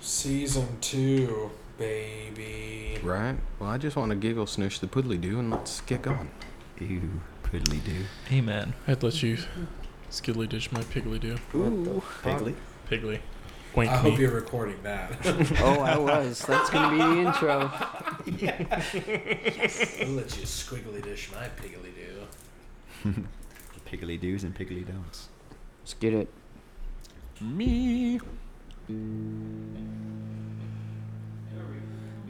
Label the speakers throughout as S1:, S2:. S1: Season two, baby.
S2: Right. Well, I just want to giggle, snoosh the poodly do, and let's get going.
S3: Ew, piddly do.
S4: Amen.
S5: I'd let you skiddly dish my piggly do.
S2: Ooh.
S3: Piggly.
S5: Piggly. Wink
S1: I
S5: me.
S1: hope you're recording that.
S3: Oh, I was. That's gonna be the intro.
S1: I'll let you squiggly dish my piggly do.
S4: Piggly do's and piggly don'ts.
S3: Let's get it.
S2: Me.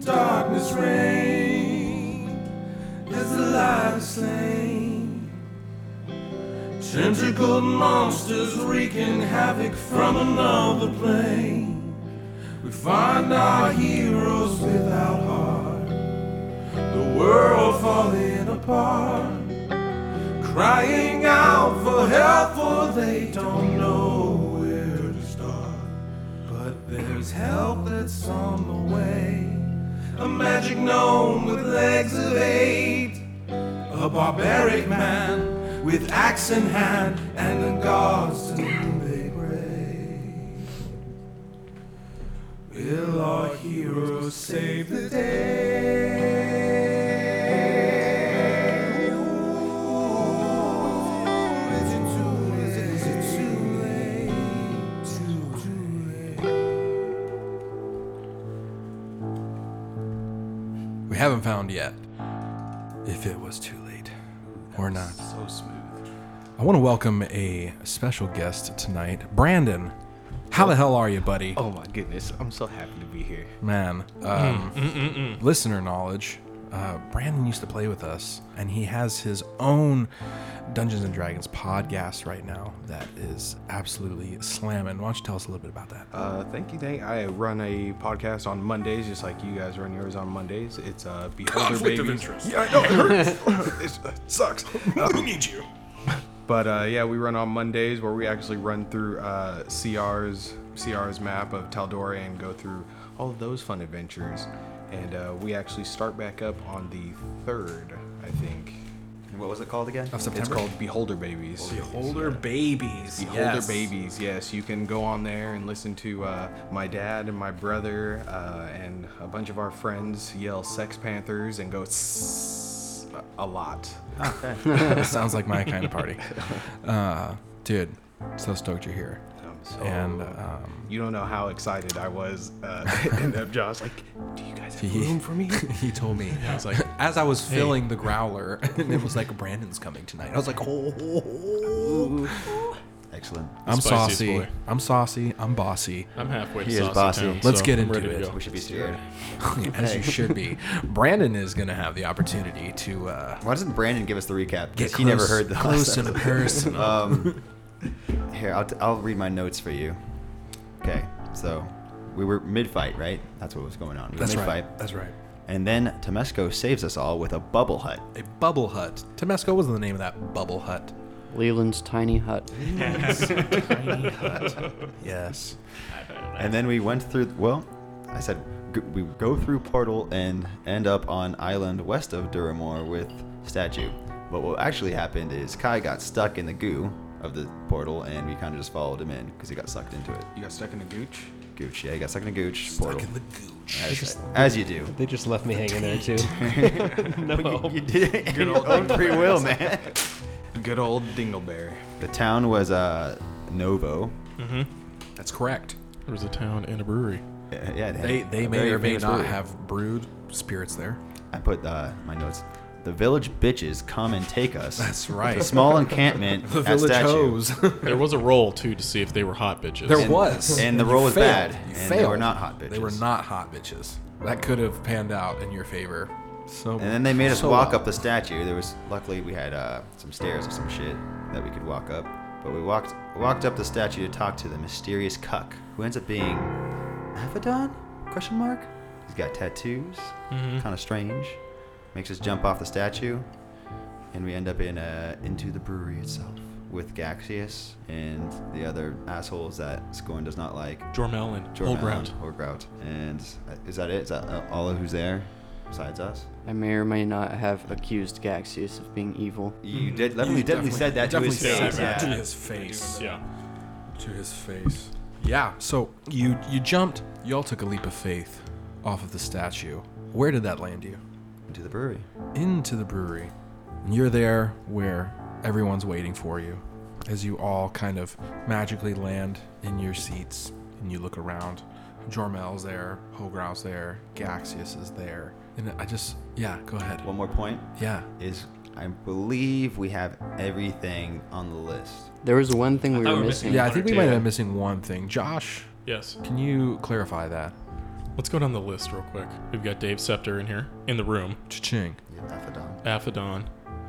S6: Darkness reign as the light is slain. Tentacled monsters wreaking havoc from another plane. We find our heroes without heart. The world falling apart. Crying out for help, for they don't know where to start. But there's help that's on the way. A magic gnome with legs of eight. A barbaric man with axe in hand and the gods to whom they pray. Will our heroes save the day? Ooh, is it too late? Is it too late? Too, too late.
S1: We haven't found yet if it was too late or not.
S2: So smooth.
S1: I want to welcome a special guest tonight, Brandon. How the hell are you, buddy?
S2: Oh my goodness. I'm so happy to be here.
S1: Man, um, listener knowledge. Uh, Brandon used to play with us, and he has his own Dungeons and Dragons podcast right now that is absolutely slamming. Why don't you tell us a little bit about that?
S2: Uh, thank you, thank. I run a podcast on Mondays, just like you guys run yours on Mondays. It's uh, Beholder Babies. Yeah, I know. It hurts. It's- it sucks.
S1: we need you.
S2: But uh, yeah, we run on Mondays where we actually run through uh, CR's CR's map of Tal'Doria and go through all of those fun adventures. And uh, we actually start back up on the third, I think.
S3: And what was it called again?
S1: Of
S2: It's
S1: September.
S2: called Beholder Babies.
S1: Beholder Babies.
S2: Beholder Babies. Yes, you can go on there and listen to uh, my dad and my brother uh, and a bunch of our friends yell "Sex Panthers" and go "Sss" a lot.
S1: That sounds like my kind of party. Uh, dude, so stoked you're here.
S2: Um, so-
S1: And um,
S2: You don't know how excited I was. Uh, and uh, Josh like, do you guys have
S1: He-
S2: room for me?
S1: he told me, I was like, as I was filling the growler, and it was like, Brandon's coming tonight. I was like, oh.
S3: Excellent.
S1: I'm
S5: Spiciest
S1: saucy.
S5: boy.
S1: I'm saucy. I'm bossy.
S5: I'm halfway to
S3: He is
S5: saucy
S3: bossy.
S5: town,
S1: Let's
S5: so
S1: get
S5: I'm
S1: into
S5: ready to
S1: it.
S5: go.
S3: We should be scared.
S1: as you should be. Brandon is going to have the opportunity to uh,
S3: Why doesn't Brandon give us the recap?
S1: get
S3: Because
S1: close,
S3: he never heard the
S1: close
S3: last
S1: and
S3: episode.
S1: personal.
S3: Um, here, I'll, t- I'll read my notes for you. Okay, so we were mid fight, right? That's what was going on. We were
S1: That's
S3: mid
S1: right.
S3: fight.
S1: That's right.
S3: And then Temesco saves us all with a bubble hut.
S1: A bubble hut. Temesco was the name of that bubble hut.
S7: Leland's tiny hut.
S1: Yes.
S3: And then we went through. Well, I said g- we go through portal and end up on island west of Duramore with statue. But what actually happened is Kai got stuck in the goo of the portal, and we kind of just followed him in because he got sucked into it.
S2: You got stuck in a gooch?
S3: Gooch, yeah, he got stuck in a gooch portal.
S1: Fucking the gooch.
S3: as, as you do.
S8: They just left me hanging there too. no.
S3: You did it in your own free will, man.
S2: Good old Dingleberry.
S3: The town was uh, Novo.
S1: Mm-hmm. That's correct.
S5: There was a town and a brewery.
S3: Uh, Yeah, had
S1: They they
S3: a
S1: may
S3: very
S1: or may
S3: famous
S1: not
S3: brewery.
S1: have brewed spirits there.
S3: I put uh, my notes. The village bitches come and take us.
S1: That's right.
S3: The small encampment
S1: The
S3: at
S1: village
S3: statue.
S1: hose.
S5: There was a roll too to see if they were hot bitches.
S1: there
S3: And-
S1: was.
S3: and the
S1: You
S3: roll was
S1: failed.
S3: bad,
S1: You
S3: and
S1: failed.
S3: they were not hot
S1: They were
S3: bitches.
S1: not hot bitches. That could have panned out in your favor. So.
S3: And then they made us
S1: so
S3: walk
S1: well.
S3: up the statue. There was luckily we had uh, some stairs or some shit that we could walk up. But we walked walked up the statue to talk to the mysterious cuck who ends up being Avadon? Question mark. He's got tattoos. Kind of strange. Makes us jump off the statue, and we end up in uh, into the brewery itself with Gaxius and the other assholes that Scorn does not like.
S5: Jormel and
S3: Jordan
S5: Old
S3: Allen,
S5: Round.
S3: Horgrout. And uh, is that it? Is that uh, all of who's there besides us?
S7: I may or may not have accused Gaxius of being evil.
S3: Hmm. You did. Definitely,
S1: You
S3: you definitely said that to
S1: definitely
S3: his
S1: said
S3: face.
S1: that To
S3: Yeah.
S1: his face.
S5: Yeah.
S1: To his face. Yeah. So you you jumped, Y'all took a leap of faith off of the statue. Where did that land you?
S3: Into the brewery.
S1: into the brewery. And you're there where everyone's waiting for you. As you all kind of magically land in your seats and you look around. Jormel's there, Hograu's there, Gaxius is there. And I just, yeah, go ahead.
S3: One more point
S1: Yeah.
S3: is I believe we have everything on the list.
S7: There was one thing we
S5: thought
S7: were
S5: we were
S7: missing.
S1: Yeah, I think we might
S5: Yeah.
S1: have been missing one thing. Josh,
S5: Yes.
S1: can you clarify that?
S5: Let's go down the list real quick. We've got Dave Scepter in here, in the room.
S1: Cha-ching.
S3: Yeah, Aphodon.
S5: Aphodon.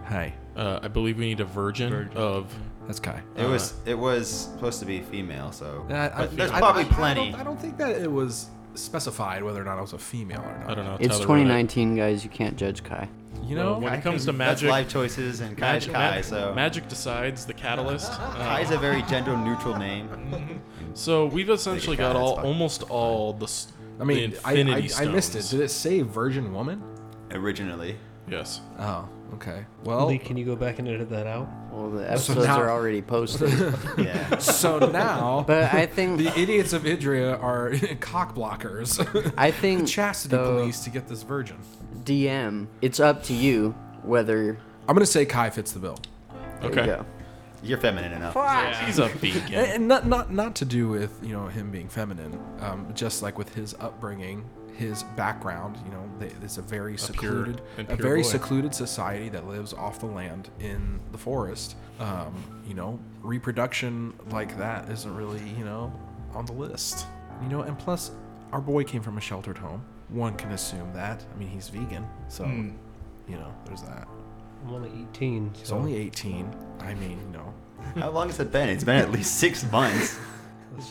S1: Hey,
S5: Uh, I believe we need a virgin, of. Uh,
S1: that's Kai.
S3: It was it was supposed to be female, so
S1: That- Uh-huh. I-
S3: but there's
S1: I-
S3: probably
S1: I don't-
S3: plenty.
S1: I don't think that it was specified whether or not it was a female or not.
S5: I don't know.
S7: It's
S5: Tyler wrote it.
S7: 2019, guys. You can't judge Kai.
S1: You know,
S5: Well, when it comes to
S3: That's
S5: magic,
S3: life choices and Kai's
S5: magic,
S3: Kai,
S5: ma-
S3: so
S5: magic decides the catalyst. Uh,
S3: Kai's a very gender neutral name.
S5: so we've essentially
S3: Kai,
S5: got
S3: that's
S5: all
S3: fine.
S5: almost all the. s-
S1: I mean,
S5: the
S1: I,
S5: Infinity
S1: I, I missed it.
S5: Stones.
S1: Did it say virgin woman?
S3: Originally.
S5: Yes.
S1: Oh, okay. Well,
S8: Lee, can you go back and edit that out?
S7: Well, the episodes
S1: now-
S7: are already posted.
S3: Yeah.
S1: so now
S7: but I think
S1: the idiots of Idria are cock blockers.
S7: I think
S1: Chastity
S7: though,
S1: police to get this virgin.
S7: DM. It's up to you whether.
S1: I'm gonna say Kai fits the bill,
S7: There
S5: Okay.
S7: You go.
S3: You're feminine enough.
S5: He's a vegan.
S1: and, and not not not to do with you know him being feminine, um, just like with his upbringing, his background. You know, they, it's a very
S5: pure-
S1: secluded,
S5: and
S1: a
S5: pure
S1: very
S5: boy.
S1: secluded society that lives off the land in the forest. Um, you know, reproduction like that isn't really you know on the list. You know, and plus, our boy came from a sheltered home. One can assume that. I mean, he's vegan, so
S5: Hmm.
S1: you know, there's that.
S8: I'm only 18.
S1: He's only 18. I mean, you know,
S3: How long has it been? It's been at least six months.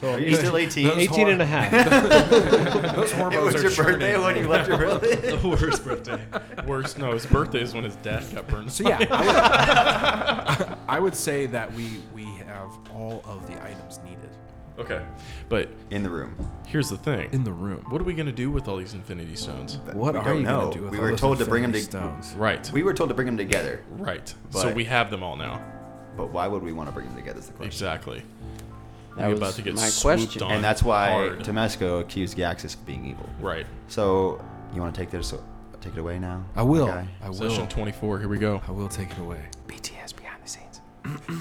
S8: So
S3: Are you still 18?
S8: 18 and a half.
S1: those
S3: It
S1: hormones
S3: was
S1: are
S3: your birthday
S1: churning.
S3: when you left your birthday.
S5: the worst birthday. Worst. No, his birthday is when his dad got burned.
S1: So yeah, I would, I would say that we we have all of the items needed
S5: Okay. But
S3: In the room.
S5: here's the thing.
S1: in the room.
S5: what are we gonna do with all these Infinity Stones?
S1: What
S3: we
S1: are
S3: don't
S1: you
S3: know.
S1: gonna do with
S3: We
S1: all
S3: were
S1: those
S3: told to bring 'em
S1: infinity
S3: to-
S1: stones?
S5: Right.
S3: We were told to bring them together,
S5: right. so
S3: But-
S5: we have them all now.
S3: but why would we want to bring them together? Is the question.
S5: Exactly.
S7: That
S5: We're
S7: was
S5: about to get
S7: my
S5: swooped
S7: question.
S5: on
S3: And that's why
S5: hard.
S3: Tomesco accused Gaxus of being evil.
S5: Right.
S3: So you want to take this, take it away now?
S1: I will.
S3: Okay.
S1: I will.
S5: Session 24. Here we go.
S1: I will take it away.
S7: BTS behind the scenes.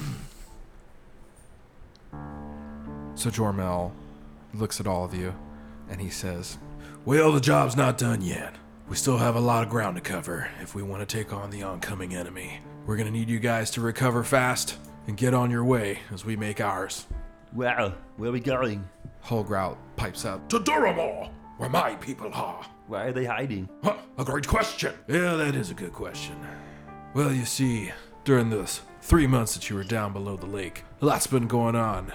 S1: So Jormel looks at all of you and he says, Well, the job's not done yet. We still have a lot of ground to cover if we want to take on the oncoming enemy. We're going to need you guys to recover fast and get on your way as we make ours.
S4: Wow, where are we going?
S1: Holgrout pipes up, To Duramore, where my people are.
S4: Why are they hiding?
S1: Huh, a great question. Yeah, that is a good question. Well, you see, during those three months that you were down below the lake, a lot's been going on.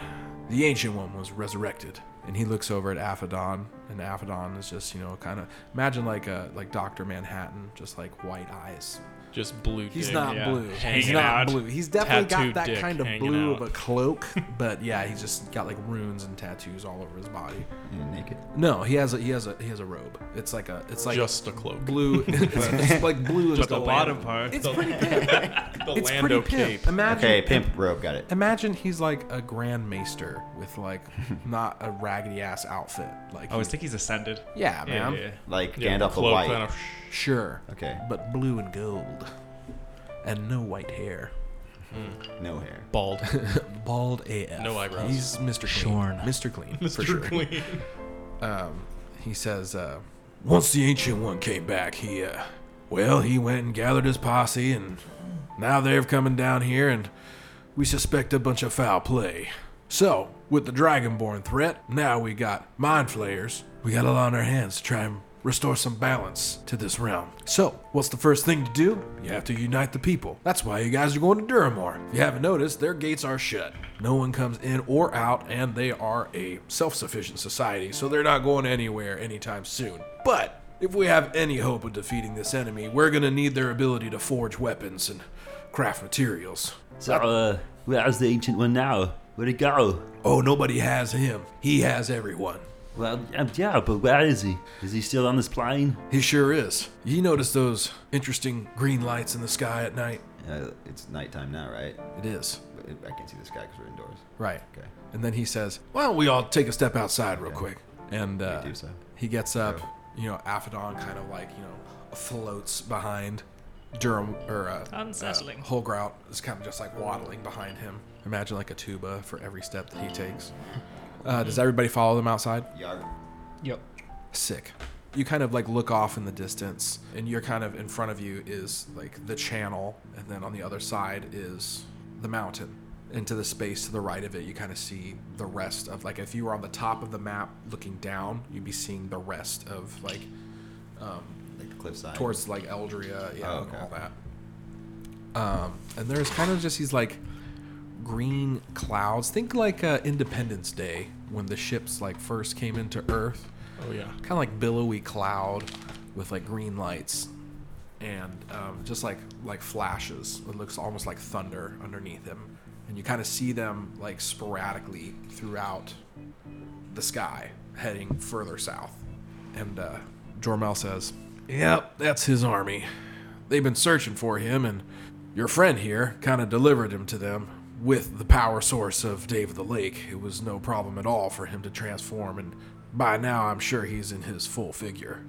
S1: The Ancient One was resurrected. And he looks over at Aphodon, and Aphodon is just, you know, kind of imagine like a like Doctor Manhattan, just like white eyes.
S5: Just blue.
S1: He's
S5: dick,
S1: not
S5: yeah.
S1: blue. He's
S5: Hanging
S1: not
S5: out.
S1: blue. He's definitely
S5: Tattooed
S1: got that
S5: dick
S1: kind of
S5: hanging
S1: blue
S5: out.
S1: of a cloak, but yeah, he's just got like runes and tattoos all over his body.
S3: You're naked.
S1: No, he has a he has a he has a robe. It's like a it's like
S5: just a cloak.
S1: blue. it's like blue is
S5: Just
S1: the
S5: the
S1: bottom.
S5: bottom part.
S1: It's
S5: the,
S1: pretty pimp.
S5: the
S1: It's
S5: Lando
S1: pretty
S5: cape.
S1: pimp. Imagine,
S3: Okay, pimp robe, got it.
S1: imagine he's like a grand maester with like not a raggedy ass outfit. Like,
S9: I always think he's ascended.
S1: yeah, man,
S3: Like
S5: Yeah,
S3: Gandalf the
S5: cloak
S3: White.
S5: kind of-
S1: sure,
S3: Okay,
S1: but blue and gold, and no white hair, Hmm.
S3: no hair.
S5: bald.
S1: bald AF.
S5: No eyebrows.
S1: He's Mr. Clean.
S9: Shorn.
S1: Mr. Clean, for
S5: Mr.
S1: sure. Um,
S5: Clean.
S1: he says, uh, once the ancient one came back, he, uh, well, he went and gathered his posse, and now they're coming down here, and we suspect a bunch of foul play. So, with the dragonborn threat, now we got mind flayers. We got a lot on our hands to try and restore some balance to this realm. So, what's the first thing to do? You have to unite the people. That's why you guys are going to Duramar. If you haven't noticed, their gates are shut. No one comes in or out, and they are a self sufficient society, so they're not going anywhere anytime soon. But if we have any hope of defeating this enemy, we're going to need their ability to forge weapons and craft materials.
S4: So, uh, where's the ancient one now? Where'd he go?
S1: Oh, nobody has him. He has everyone.
S4: Well, um, yeah, but where is he? Is he still on this plane?
S1: He sure is. You notice those interesting green lights in the sky at night?
S3: Uh, it's nighttime now, right?
S1: It is.
S3: But I can't see this guy because we're indoors.
S1: Right.
S3: Okay.
S1: And then he says, Why don't we all take a step outside real quick? And uh,
S3: do so.
S1: he gets up. You know, Aphodon kind of like you know floats behind Durham or uh,
S9: Unsettling.
S1: Uh, Holgrout is kind of just like waddling behind him. Imagine like a tuba for every step that he takes. Uh, does everybody follow them outside?
S3: Yarg.
S8: Yep.
S1: sick. You kind of like look off in the distance, and you're kind of in front of you is like the channel, and then on the other side is the mountain. Into the space to the right of it, you kind of see the rest of like if you were on the top of the map looking down, you'd be seeing the rest of like um,
S3: Like the cliffside.
S1: towards like Eldria, yeah,
S3: Oh,
S1: and
S3: okay.
S1: all that. Um, and there's kind of just these like green clouds. Think like uh, Independence Day when the ships like first came into Earth
S5: Oh yeah.
S1: kind of like billowy cloud with like green lights and um, just like like flashes it looks almost like thunder underneath him and you kind of see them like sporadically throughout the sky heading further south and uh, jormel says yep that's his army they've been searching for him and your friend here kind of delivered him to them with the power source of Dave of the Lake. It was no problem at all for him to transform, and by now I'm sure he's in his full figure.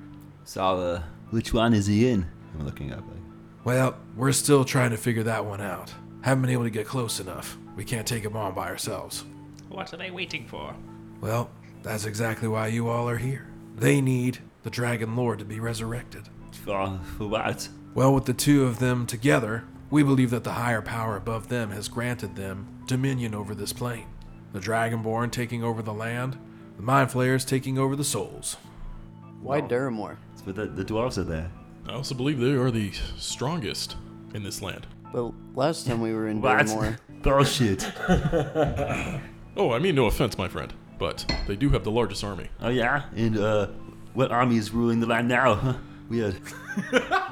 S4: So, uh, which one is he in? I'm looking up. Like,
S1: Well, we're still trying to figure that one out. Haven't been able to get close enough. We can't take him on by ourselves.
S9: What are they waiting for?
S1: Well, that's exactly why you all are here. They need the Dragon Lord to be resurrected.
S4: for, for what?
S1: Well, with the two of them together, we believe that the higher power above them has granted them dominion over this plane. The Dragonborn taking over the land, the Mind Flayers taking over the souls.
S7: Why Duramore?
S4: It's for the, the dwarves are there.
S5: I also believe they are the strongest in this land.
S7: But last time we were in
S4: What?
S7: Duramore,
S4: Bullshit.
S5: Oh, I mean no offense, my friend, but they do have the largest army.
S4: Oh yeah, and uh, what army is ruling the land now? Huh, Weird.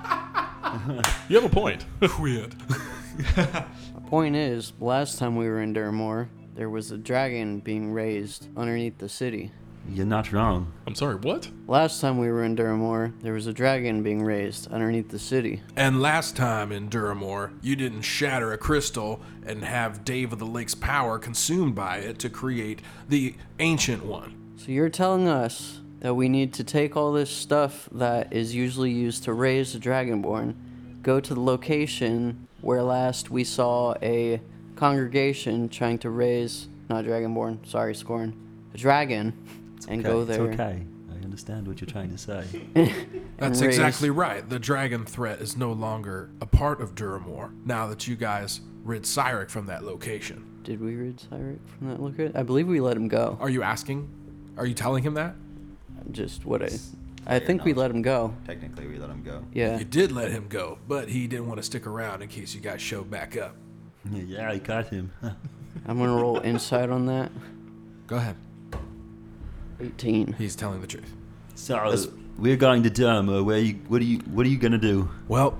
S5: You have a point. Weird.
S7: the point is, last time we were in Duramore, there was a dragon being raised underneath the city.
S4: You're not wrong.
S5: I'm sorry. What?
S7: Last time we were in Duramore, there was a dragon being raised underneath the city.
S1: And last time in Duramore, you didn't shatter a crystal and have Dave of the Lake's power consumed by it to create the Ancient One.
S7: So you're telling us that we need to take all this stuff that is usually used to raise a dragonborn, go to the location where last we saw a congregation trying to raise not dragonborn, sorry, scorn, a dragon, and go
S4: Okay,
S7: there.
S4: It's okay. I understand what you're trying to say.
S1: That's
S7: raised-
S1: exactly right. The dragon threat is no longer a part of Duramore now that you guys rid Cyric from that location.
S7: Did we rid Cyric from that location? I believe we let him go.
S1: Are you asking? Are you telling him that?
S7: Just what I, I think we let him go.
S3: Technically, we let him go.
S7: Yeah.
S1: You did let him go, but he didn't want to stick around in case you guys showed back up.
S4: yeah, I got him. Huh.
S7: I'm gonna roll insight on that.
S1: Go ahead.
S7: 18.
S1: He's telling the truth.
S4: So we're going to Derma. Where you? What are you? What are you gonna do?
S1: Well,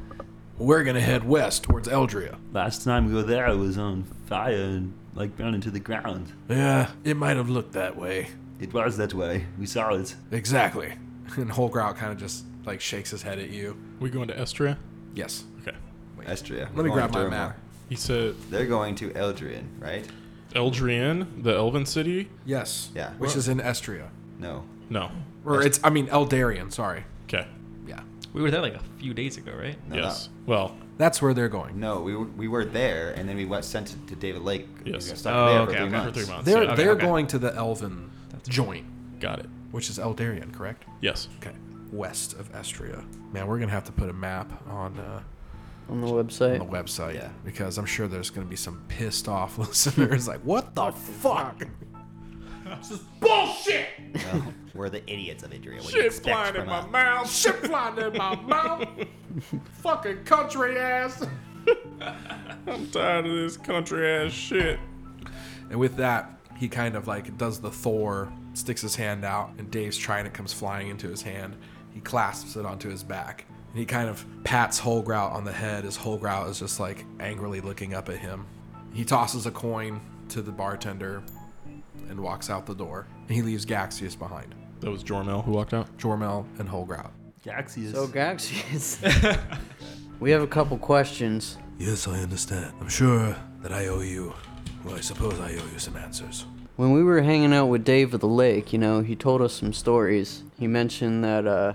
S1: we're going to head west towards Eldria.
S4: Last time we were there, it was on fire and like burning to the ground.
S1: Yeah, it might have looked that way.
S4: It was that way. We saw it.
S1: Exactly. And Holgrout kind of just like shakes his head at you.
S5: We going to Estria?
S1: Yes.
S5: Okay.
S3: Estria.
S1: Let
S3: we're
S1: me
S3: going
S1: grab
S3: to
S1: my
S3: Duramore.
S1: map.
S5: He said
S3: They're going to Eldrian, right?
S5: Eldrian, the Elven city.
S1: Yes.
S3: Yeah.
S1: Which is in Estria.
S3: No.
S5: No.
S1: Or it's, I mean, Eldarian, sorry.
S5: Okay.
S1: Yeah.
S9: We were there like a few days ago, right?
S3: No.
S5: yes.
S3: no.
S5: Well,
S1: That's where they're going.
S3: No, we were, we were there, and then we went sent to David Lake. We
S5: Yes.
S3: got stuck
S9: Oh,
S3: there
S9: okay,
S3: for three
S9: okay.
S3: months.
S5: for three months.
S1: They're,
S5: yeah, okay,
S1: they're
S5: okay.
S1: going to the Elven joint,
S5: Got it.
S1: which is Eldarian, correct?
S5: Yes.
S1: Okay. West of Estria. Man, we're going to have to put a map on. Uh,
S7: On the
S1: on
S7: website.
S1: the website
S3: Yeah.
S1: because I'm sure there's going to be some pissed off listeners like, what the fuck?
S3: Well, we're the idiots of Idria. What do you expect from us?
S1: mouth, shit flying in my mouth. Fucking country ass.
S5: I'm tired of this country ass shit.
S1: And with that, he kind of like does the Thor, sticks his hand out, and Dave's trident comes flying into his hand. He clasps it onto his back. And he kind of pats Holgrout on the head as Holgrout is just like angrily looking up at him. He tosses a coin to the bartender and walks out the door. And he leaves Gaxius behind.
S5: That was Jormel who walked out.
S1: Jormel and Holgrout.
S4: Gaxius.
S7: So Gaxius. we have a couple questions.
S1: Yes, I understand. I'm sure that I owe you. Well, I suppose I owe you some answers.
S7: When we were hanging out with Dave at the lake, you know, he told us some stories. He mentioned that uh,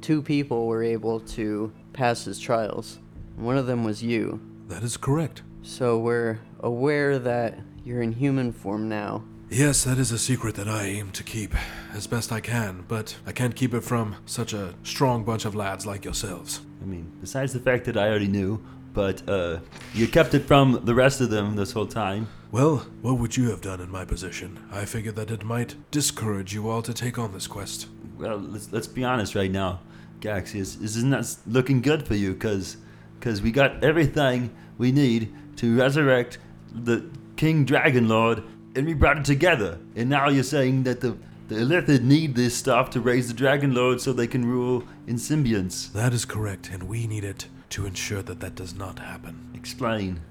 S7: two people were able to pass his trials. One of them was you.
S1: That is correct.
S7: So we're aware that you're in human form now.
S1: Yes, that is a secret that I aim to keep as best I can, but I can't keep it from such a strong bunch of lads like yourselves.
S4: I mean, besides the fact that I already knew, but uh, you kept it from the rest of them this whole time.
S1: Well, what would you have done in my position? I figured that it might discourage you all to take on this quest.
S4: Well, let's, let's be honest right now, Gax. This this is not looking good for you, cause, 'cause we got everything we need to resurrect the King Dragon Lord, and we brought it together. And now you're saying that the the Illithid need this stuff to raise the Dragon Lord so they can rule in symbionts.
S1: That is correct, and we need it to ensure that that does not happen.
S4: Explain.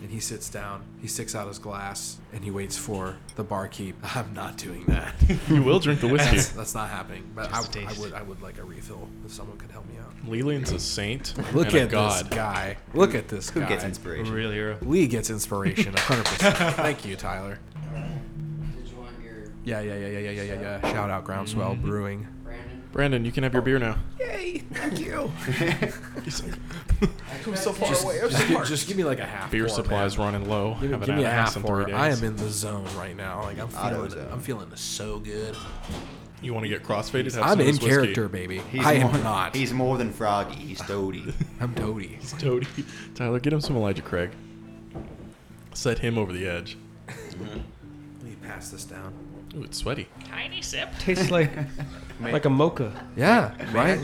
S2: And he sits down. He sticks out his glass and he waits for the barkeep. I'm not doing that.
S5: You will drink the whiskey.
S2: That's, that's not happening. But I,
S9: Just a
S2: I
S9: taste.
S2: would, I would like a refill if someone could help me out.
S5: Leland's a saint.
S1: Look
S5: and a
S1: at
S5: god.
S1: this guy. Look at this guy.
S3: Who gets inspiration?
S9: Real hero.
S1: Lee gets inspiration, 100%. Thank you, Tyler.
S7: Did you want your
S1: Yeah, yeah, yeah, yeah, yeah, yeah, yeah. Shout out Groundswell Brewing.
S7: Brandon?
S5: Mm-hmm. Brandon, you can have your beer now.
S2: Thank you.
S7: I'm so far away.
S1: Just, gi- just give me like a half.
S5: Beer
S1: pour,
S5: supplies
S1: man.
S5: running low.
S1: Give, me-
S5: Haven't
S1: give me
S5: had
S1: a
S5: ice
S1: half
S5: in
S1: pour.
S5: three
S1: I
S5: days.
S1: am in the zone right now. Like I'm feeling,
S3: Auto-zone.
S1: I'm feeling so good.
S5: You want to get crossfaded? Have
S1: I'm
S5: some of
S1: in
S5: this whiskey.
S1: character, baby. I am
S3: more,
S1: not.
S3: He's more than froggy. He's toady.
S1: I'm toady.
S5: Toady. Tyler, get him some Elijah Craig. Set him over the edge.
S1: Let me pass this down.
S5: Ooh, it's sweaty.
S9: Tiny sip.
S8: Tastes like like a mocha.
S1: Yeah, right.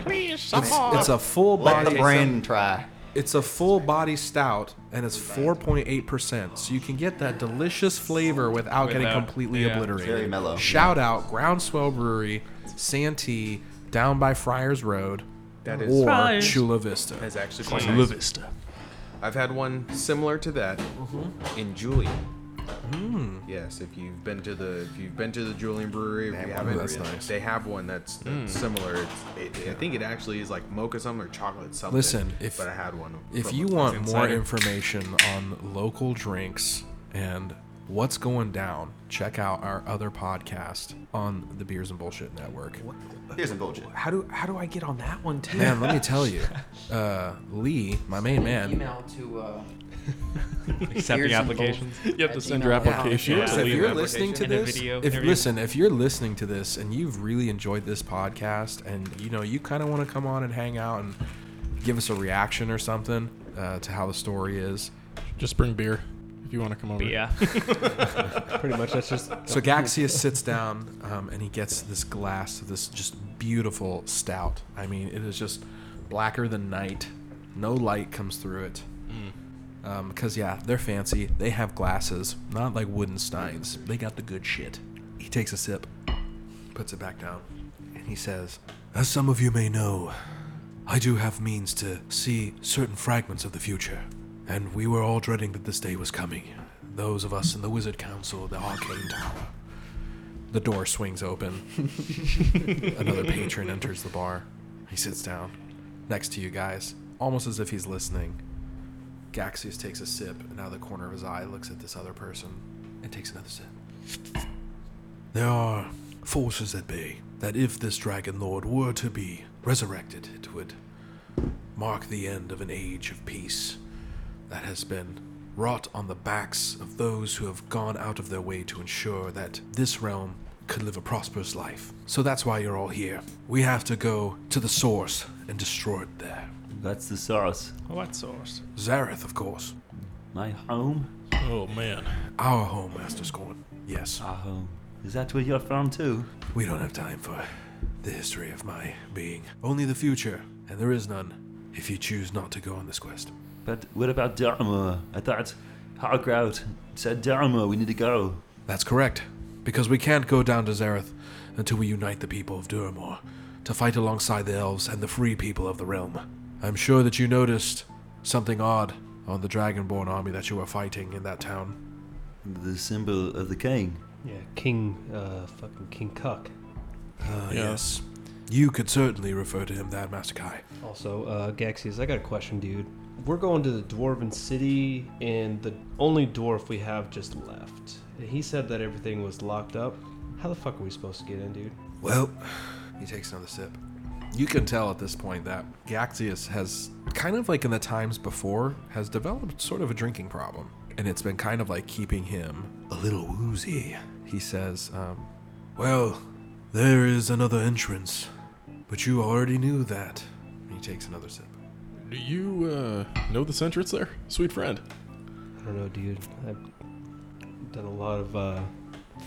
S9: Please, some
S1: It's,
S9: more.
S1: it's a full
S3: Let
S1: body.
S3: the brand try.
S1: It's a full body stout, and it's 4.8 percent. So you can get that delicious flavor without getting
S9: Without-
S1: completely
S9: yeah.
S1: obliterated.
S3: Very mellow.
S1: Shout out Groundswell Brewery, Santee, down by Friars Road,
S2: That is-
S1: or
S9: Friars.
S1: Chula Vista.
S2: That's actually quite nice. I've had one similar to that in Julian.
S1: Mm.
S2: Yes, if you've been to the if you've been to the Julian Brewery,
S3: oh,
S2: if you haven't,
S1: that's nice.
S2: they have one that's, that's
S1: Hmm.
S2: similar. It's, it, I think it actually is like mocha something or chocolate something.
S1: Listen, if-
S2: but I had one.
S1: If
S2: from
S1: you
S2: a-
S1: want
S2: it's
S1: more
S2: insider.
S1: information on local drinks and what's going down, check out our other podcast on the Beers and Bullshit Network.
S3: Here's some bullshit.
S2: how do how do I get on that one too?
S1: Man, let me tell you, uh, Lee, my main man.
S7: Email to uh,
S9: Accepting
S7: Beers and
S9: applications.
S5: You have to
S7: At
S5: send your
S7: email. Yeah,
S5: application.
S9: yeah.
S5: to
S1: So if
S5: leave
S1: you're
S5: it.
S1: listening to
S9: And a
S1: this,
S9: video
S1: if
S9: interview.
S1: listen, if you're listening to this and you've really enjoyed this podcast, and you know you kind of want to come on and hang out and give us a reaction or something uh, to how the story is.
S5: Just bring beer if you want to come over.
S9: Yeah.
S8: Pretty much that's just
S1: So Gaxius sits down um, and he gets this glass of this just beautiful stout. I mean, it is just blacker than night. No light comes through it. Because, yeah, they're fancy. They have glasses, not like wooden steins. They got the good shit. He takes a sip, puts it back down, and he says, As some of you may know, I do have means to see certain fragments of the future, and we were all dreading that this day was coming. Those of us in the Wizard Council, the Arcane Tower. The door swings open. Another patron enters the bar. He sits down next to you guys, almost as if he's listening. Gaxius takes a sip, and out of the corner of his eye, looks at this other person and takes another sip. There are forces at bay that, if this Dragon Lord were to be resurrected, it would mark the end of an age of peace that has been wrought on the backs of those who have gone out of their way to ensure that this realm could live a prosperous life. So that's why you're all here. We have to go to the source and destroy it there.
S4: That's the sauce.
S9: what source?
S1: Zareth, of course.
S4: My home.
S5: Oh man.
S1: Our home, Master Scorn. Yes.
S4: Our Ah, home. Is that where you're from too?
S1: We don't have time for the history of my being. Only the future, and there is none if you choose not to go on this quest.
S4: But what about Dharma? I thought Hargrout said Dharma, we need to go.
S1: That's correct, because we can't go down to Zareth until we unite the people of Duramor to fight alongside the elves and the free people of the realm. I'm sure that you noticed something odd on the Dragonborn army that you were fighting in that town.
S4: The symbol of the king.
S8: yeah, King uh fucking King Cuck.
S1: Ah,
S5: Yeah.
S1: yes. You could certainly refer to him that, Master Kai.
S8: Also, uh, Gaxius, I got a question, dude. We're going to the Dwarven City, and the only dwarf we have just left He said that everything was locked up. How the fuck are we supposed to get in, dude?
S1: Well, he takes another sip. You can tell at this point that Gaxius has, kind of like in the times before, has developed sort of a drinking problem. And it's been kind of like keeping him a little woozy. He says, um, Well, there is another entrance, but you already knew that. And he takes another sip.
S5: Do you uh, know this entrance there, sweet friend?
S8: I don't know, dude. I've done a lot of uh,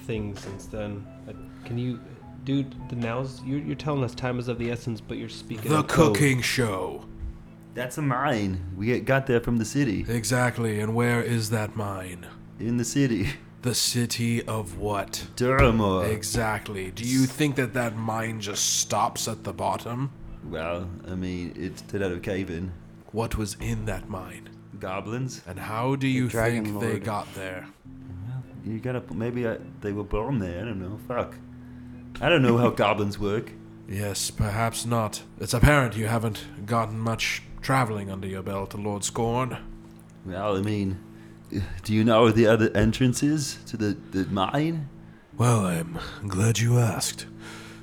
S8: things since then. I, can you, dude? The now's you're, you're telling us time is of the essence, but you're speaking.
S1: The
S8: in code.
S1: cooking show.
S4: That's a mine. We got there from the city.
S1: Exactly, and where is that mine?
S4: In the city.
S1: The city of what?
S4: Duramore.
S1: Exactly. Do you think that that mine just stops at the bottom?
S4: Well, I mean, it's did out of cave in.
S1: What was in that mine?
S4: Goblins.
S1: And how do you
S7: Dragon
S1: think they
S7: Lord.
S1: got there?
S4: You gotta maybe I, they were born there. I don't know. Fuck. I don't know how goblins work.
S1: Yes, perhaps not. It's apparent you haven't gotten much traveling under your belt, Lord Scorn.
S4: Well, I mean, do you know where the other entrance is to the, the mine?
S1: Well, I'm glad you asked.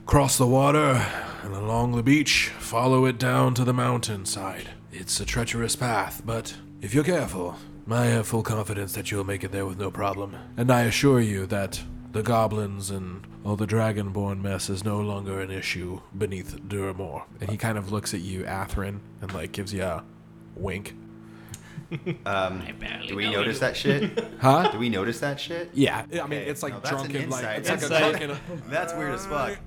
S1: Cross the water and along the beach, follow it down to the mountainside. It's a treacherous path, but if you're careful, I have full confidence that you'll make it there with no problem. And I assure you that the goblins and all the dragonborn mess is no longer an issue beneath Duramore. And he kind of looks at you, Atherin, and like gives you a wink.
S3: Um, do we notice that shit?
S1: Huh?
S3: Do we notice that shit?
S1: Yeah. I mean, it's like
S3: No, that's
S1: drunk
S3: an
S1: and like
S3: insight.
S1: it's like a
S3: Insight.
S1: drunk and
S3: That's weird as fuck.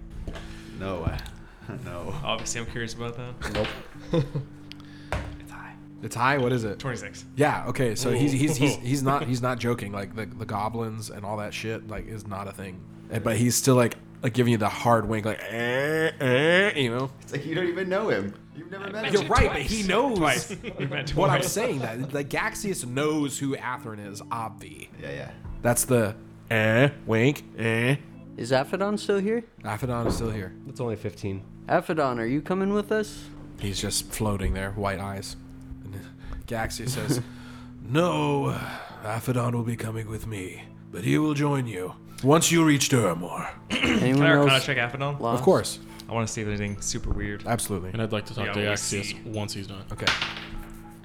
S3: No, I- no.
S9: Obviously, I'm curious about that. it's high.
S1: It's high. What is it?
S9: 26.
S1: Yeah. Okay. So he's he's he's he's not he's not joking. Like the the goblins and all that shit like is not a thing. And, but he's still like like giving you the hard wink like eh, eh, you know.
S3: It's like you don't even know him. You've never met
S9: met
S3: him.
S1: You're
S9: you
S1: right, but he
S9: twice.
S1: knows
S9: Twice. We met
S1: what I'm
S9: twice.
S1: saying. That like Gaxius knows who Atherin is. Obvi.
S3: Yeah, yeah.
S1: That's the eh wink eh.
S7: Is Aphodon still here?
S1: Aphodon is still here.
S8: It's only 15.
S7: Aphodon, are you coming with us?
S1: He's just floating there, white eyes. And Gaxia says, No, Aphodon will be coming with me, but he will join you once you reach Duramore.
S7: Anyone
S9: Can I arcana
S7: else?
S9: check Aphodon?
S7: lost?
S1: Of course.
S9: I want to see if there's anything super weird.
S1: Absolutely.
S5: And I'd like to talk
S9: Yeah,
S5: to
S9: we
S5: Axius
S9: see.
S5: once he's done.
S1: Okay.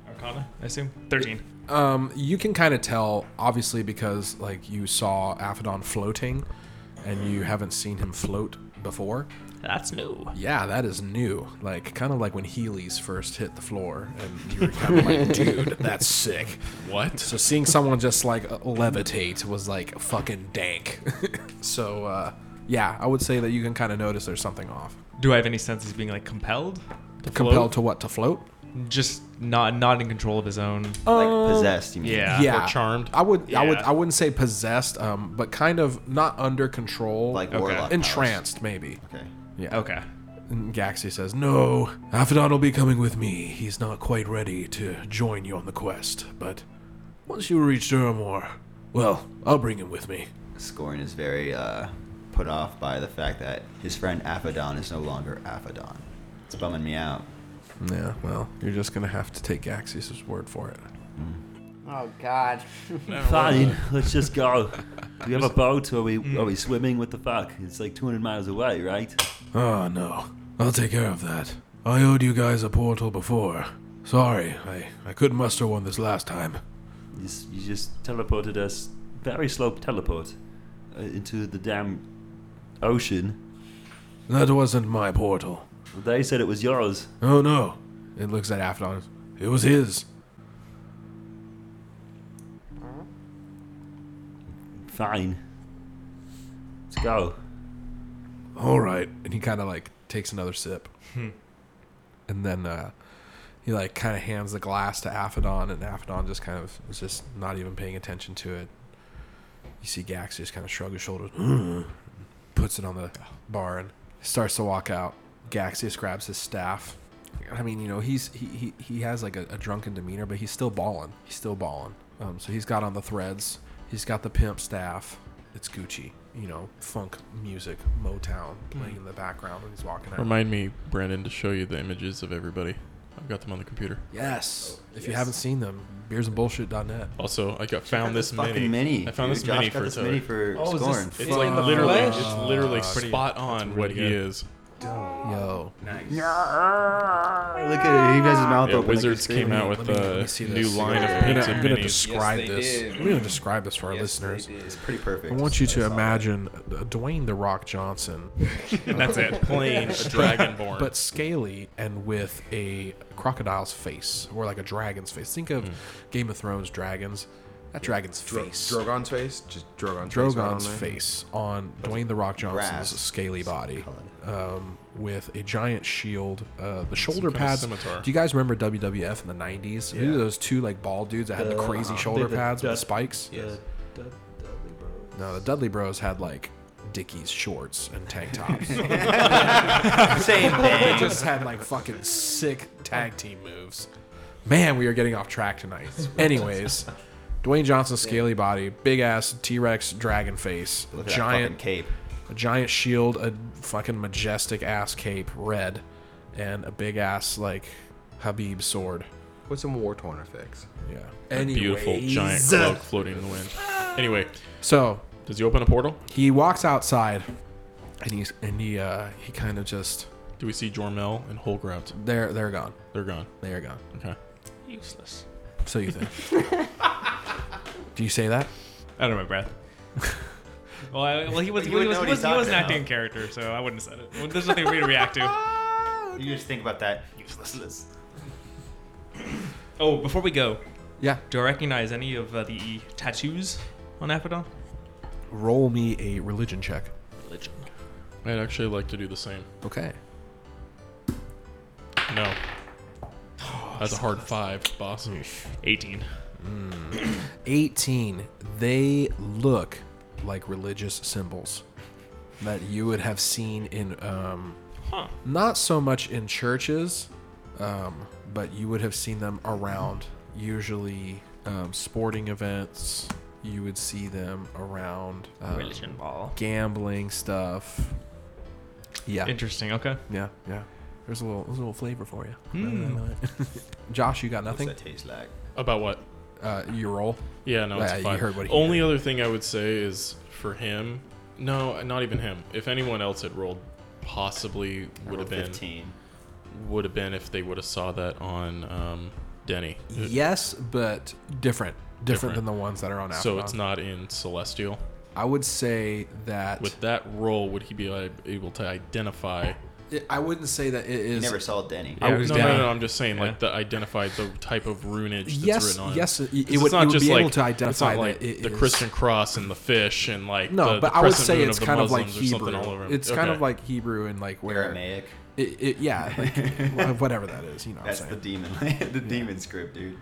S9: Arcana, I assume? 13.
S1: Um, you can kind of tell, obviously, because like you saw Aphodon floating, and you haven't seen him float before.
S9: That's new.
S1: Yeah, that is new. Like kind of like when Heelys first hit the floor, and you were kind of like, "Dude, that's sick."
S5: What?
S1: So seeing someone just like levitate was like fucking dank. so uh, yeah, I would say that you can kind of notice there's something off.
S9: Do I have any sense he's being like compelled? To
S1: Compelled to what? To float?
S9: float? Just not not in control of his own.
S3: Like possessed, you mean?
S9: Yeah.
S1: Um, yeah,
S5: or charmed?
S1: I would. I would.
S9: Yeah.
S1: I wouldn't say possessed, um, but kind of not under control.
S3: Like
S9: Okay.
S3: warlock. powers.
S1: entranced, maybe.
S3: Okay.
S1: Yeah.
S9: Okay.
S1: And Gaxi says, "No, Aphodon will be coming with me. He's not quite ready to join you on the quest, but once you reach Duramore, well, I'll bring him with me."
S3: Scorn is very uh, put off by the fact that his friend Aphodon is no longer Aphodon. It's bumming me out.
S1: Yeah. Well, you're just gonna have to take Gaxi's word for it.
S7: Oh God.
S4: Fine, let's just go. Do we have a boat? Or are we are we swimming? What the fuck? It's like 200 miles away, right?
S1: Ah, no. I'll take care of that. I owed you guys a portal before. Sorry, I, I couldn't muster one this last time.
S4: You just, you just teleported us very slow teleport uh, into the damn ocean.
S1: That wasn't my portal.
S4: They said it was yours.
S1: Oh no. It looks at Aphdon. It was his.
S4: Fine. Let's go.
S1: Alright. And he kinda like takes another sip. and then uh he like kinda hands the glass to Aphodon and Aphodon just kind of is just not even paying attention to it. You see Gax just kinda shrug his shoulders. puts it on the bar and starts to walk out. Gaxius grabs his staff. I mean, you know, he's he he, he has like a, a drunken demeanor, but he's still balling. He's still balling. Um, so he's got on the threads. He's got the pimp staff. It's Gucci. You know, funk music, Motown playing in the background when he's walking out.
S5: Remind me, Brandon, to show you the images of everybody. I've got them on the computer.
S1: Yes. if you haven't seen them, beersandbullshit.net.
S5: Also, I got found this mini.
S3: Fucking mini.
S5: I found
S3: dude.
S5: this
S3: Josh
S5: mini
S3: got
S5: for
S3: this
S5: Tyler.
S3: mini for
S8: Oh, is this-
S3: scorn. Ah,
S5: It's
S8: Fucking
S5: like literally,
S8: flesh.
S5: it's literally
S2: pretty-
S5: spot on what he is.
S1: Yo.
S3: Nice. Look at it. He has his mouth
S5: Yeah,
S3: open.
S5: Wizards
S3: like he's
S5: came out
S1: Let
S5: with
S1: me- let
S5: a
S1: me see
S5: new
S1: this.
S5: line of
S1: I'm
S5: pizza
S1: gonna, I'm gonna
S5: minis.
S1: describe
S9: they
S1: this.
S9: did.
S1: I'm gonna describe this for our listeners.
S3: screaming. It's pretty perfect.
S1: I want you to imagine uh, Dwayne the Rock Johnson,
S5: That's it. Plain a dragonborn.
S1: but scaly and with a crocodile's face or like a dragon's face. Think
S5: Hmm.
S1: of Game of Thrones dragons. That dragon's face.
S2: Drogon's face? Just Drogon's face. right on
S1: Drogon's
S2: there.
S1: face on Dwayne the Rock Johnson's
S3: Brass.
S1: scaly body, um, with a giant shield. Uh, the shoulder
S5: kind of
S1: pads.
S5: scimitar.
S1: Do you guys remember WWF in the '90s? Who are those two like bald dudes that had the
S8: The-
S1: crazy
S8: uh,
S1: shoulder
S8: the- the
S1: pads with the
S8: Dud-
S1: spikes?
S8: The Dud- Dudley Bros.
S1: No, the Dudley Bros had like Dickies shorts and tank tops.
S3: Same
S1: they
S3: thing.
S1: just had like fucking sick tag team moves. Man, we are getting off track tonight. Anyways, Dwayne Johnson's scaly body, big ass T Rex dragon face,
S3: Look at that fucking
S1: giant
S3: cape.
S1: a giant shield, a fucking majestic ass cape, red, and a big ass like Habib sword.
S2: With some war torn effects.
S1: Yeah.
S5: a beautiful giant
S1: Anyways.
S5: cloak floating in the wind. Anyway,
S1: So
S5: does he open a portal?
S1: he walks outside, and he's and he uh he kind of just
S5: Do we see Jormel and Holgrout?
S1: they're they're gone.
S5: They're gone.
S1: They are gone.
S5: Okay.
S1: So you think? Do you say that?
S9: Out of my breath. well, I, well, he was he
S3: You would
S9: was,
S3: know what
S9: he was,
S3: he's
S9: he was
S3: talking
S9: an acting character, so I wouldn't have said it. Well, There's nothing for me to react to.
S3: You just think about that. Useless.
S9: Oh, before we go,
S1: Yeah.
S9: do I recognize any of uh, the tattoos on Apodon?
S1: Roll me a religion check.
S9: Religion.
S5: I'd actually like to do the same.
S1: Okay.
S5: No. That's a hard five, boss.
S9: 18.
S1: 18. They look like religious symbols that you would have seen in um,
S9: Huh.
S1: not so much in churches, um, but you would have seen them around usually um, sporting events. You would see them around um,
S9: Religion ball.
S1: gambling stuff. Yeah,
S9: Interesting. Okay.
S1: yeah, yeah. There's a little, there's a little flavor for you. Josh, you got nothing.
S3: Hmm. What's that taste like?
S5: About what?
S1: Uh, you roll.
S5: Yeah, no, it's
S1: Yeah, you
S5: fine.
S1: heard what he
S5: Only other thing I would say is for him. No, not even him. If anyone else had rolled, possibly would have been
S3: fifteen.
S5: would have been if they would have saw that on um, Denny.
S1: Yes, but different. Different,
S5: Different.
S1: than the ones that are on Apple.
S5: So it's not in Celestial.
S1: I would say that.
S5: With that roll, would he be like, able to identify?
S1: I wouldn't say that it
S3: You
S1: is.
S3: never saw Denny.
S5: Yeah,
S1: was
S5: no,
S1: down.
S5: no, no, I'm just saying, like, the identify the type of runage that's
S1: yes,
S5: written on it.
S1: yes, it, it
S5: It's
S1: would,
S5: not
S1: it would
S5: just
S1: be
S5: like
S1: able to
S5: it's not
S1: identify
S5: like
S1: that it
S5: the
S1: is-
S5: Christian cross and the fish and like
S1: No,
S5: the,
S1: but
S5: the
S1: I would
S5: crescent
S1: say
S5: moon
S1: it's
S5: of the
S1: kind of like
S5: Muslims or something
S1: Hebrew.
S5: all over him.
S1: It's kind of
S5: Okay.
S1: like Hebrew and like where
S3: Aramaic.
S1: it, it, yeah, like, wha- whatever that is. You know what I'm
S3: That's the
S1: saying?
S3: demon. the demon script, dude.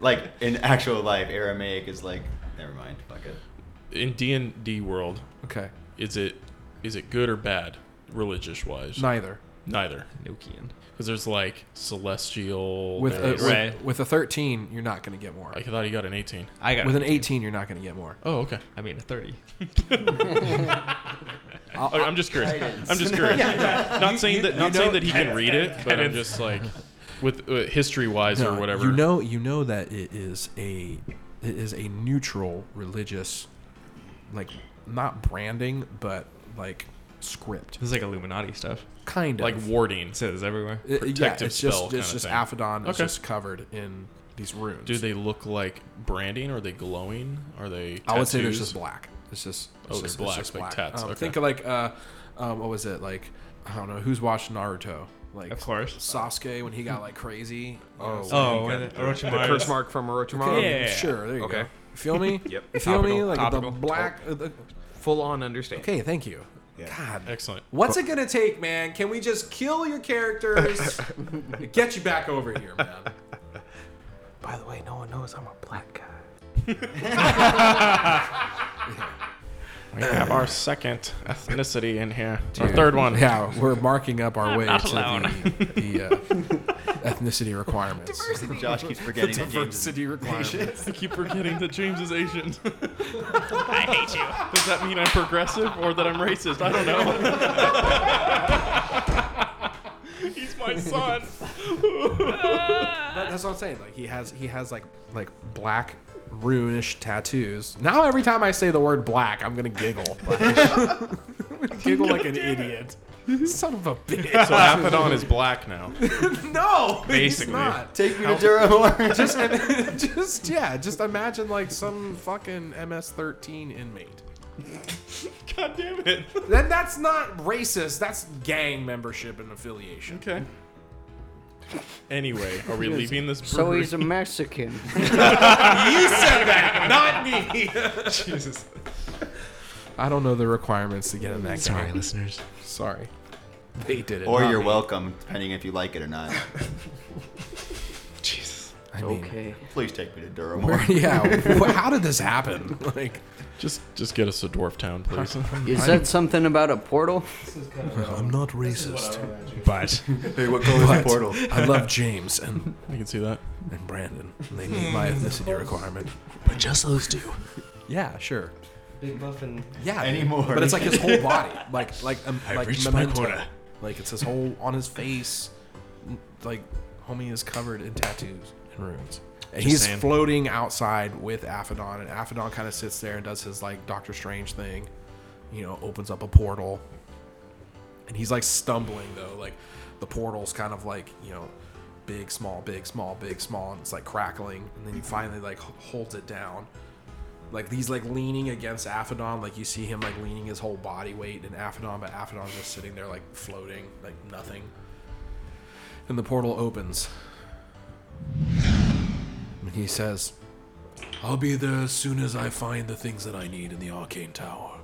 S3: Like in actual life, Aramaic is like. Never mind. Fuck it.
S5: in D and D world.
S1: okay,
S5: Is it is it good or bad religious wise?
S1: neither
S5: Neither,
S9: Nokian.
S5: because there's like celestial.
S1: with a,
S5: there's-
S1: with,
S9: Right.
S1: with a 13, you're not going to get more.
S5: I thought he got an 18.
S9: I got
S1: With an
S9: 18.
S1: 18, you're not going to get more.
S5: Oh, okay.
S9: I mean, a 30.
S5: I, am just curious. I'm just curious. Not saying that. Not saying that he can read it, but I'm just like, with uh, history wise or
S1: No,
S5: whatever.
S1: You know, you know that it is a it is a neutral religious, like not branding, but like script,
S9: This is like Illuminati stuff.
S1: kind of
S5: like warding.
S9: It says everywhere.
S1: It- it- yeah.
S5: uh, protective
S1: It's just
S5: spell
S1: it's
S5: kinda
S1: just
S5: thing.
S1: Aphodon is
S5: Okay.
S1: just covered in these runes.
S5: Do they look like branding? Are they glowing? Are they?
S1: I would say there's
S5: tattoos?
S1: just black. It's just it's
S5: Oh, they're
S1: just,
S5: black,
S1: It's just
S5: like
S1: black.
S5: tats,
S1: Um,
S5: okay.
S1: Think of like uh, um, what was it like? I don't know who's watched Naruto. Like
S9: Of course.
S1: Sasuke when he got like crazy. Oh,
S9: Oh,
S2: The curse mark from Orochimaru.
S9: Okay. Yeah.
S1: sure. There you
S2: Okay.
S1: go. You feel me?
S2: Yep.
S1: You feel me?
S2: Topical, Oh.
S1: Like
S9: topical.
S1: the black. uh, the-
S2: Full on understanding.
S1: Okay, thank you. God.
S5: Excellent.
S1: What's it gonna take, man? Can we just kill your characters? Get you back over here, man.
S8: By the way, no one knows I'm a black guy.
S5: We have our second ethnicity in here. Our third one.
S1: Yeah, we're marking up our way to
S9: not alone.
S1: the, the uh, ethnicity requirements.
S3: Josh keeps forgetting that James. Is,
S1: Diversity requirements.
S5: I keep forgetting that James is Asian. I hate you. Does that mean I'm progressive or that I'm racist? I don't know. He's my son.
S1: That- that's what I'm saying. Like he has he has like like black runish tattoos. Now every time I say the word black, I'm gonna giggle. giggle like an idiot. Son of a bitch.
S5: So Apodon is black now.
S1: no, he's
S5: Basically.
S1: not.
S3: Take me to Durham.
S1: Just, just yeah, just imagine like some fucking MS-13 inmate.
S5: God damn it.
S1: Then that's not racist. That's gang membership and affiliation.
S5: Okay. Anyway, are we leaving this?
S7: So
S5: Brewery?
S7: he's a Mexican.
S1: You said that, not me.
S5: Jesus.
S1: I don't know the requirements to get in that. Sorry,
S5: listeners.
S1: Sorry. They did it.
S3: Or
S1: not
S3: you're
S1: me.
S3: welcome, depending if you like it or not.
S5: Jesus.
S1: I mean,
S7: Okay.
S3: Please take me to Durham.
S1: where- yeah. wh- How did this happen? Like,
S5: Just, just get us to Dwarf Town, please.
S7: You said something about a portal?
S1: I'm not racist,
S5: but
S3: Hey, what color is the
S1: but
S3: portal?
S1: I love James and,
S5: I can see that.
S1: and Brandon. They meet my ethnicity requirement.
S5: But just those two.
S1: Yeah, sure.
S8: Big buff and
S1: Yeah,
S3: Anymore.
S1: But it's like his whole body, like like um,
S5: I've
S1: like
S5: reached my
S1: memento.
S5: quota.
S1: Like it's his whole on his face, n- like homie is covered in tattoos and runes. And
S5: Just
S1: he's
S5: saying.
S1: floating outside with Aphodon, and Aphodon kind of sits there and does his like Doctor Strange thing, you know, opens up a portal, and he's like stumbling though, like the portal's kind of like you know, big small, big small, big small, and it's like crackling, and then he finally like h- holds it down, like he's like leaning against Aphodon, like you see him like leaning his whole body weight in Aphodon, but Aphodon's just sitting there like floating, like nothing. And the portal opens. And he says, I'll be there as soon as I find the things that I need in the Arcane Tower.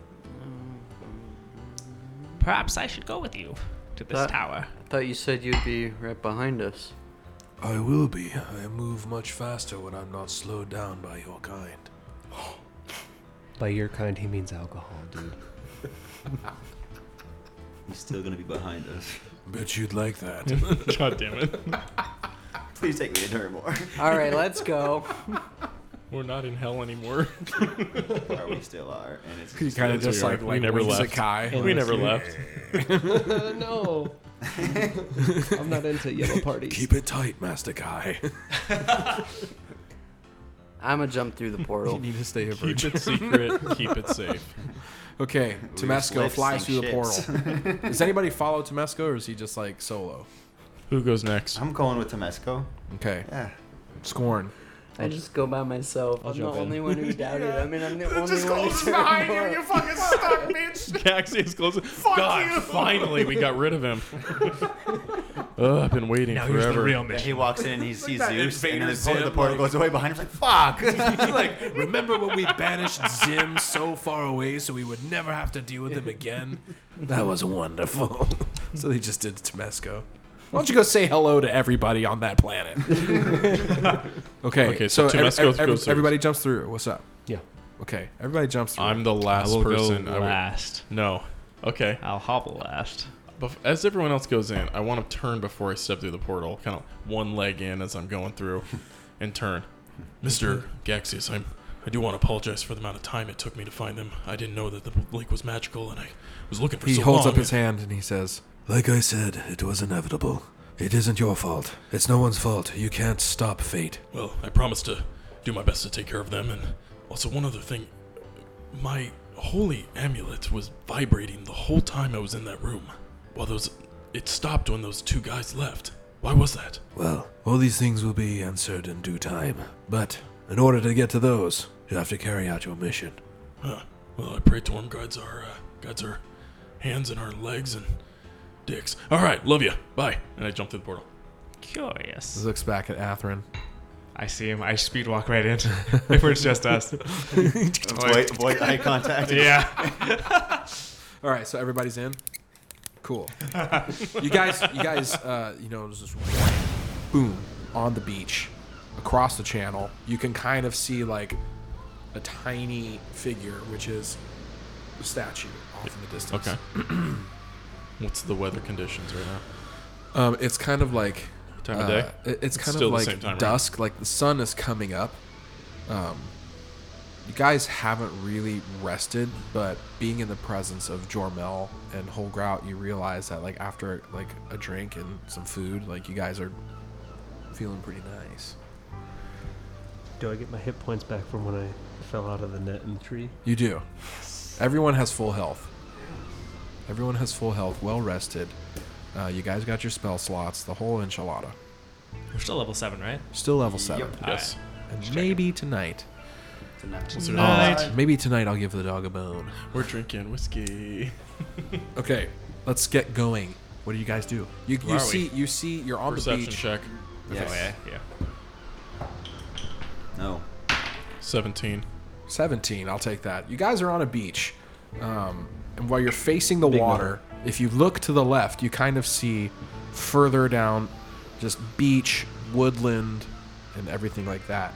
S10: Perhaps I should go with you to this
S7: That-
S10: tower.
S7: Thought you said you'd be right behind us.
S1: I will be. I move much faster when I'm not slowed down by your kind.
S8: by your kind, he means alcohol, dude.
S4: He's still gonna be behind us.
S1: Bet you'd like that.
S5: God damn it.
S3: Please take me to Durham.
S7: All right, let's go.
S5: We're not in hell anymore.
S3: Or we still are. And it's
S1: He kind of
S5: That's
S1: just
S5: what
S1: like,
S5: we are. We
S1: like
S5: never
S1: winks
S5: left.
S1: at Kai.
S5: we never left.
S8: Uh, no. I'm not into yellow parties.
S1: Keep it tight, Master Kai.
S7: I'm gonna jump through the portal.
S1: need to stay a
S5: Keep it secret. Keep it safe.
S1: Okay, Tomesco
S3: slave
S1: flies through
S3: sink
S1: the portal. Does anybody follow Tomesco or is he just like solo?
S5: Who goes next?
S3: I'm going with Temesco.
S1: Okay.
S3: Yeah.
S1: Scorn.
S7: I just go by myself. I'm the
S8: jump in.
S7: only one who doubted. I mean, I'm the only one who turned more.
S1: fucking stuck, bitch.
S5: Gaxi is close. God, finally we got rid of him. Ugh, I've been waiting
S9: Now here's
S5: forever.
S9: the real
S3: Yeah,
S9: mission.
S3: he walks in and he sees
S1: that
S3: Zeus, and then
S1: Invader
S3: the portal, the
S1: Zim,
S3: portal
S1: like-
S3: goes away behind him. He's like, fuck!
S1: like, remember when we banished Zim so far away so we would never have to deal with him again? That was wonderful. so they just did Tomesco. Why don't you go say hello to everybody on that planet? okay,
S5: Okay,
S1: so,
S5: so
S1: ev-
S5: Temesco
S1: ev- ev-
S5: goes first.
S1: everybody jumps through. What's up?
S8: Yeah.
S1: Okay, everybody jumps through.
S5: I'm the last
S10: I will
S5: person.
S10: go
S5: I would-
S10: last.
S5: no. Okay.
S10: I'll hobble last.
S5: Bef- As everyone else goes in, I want to turn before I step through the portal. Kind of one leg in as I'm going through, and turn. Mister Gaxius, I'm. I do want to apologize for the amount of time it took me to find them. I didn't know that the lake was magical, and I was looking for
S1: He
S5: so
S1: holds
S5: long.
S1: up his hand and he says, Like I said, it was inevitable. It isn't your fault. It's no one's fault. You can't stop fate.
S5: Well, I promise to do my best to take care of them. And also, one other thing my holy amulet was vibrating the whole time I was in that room. While those. It stopped when those two guys left. Why was that?
S1: Well, all these things will be answered in due time. But in order to get to those, you have to carry out your mission.
S5: Huh. Well, I pray Torm guides our uh, guides our hands and our legs and dicks. All right, love you. Bye. And I jump through the portal.
S10: Curious.
S1: looks back at Atherin.
S9: I see him. I speed walk right in. Before it's just us.
S3: Avoid, avoid eye contact.
S9: Yeah.
S1: All right, so everybody's in. Cool. you guys, you guys, uh, you know, there's this boom on the beach across the channel. You can kind of see like a tiny figure, which is the statue off in the distance.
S5: What's the weather conditions right now?
S1: Um, it's kind of like uh,
S5: Time of day?
S1: it- it's kind
S5: still
S1: of
S5: the
S1: like
S5: same time, right?
S1: dusk. Like the sun is coming up. Um, you guys haven't really rested, but being in the presence of Jormel and Holgrout, you realize that like after like a drink and some food, like you guys are feeling pretty nice.
S8: Do I get my hit points back from when I fell out of the net in the tree?
S1: You do. Everyone has full health. Everyone has full health, well rested. Uh, you guys got your spell slots, the whole enchilada.
S10: We're still level seven, right?
S1: Still level seven.
S5: Yes.
S1: And maybe tonight.
S5: What's your-
S10: Tonight.
S1: Maybe tonight I'll give the dog a bone.
S5: We're drinking whiskey.
S1: Okay, let's get going. What do you guys do? You,
S5: Where
S1: you
S5: are
S1: see,
S5: we?
S1: you see, you're on the
S5: Perception
S1: beach.
S5: check.
S2: Oh,
S3: Yes.
S10: Yeah.
S3: No.
S5: 17.
S1: 17 i'll take that you guys are on a beach um, and while you're facing the water if you look to the left you kind of see further down just beach woodland and everything like that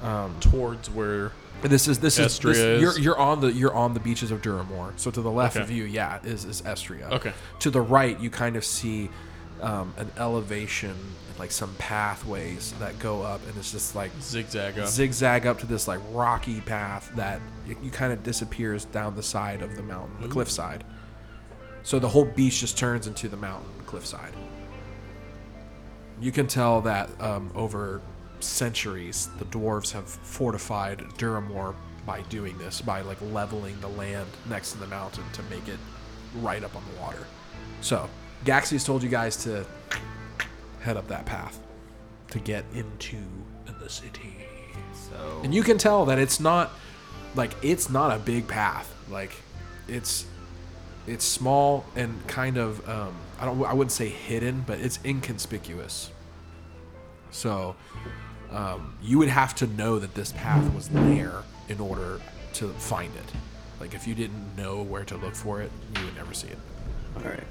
S1: Um,
S5: Towards where.
S1: And this is this is,
S5: Estria
S1: this,
S5: is-
S1: You're, you're on the you're on the beaches of Duramore. So to the left
S5: Okay.
S1: of you, yeah, is is Estria.
S5: Okay.
S1: To the right, you kind of see um, an elevation, like some pathways that go up, and it's just like
S5: Zigzag up.
S1: zigzag up to this like rocky path that you, you kind of disappears down the side of the mountain, the cliffside. So the whole beach just turns into the mountain cliffside. You can tell that um, over centuries, the dwarves have fortified Duramore by doing this, by like leveling the land next to the mountain to make it right up on the water. So Gaxi's told you guys to head up that path to get into the city.
S3: So
S1: And you can tell that it's not like it's not a big path. Like it's it's small and kind of um, I don't I wouldn't say hidden, but it's inconspicuous. So um, you would have to know that this path was there in order to find it. Like if you didn't know where to look for it, you would never see it.
S8: All right.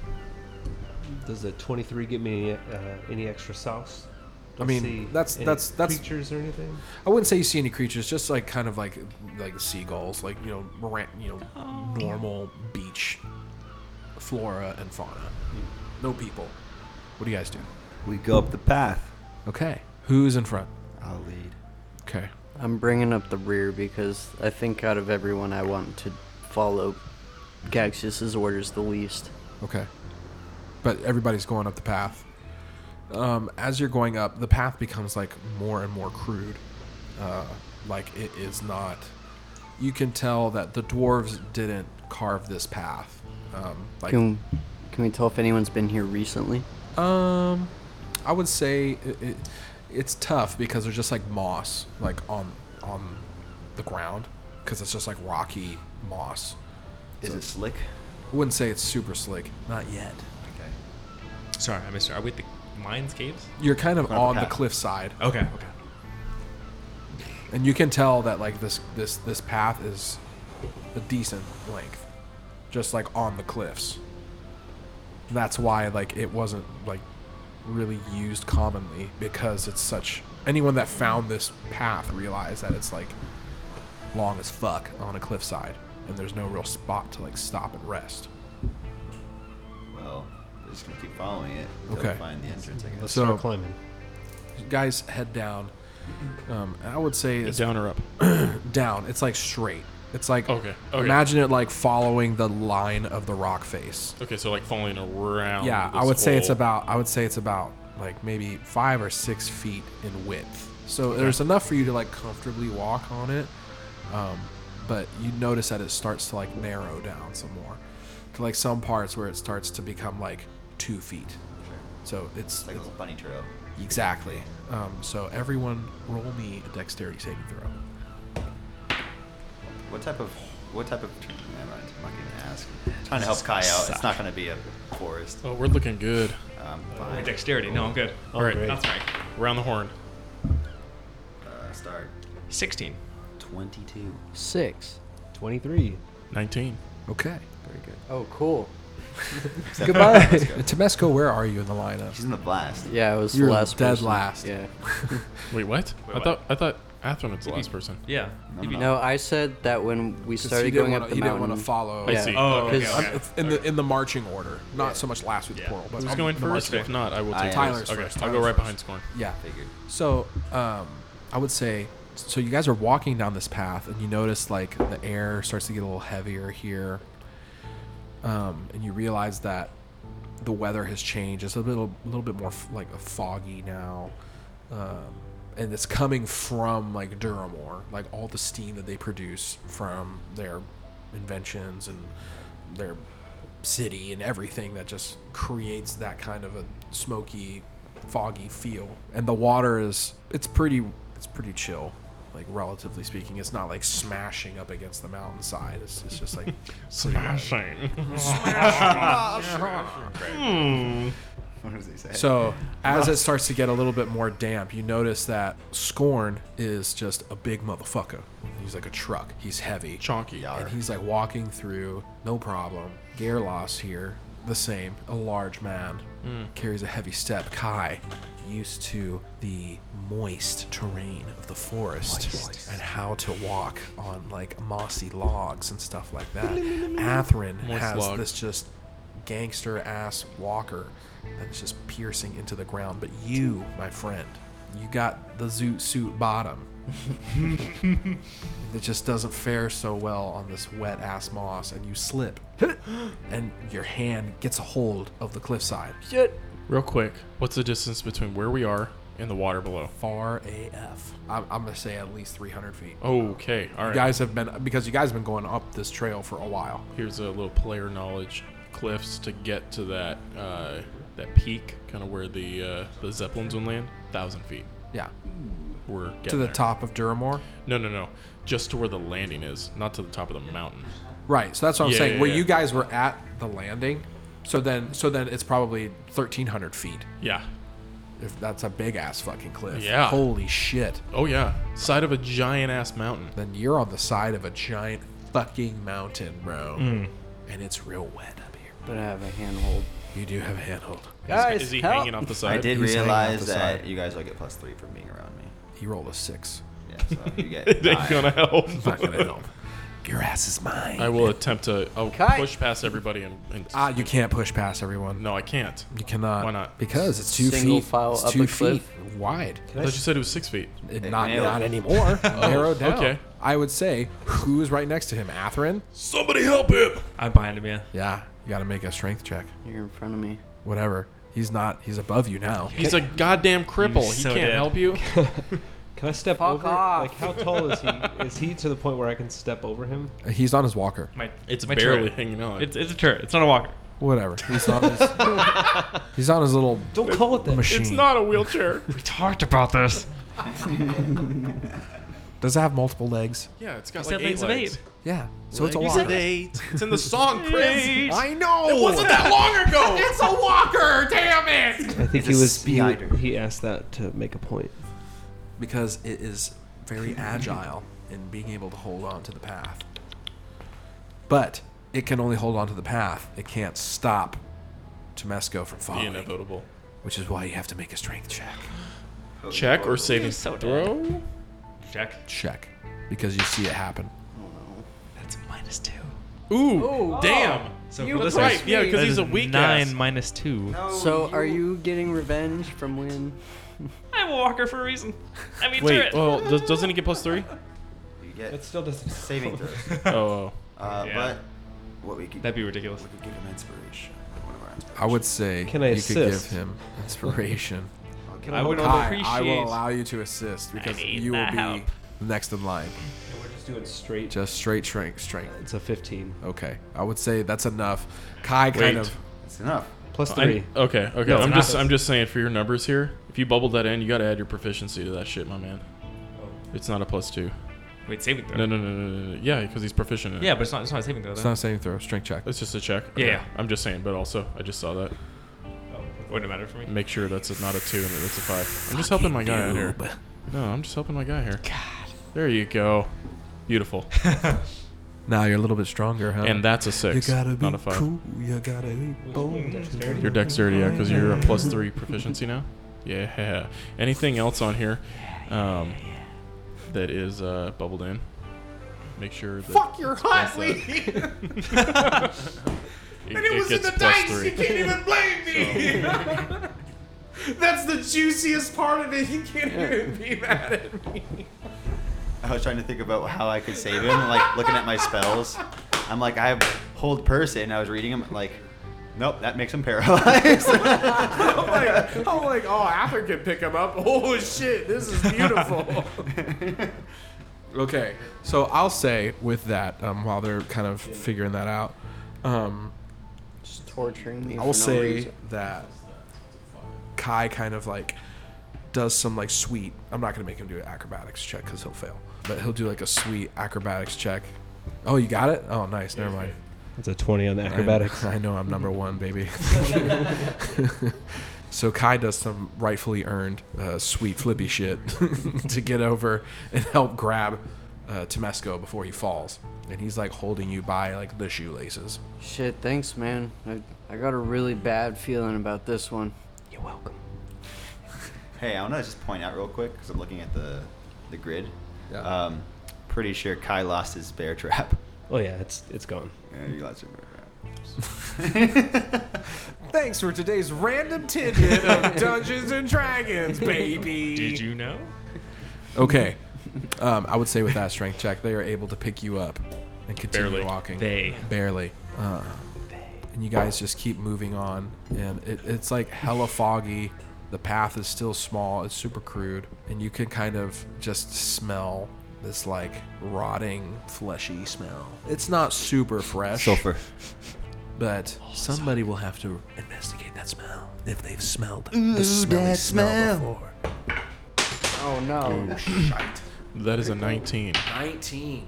S8: Does a 23 get me uh, any extra sauce? Do
S1: I mean,
S8: see
S1: that's-
S8: any
S1: that's- that's-
S8: creatures or anything.
S1: I wouldn't say you see any creatures, just like kind of like like seagulls, like you know, moran- you know, normal beach flora and fauna. No people. What do you guys do?
S4: We go up the path.
S1: Okay. Who's in front?
S3: I'll lead.
S1: Okay.
S7: I'm bringing up the rear because I think out of everyone, I want to follow Gaxius's orders the least.
S1: Okay. But everybody's going up the path. Um, as you're going up, the path becomes like more and more crude. Uh, like it is not. You can tell that the dwarves didn't carve this path. Um, like
S7: Can, can we tell if anyone's been here recently?
S1: Um, I would say it, it, it's tough because there's just like moss, like on on the ground, because it's just like rocky moss.
S3: Is it slick?
S1: I wouldn't say it's super slick. Not yet.
S3: Okay.
S10: Sorry, I missed. it. Are we at the mines caves?
S1: You're kind of
S3: Kind of a
S1: on the
S3: path.
S1: cliffside,
S10: Okay. Okay.
S1: and you can tell that like this this this path is a decent length, just like on the cliffs. That's why like it wasn't like really used commonly because it's such anyone that found this path realized that it's like long as fuck on a cliffside and there's no real spot to like stop and rest.
S3: Well, we're just gonna keep following it. until
S1: Okay.
S3: We find the entrance, I guess.
S8: Let's
S1: So-
S8: start climbing.
S1: You guys head down. Um, and I would say it's
S5: Down or up?
S1: down. It's like straight. It's like
S5: Okay, okay.
S1: Imagine it like following the line of the rock face.
S5: Okay, so like falling around.
S3: um,
S1: Yeah, I
S5: this
S1: would say it's
S5: whole-
S1: about. I would say it's about like maybe five or six feet in width. So there's enough for you to like comfortably walk on it, um, but you notice that it starts to like narrow down some more, to like some parts where it starts to become like two feet. So it's,
S3: It's like a little bunny trail.
S1: exactly. Um, so everyone, roll me a dexterity saving throw.
S3: What type of what type of? Never mind. I'm not gonna ask. trying to help Kai out. It's not gonna be a forest.
S5: Oh, we're looking good. Oh,
S3: Um,
S10: My
S3: fine.
S10: dexterity. No, I'm good.
S1: Oh,
S10: All right,
S8: great.
S10: that's right.
S5: Around the horn.
S3: Uh, start.
S10: Sixteen.
S3: Twenty-two.
S7: Six.
S8: 23.
S5: 19.
S1: Okay.
S3: Very good.
S7: Oh, cool.
S3: Except
S7: Goodbye.
S1: Temesco, where are you in the lineup?
S3: He's in the blast.
S7: yeah, it was
S1: You're
S7: the last
S1: dead
S7: person.
S1: last.
S7: Yeah.
S5: Wait, what? I
S10: what?
S5: thought I thought Athrun was the last person.
S10: Yeah.
S3: No,
S10: You'd be-
S7: No, I said that when we started going up the
S1: he didn't
S7: mountain.
S1: want to follow.
S5: I
S7: Yeah.
S5: see.
S10: Oh,
S5: okay,
S10: because-
S5: okay.
S1: I'm- it's in the in the marching order, not so much last week's
S10: Yeah.
S1: portal. But
S5: Who's
S1: I'm-
S5: going
S1: the
S5: first?
S1: marching
S5: If
S1: order.
S5: not, I will
S3: I
S5: take
S3: am.
S1: Tyler's
S5: Okay,
S1: first.
S5: I'll go
S1: Tyler's
S5: right behind
S1: first.
S5: Scorn.
S1: Yeah.
S3: Figured.
S1: So, um, I would say, so you guys are walking down this path, and you notice like the air starts to get a little heavier here, um, and you realize that the weather has changed. It's a little, a little bit more f- like foggy now. um, and it's coming from like Duramore, like all the steam that they produce from their inventions and their city and everything that just creates that kind of a smoky, foggy feel. And the water is it's pretty it's pretty chill, like relatively speaking. It's not like smashing up against the mountainside. It's, it's just like
S5: Smashing.
S3: Hmm. What does he say?
S1: So as it starts to get a little bit more damp, you notice that Scorn is just a big motherfucker. He's like a truck. He's heavy.
S5: Chonky.
S1: And he's like walking through, no problem. Gerlos here, the same, a large man,
S5: Mm.
S1: carries a heavy step. Kai, used to the moist terrain of the forest and how to walk on like mossy logs and stuff like that. Atherin
S5: Moist
S1: has
S5: log.
S1: this just gangster ass walker that's just piercing into the ground. But you, my friend, you got the zoot suit bottom. that just doesn't fare so well on this wet ass moss, and you slip, and your hand gets a hold of the cliffside.
S5: Real quick, what's the distance between where we are and the water below?
S1: Far AF. I'm, I'm gonna say at least 300 feet.
S5: Okay, all right.
S1: You guys have been because you guys have been going up this trail for a while.
S5: here's a little player knowledge cliffs to get to that uh, that peak kind of where the uh, the zeppelins would land thousand feet
S1: Yeah,
S5: we're getting
S1: to the
S5: there.
S1: top of Duramore.
S5: no no no just to where the landing is not to the top of the mountain
S1: Right. So that's what I'm
S5: Yeah,
S1: saying.
S5: yeah,
S1: Where
S5: yeah.
S1: you guys were at the landing, so then so then it's probably 1,300 feet.
S5: yeah
S1: If that's a big ass fucking cliff.
S5: Yeah.
S1: Holy shit.
S5: oh yeah side of a giant ass mountain
S1: Then you're on the side of a giant fucking mountain, bro.
S5: Mm.
S1: And it's real wet up here.
S7: But I have a handhold.
S1: You do have a handhold.
S7: Guys,
S5: is he
S7: help.
S5: hanging off the
S3: I
S5: side
S3: did
S1: He's hanging off
S3: realize
S1: the
S3: that
S1: side.
S3: you guys all get plus three from being around me.
S1: You roll a six.
S3: Yeah, so you get.
S5: it ain't
S3: nine.
S5: gonna help
S1: It's not gonna help. Your ass is mine.
S5: i will attempt to I'll
S7: Kai.
S5: push past everybody and, and
S1: Ah, you can't push past everyone.
S5: no i can't
S1: You cannot.
S5: Why not?
S1: Because it's two
S7: Single
S1: feet.
S7: file
S1: it's
S7: up
S1: two
S7: a cliff.
S1: feet wide.
S5: I thought you said it was six feet
S1: It- not
S3: nailed
S1: not
S3: it.
S1: anymore.
S7: Oh,
S1: Narrowed down.
S5: okay.
S1: I would say who's right next to him? Atherin.
S5: somebody help him
S10: I'm behind him, yeah.
S1: Yeah, you got to make a strength check.
S7: You're in front of me.
S1: Whatever. He's not. He's above you now.
S5: he's a goddamn cripple
S10: You're
S5: he
S10: so
S5: can't
S10: dead.
S5: help you
S8: Can I step
S7: Fuck
S8: over?
S7: off.
S8: Like, how tall is he? is he to the point where I can step over him?
S1: Uh, He's on his walker.
S10: My
S5: it's
S10: my
S5: barely
S10: turret.
S5: hanging on
S10: It's it's a turret. It's not a walker.
S1: Whatever. He's on his. he's on his little
S8: Don't call it that.
S1: machine.
S5: it's not a wheelchair
S10: We talked about this.
S1: Does it have multiple legs?
S5: yeah it's got
S10: It's
S5: like
S10: got
S5: eight
S10: legs of
S5: legs
S10: eight.
S1: Yeah. So it's a
S5: You
S1: walker.
S5: said eight. It's in the song, Chris.
S1: I know. It
S5: wasn't that long ago. it's a walker. Damn it.
S8: I think
S3: It's
S8: he
S3: a
S8: was. He,
S3: spider.
S8: he asked that to make a point.
S1: because it is very agile in being able to hold on to the path. But it can only hold on to the path. It can't stop Tomesco from
S5: The
S1: following,
S5: inevitable.
S1: which is why you have to make a strength check.
S5: Check or saving
S10: so dead.
S5: throw?
S10: Jack.
S1: Check, because you see it happen.
S10: Oh, That's minus two.
S5: Ooh,
S10: Oh.
S5: damn.
S10: So
S7: You
S10: for
S7: was
S10: this
S7: right,
S10: is-
S7: yeah, 'cause
S10: that
S5: he's
S10: is
S5: a weak
S10: nine
S5: ass.
S10: minus two.
S7: So, are you getting revenge from when?
S10: I'm a walker for a reason. I mean,
S5: Wait,
S10: turret.
S5: well, does, doesn't he get plus three?
S3: You get
S8: It still doesn't.
S3: saving throws.
S5: Oh,
S3: Uh,
S10: Yeah.
S3: But what we could
S10: That'd be ridiculous.
S3: we could give him inspiration. One of our inspirations.
S1: I would say
S8: Can I
S1: you could give
S8: assist?
S1: him inspiration.
S3: I'll give
S10: I
S3: him
S10: would
S3: a-
S1: Kai, I will
S10: appreciate-
S1: allow you to assist because
S10: need
S1: you will
S10: the
S1: be
S10: help.
S1: next in line.
S8: We're just doing straight.
S1: Just straight strength, strength.
S8: It's a 15
S1: Okay, I would say that's enough. Kai kind
S5: Wait.
S1: of
S3: That's enough.
S8: plus
S5: I'm-
S8: three.
S5: okay, okay.
S8: No, it's
S5: I'm
S8: not.
S5: just, I'm just saying for your numbers here. If you bubble that in, you got to add your proficiency to that shit, my man. It's not a plus two.
S10: Oh. Wait, saving throw.
S5: No, no, no, no, no. no. Yeah, because he's proficient. In it.
S10: Yeah, but it's not. It's not a saving throw.
S1: it's
S10: Though.
S1: not a saving throw, strength check.
S5: It's just a check.
S10: Yeah, yeah. Oh.
S5: I'm just saying, but also, I just saw that.
S10: Wouldn't matter for me.
S5: Make sure that's a, not a two and that it's a five. I'm just helping my guy out here. No, I'm just helping my guy here. God. There you go. Beautiful.
S1: Now you're a little bit stronger, huh?
S5: And that's a six. not a five.
S1: You gotta be bold.
S5: Your dexterity, yeah, because you're a plus three proficiency now. Yeah. Anything else on here um, that is uh, bubbled in? Make sure that. Fuck your hot lead! it, it was in the dice! You can't even
S3: I was trying to think about how I could save him, like looking at my spells. I'm like, I have hold person. I was reading them, like, Nope, that makes him paralyzed.
S11: I'm like, I'm like, oh, Arthur can pick him up. Oh shit, this is beautiful.
S1: Okay, so I'll say with that, um, while they're kind of figuring that out, um,
S7: Just torturing me.
S1: I
S7: for no
S1: will say
S7: reason.
S1: that Kai kind of like does some like sweet. I'm not gonna make him do an acrobatics check because he'll fail, but he'll do like a sweet acrobatics check. Oh, you got it? Oh, nice. Never mind.
S8: That's a 20 on the
S1: I-
S8: acrobatics.
S1: I, know I'm number one, baby. so Kai does some rightfully earned, uh, sweet flippy shit to get over and help grab uh, Temesco before he falls, and he's like holding you by like the shoelaces.
S7: Shit, thanks, man. I, I got a really bad feeling about this one. You're welcome.
S3: Hey, I want to just point out real quick because I'm looking at the the grid. Um, pretty sure Kai lost his bear trap.
S8: Oh yeah, it's it's gone.
S3: Yeah, you lost your bear trap.
S11: Thanks for today's random tidbit of Dungeons and Dragons, baby.
S10: Did you know?
S1: Okay, um, I would say with that strength check, they are able to pick you up and continue
S10: Barely.
S1: walking.
S10: They.
S1: barely. Uh, and you guys just keep moving on, and it, it's like hella foggy. The path is still small. It's super crude, and you can kind of just smell this like rotting, fleshy smell. It's not super fresh,
S4: Sulfur.
S1: but somebody will have to investigate that smell if they've smelled the smelly smell, before.
S7: Oh no.
S5: That is a 19.
S11: 19.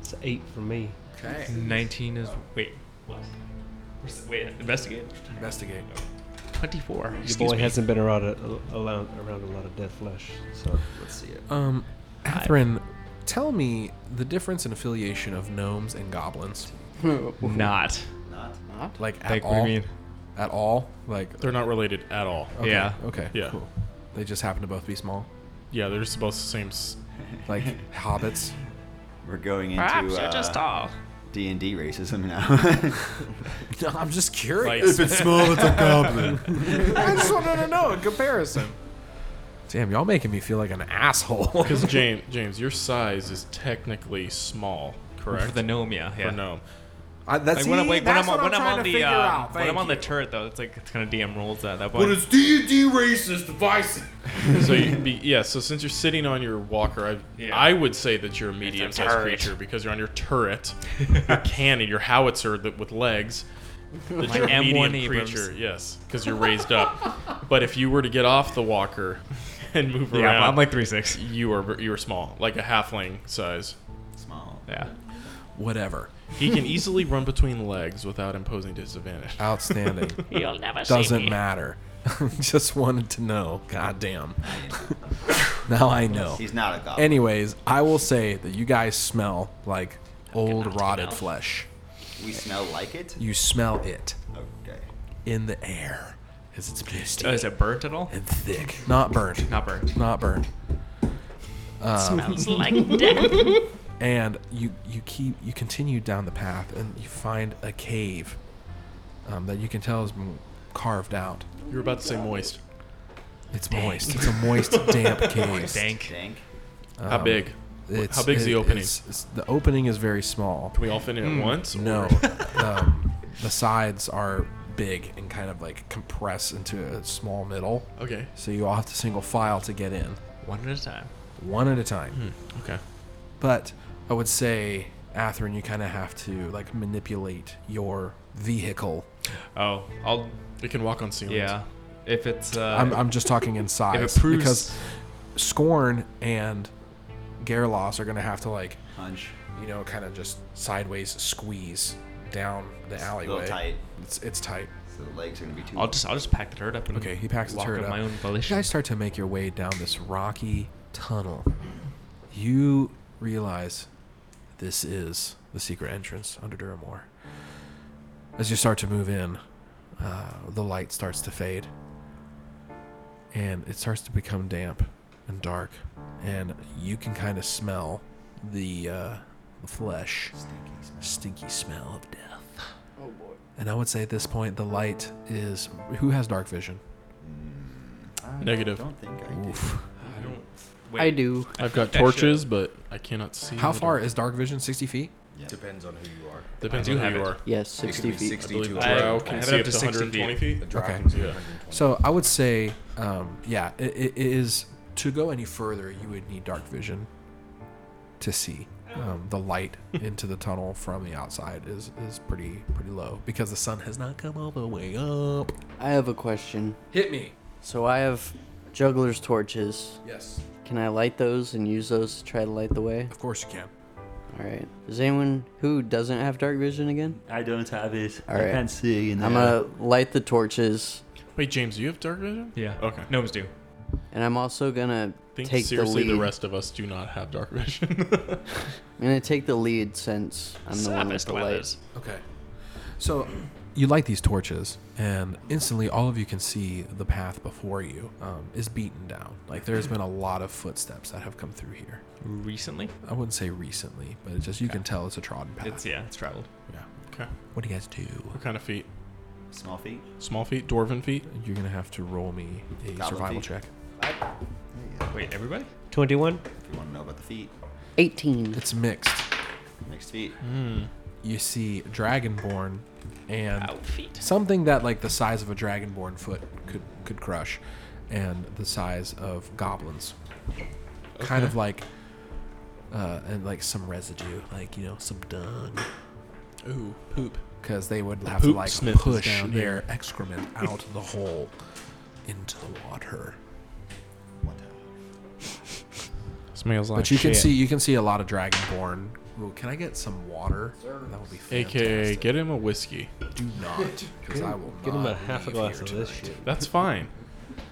S8: It's eight for me.
S11: Okay.
S10: 19 is. Wait. What? Wait, investigate.
S1: Investigate.
S10: 24.
S8: Your
S10: Excuse
S8: boy
S10: me.
S8: hasn't been around a, a- around around a lot of dead flesh. So
S3: Let's see it.
S1: Um, Catherine, tell me the difference in affiliation of gnomes and goblins.
S10: Not.
S3: Not.
S1: Like at
S10: Like,
S1: all?
S10: what do you mean?
S1: At all? Like
S5: They're not related at all.
S1: okay,
S10: Yeah.
S1: Okay.
S5: Yeah.
S1: Cool. They just happen to both be small,
S5: Yeah, they're just both the same. s-
S1: like hobbits.
S3: We're going
S10: Perhaps
S3: into
S10: you're just
S3: uh,
S10: tall.
S3: D and D racism now.
S1: No, I'm just curious.
S5: Like,
S3: it's small, it's a goblin.
S11: I just wanted to know in comparison.
S1: Damn, y'all making me feel like an asshole.
S5: because James, James, your size is technically small, correct?
S10: For the gnome, yeah. yeah.
S5: For gnome.
S11: I, that's
S10: Like
S11: see,
S10: when I'm, like, when
S11: that's
S10: I'm, on-
S11: what I'm
S10: when I'm
S11: trying to
S10: on the
S11: figure
S10: uh,
S11: out.
S10: when I'm
S11: Thank
S10: on the
S11: you.
S10: turret though, it's like it's kind of DM rules at that
S11: But
S10: point.
S11: it's D&D racist divisive.
S5: so you be, yeah. So since you're sitting on your walker, I
S10: Yeah.
S5: I would say that you're a medium-sized
S10: turret.
S5: creature because you're on your turret, your cannon, your howitzer that with legs. That you're a
S10: M1
S5: medium
S10: Abrams.
S5: creature, yes, because you're raised up. But if you were to get off the walker and move
S10: yeah,
S5: around,
S10: I'm like three six.
S5: you are you are small, like a halfling size.
S3: Small.
S10: Yeah.
S1: Whatever.
S5: He can easily run between legs without imposing disadvantage.
S1: Outstanding.
S10: You'll never
S1: Doesn't matter. just wanted to know. God damn. now I know.
S3: He's not a goblin.
S1: Anyways, I will say that you guys smell like old rotted flesh.
S3: we smell like it.
S1: You smell it
S3: Okay.
S1: in the air because it's misty
S10: Oh, is it burnt at all?
S1: and thick. Not burned.
S10: Not burnt.
S1: Not burned.
S10: Smells like death.
S1: and you you keep you continue down the path and you find a cave um, that you can tell has been carved out
S5: You're about to say moist.
S1: it's moist it's a moist damp cave
S10: Dank.
S3: Dank.
S5: How big?
S1: Um, It's-
S5: How big's the opening?
S1: it's- it's- the opening is very small
S5: Can we all fit
S10: Hmm.
S5: in at once?
S1: no
S5: or-
S1: um, the sides are big and kind of like compress into a small middle
S5: Okay.
S1: so you all have to single file to get in
S10: One at a time.
S1: one at a time
S5: Hmm, Okay.
S1: But I would say, Atherin, you kind of have to like manipulate your vehicle.
S10: Oh, I'll.
S5: It can walk on ceilings.
S10: Yeah. If it's. Uh,
S1: I'm, I'm just talking in size
S10: if it proves.
S1: because Scorn and Gerlos are gonna have to like
S3: Hunch.
S1: you know kind of just sideways squeeze down the
S3: A
S1: alleyway.
S3: little tight.
S1: It's it's tight.
S3: So the legs are gonna be too.
S10: I'll just I'll just pack the turret up and
S1: Okay, he packs the
S10: walk
S1: turret
S10: of
S1: up.
S10: my own
S1: You
S10: volition.
S1: guys start to make your way down this rocky tunnel. You realize this is the secret entrance under Duramore. As you start to move in, uh, the light starts to fade, and it starts to become damp and dark, and you can kind of smell the, uh, the flesh, stinky smell of death.
S7: Oh boy.
S1: And I would say at this point, the light is who has dark vision.
S3: Mm, I
S5: Negative.
S3: don't think I do.
S1: Oof.
S10: Wait,
S7: I do.
S5: I've got
S10: That
S5: torches, but I cannot see.
S1: How
S5: the
S1: far
S5: dark.
S1: is dark vision? 60 feet?
S2: Depends on who you are.
S5: Depends on who you are.
S7: Yes,
S2: It could
S7: 60
S2: be
S7: feet.
S2: 60
S5: I believe
S2: to
S5: the
S2: a
S5: drow
S2: dragon.
S5: can see up to 120 feet.
S2: The draw
S1: Okay.
S2: can see
S5: Yeah.
S2: 120.
S1: So I would say, um, yeah, it, it is to go any further, you would need dark vision to see. Um, the light into the tunnel from the outside is, is pretty pretty low because the sun has not come all the way up.
S7: I have a question.
S1: Hit me.
S7: So I have juggler's torches.
S1: Yes.
S7: Can I light those and use those to try to light the way?
S1: Of course you can.
S7: All right. Is anyone who doesn't have dark vision again?
S4: I don't have it.
S7: All right.
S4: I can't see. In
S7: I'm
S4: there.
S7: gonna light the torches,
S5: Wait, James, do you have dark vision?
S10: Yeah.
S5: Okay.
S10: Gnomes do.
S7: and I'm also gonna
S5: Think
S7: take the
S5: seriously,
S7: lead.
S5: the, rest of us do not have dark vision.
S7: I'm gonna take the lead since I'm the one with
S10: Savage
S7: the light.
S10: weathers.
S1: Okay. So you light these torches, and instantly all of you can see the path before you um, is beaten down. Like there's been a lot of footsteps that have come through here.
S10: Recently?
S1: I wouldn't say recently, but it's just you can tell it's a trodden path.
S10: It's yeah, it's traveled.
S1: yeah.
S5: okay.
S1: What do you guys do?
S5: What kind of feet?
S3: Small feet.
S5: Small feet? Dwarven feet?
S1: You're gonna have to roll me a
S3: Goblin
S1: survival
S3: feet.
S1: check.
S10: Wait, everybody?
S8: 21.
S3: If you want to know about the feet,
S7: 18.
S1: It's mixed.
S3: mixed feet.
S1: Hmm. You see dragonborn and
S10: Ow, feet.
S1: something that like the size of a dragonborn foot could could crush, and the size of goblins. Kind of like. Uh, and like some residue, like you know, some dung,
S5: Ooh, poop.
S1: because they would have to
S5: poop
S1: like
S5: smith is
S1: push
S5: down
S1: their excrement out the hole into the water.
S3: One time.
S5: Smells like
S1: But you can
S5: shit.
S1: see you can see a lot of dragonborn. Ooh, can I get some water? That would be fantastic.
S5: AKA, get him a whiskey.
S1: do not because I will
S8: Give him
S1: not
S8: a half a
S1: leave
S8: glass
S1: here
S8: of this
S1: tonight.
S8: shit.
S5: That's fine.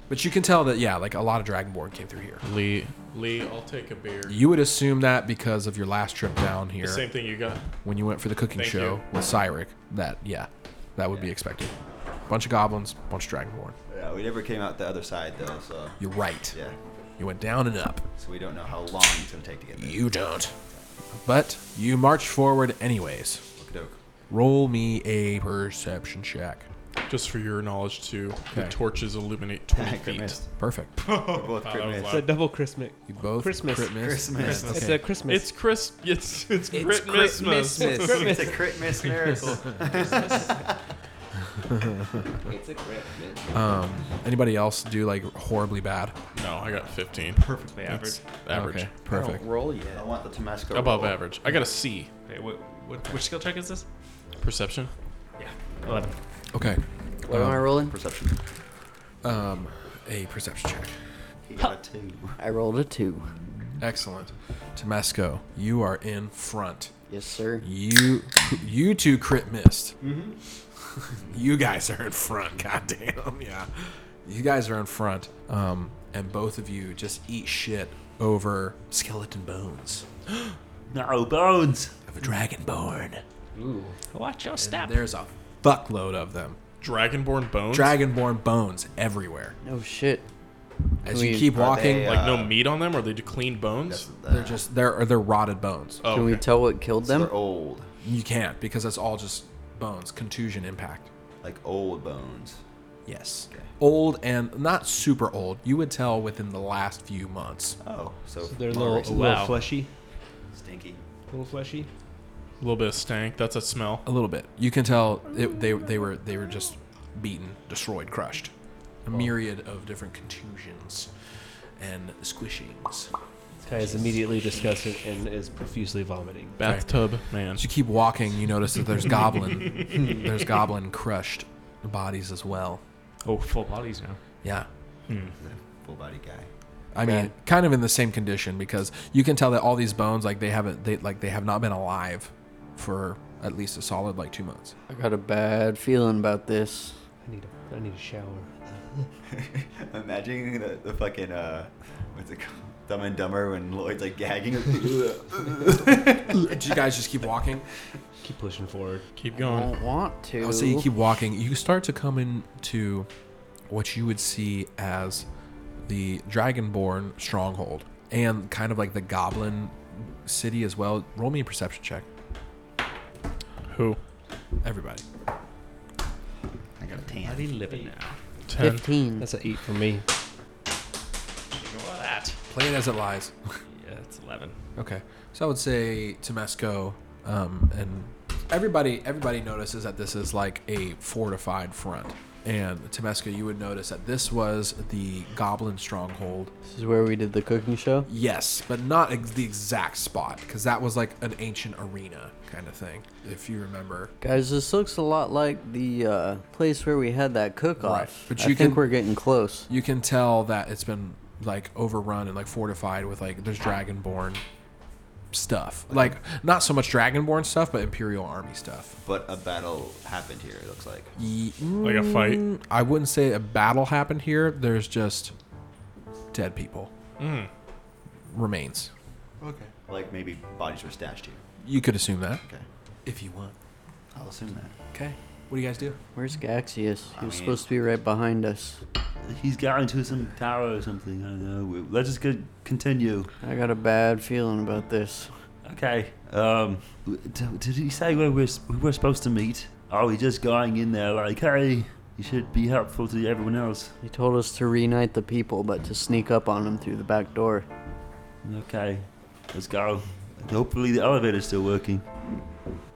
S1: But you can tell that yeah, like a lot of Dragonborn came through here.
S5: Lee, Lee, I'll take a beer.
S1: You would assume that because of your last trip down
S5: the
S1: here
S5: same thing you got.
S1: when you went for the cooking
S5: Thank
S1: show
S5: you.
S1: with Cyric. That yeah, that would be expected. Bunch of goblins, bunch of Dragonborn.
S3: Yeah, we never came out the other side though, so
S1: You're right.
S3: yeah.
S1: You went down and up.
S3: So we don't know how long it's gonna take to get there.
S1: You don't. But you march forward anyways.
S3: Doke.
S1: Roll me a perception check.
S5: Just for your knowledge, too. The
S1: Okay.
S5: torches illuminate 20
S3: Crit
S5: feet.
S3: missed.
S1: Perfect.
S3: We're both crit missed.
S8: It's a double Christmas.
S1: You both
S8: Christmas.
S1: Crit miss.
S3: Christmas.
S8: It's
S1: Okay.
S8: a Christmas.
S5: It's Chris. It's it's, Crit Christmas.
S3: It's a crit miss miracle.
S1: Um, anybody else do like horribly bad?
S5: No, I got 15.
S10: Perfectly average.
S5: Average.
S1: Okay,
S2: I
S1: perfect.
S2: don't roll yet.
S3: I want the Tabasco.
S5: Above
S3: roll.
S5: average. I got a C.
S10: Wait, what, what, which skill check is this?
S5: Perception.
S10: Yeah. 11.
S1: Okay.
S7: What am I rolling?
S3: Perception.
S1: Um, a perception check.
S3: He got a two.
S7: I rolled a 2.
S1: Excellent. Tomesco, you are in front.
S7: Yes, sir.
S1: You you two crit missed.
S3: Mm-hmm.
S1: you guys are in front. Goddamn, yeah. You guys are in front. Um, and both of you just eat shit over skeleton bones
S4: No bones.
S1: of a dragonborn.
S10: Watch your step.
S1: There's a fuckload of them.
S5: Dragonborn bones.
S1: Dragonborn bones everywhere.
S7: Oh, shit.
S1: As
S7: Can
S1: you
S7: we-
S1: keep
S3: Are
S1: walking,
S3: they, uh,
S1: like,
S5: Like
S7: uh,
S5: no meat on them, or they do clean bones.
S1: they're just they're they're rotted bones.
S5: Oh,
S7: Can we
S5: okay.
S7: tell what killed
S3: So
S7: them?
S3: they're old,
S1: You can't because that's all just bones, contusion, impact.
S3: like old bones.
S1: Yes.
S3: Okay.
S1: Old and not super old. You would tell within the last few months.
S3: Oh, so,
S8: So they're a
S3: more
S8: little, a
S3: recent.
S8: little
S10: Wow.
S8: fleshy.
S3: stinky.
S8: A little fleshy.
S5: a little bit of stank. That's a smell.
S1: A little bit. You can tell it, they they were they were just beaten, destroyed, crushed. A myriad of different contusions and squishings.
S8: This guy is immediately disgusted and is profusely vomiting.
S5: Bathtub man.
S1: As you keep walking, you notice that there's goblin there's goblin crushed bodies as well.
S10: Oh, full bodies now.
S1: Yeah.
S5: Hmm.
S3: Full body guy.
S1: I mean,
S7: Man.
S1: kind of in the same condition because you can tell that all these bones, like they haven't, they like they have not been alive for at least a solid like two months.
S7: I got a bad feeling about this.
S8: I need a, I need a shower.
S3: Imagine the, the fucking uh, what's it called? Dumb and Dumber when Lloyd's like gagging. Ugh.
S1: Do you guys just keep walking?
S8: Keep pushing forward.
S5: Keep
S7: I
S5: going.
S7: don't want to.
S1: So you keep walking. You start to come into what you would see as the Dragonborn stronghold and kind of like the Goblin city as well. Roll me a perception check,
S5: Who?
S1: everybody.
S3: I got a tan.
S10: Bloody living now.
S5: Ten.
S7: 15.
S8: That's an eight for me.
S10: Ignore that.
S1: Play it as it lies.
S10: Yeah, it's 11.
S1: Okay. So I would say Tomesco, um, and everybody everybody notices that this is like a fortified front. And Temesca, you would notice that this was the Goblin stronghold.
S7: This is where we did the cooking show.
S1: Yes, but not ex- the exact spot because that was like an ancient arena kind of thing, if you remember.
S7: Guys, this looks a lot like the uh, place where we had that cook-off.
S1: Right, but
S7: I
S1: you
S7: think
S1: can-
S7: we're getting close.
S1: You can tell that it's been like overrun and like fortified with like there's dragonborn stuff. Like not so much dragonborn stuff, but imperial army stuff.
S3: But a battle happened here. It looks like.
S1: Ye-
S5: Like a fight?
S1: Mm, I wouldn't say a battle happened here. There's just dead people.
S8: Hmm.
S5: Mm.
S1: Remains.
S3: Okay. Like maybe bodies were stashed here.
S1: You could assume that.
S3: Okay.
S1: If you want.
S3: I'll assume that.
S1: Okay. What do you guys do?
S7: Where's Gaxius? He was
S3: mean-
S7: supposed to be right behind us.
S4: He's got into some tower or something. I don't know. We- Let's just go continue.
S7: I got a bad feeling about this.
S4: Okay. Um, w- d- did he say where we're, s- we we're supposed to meet? Are we just going in there like, hey, you should be helpful to everyone else?
S7: He told us to reunite the people, but to sneak up on them through the back door.
S4: Okay, let's go. Hopefully the elevator's still working.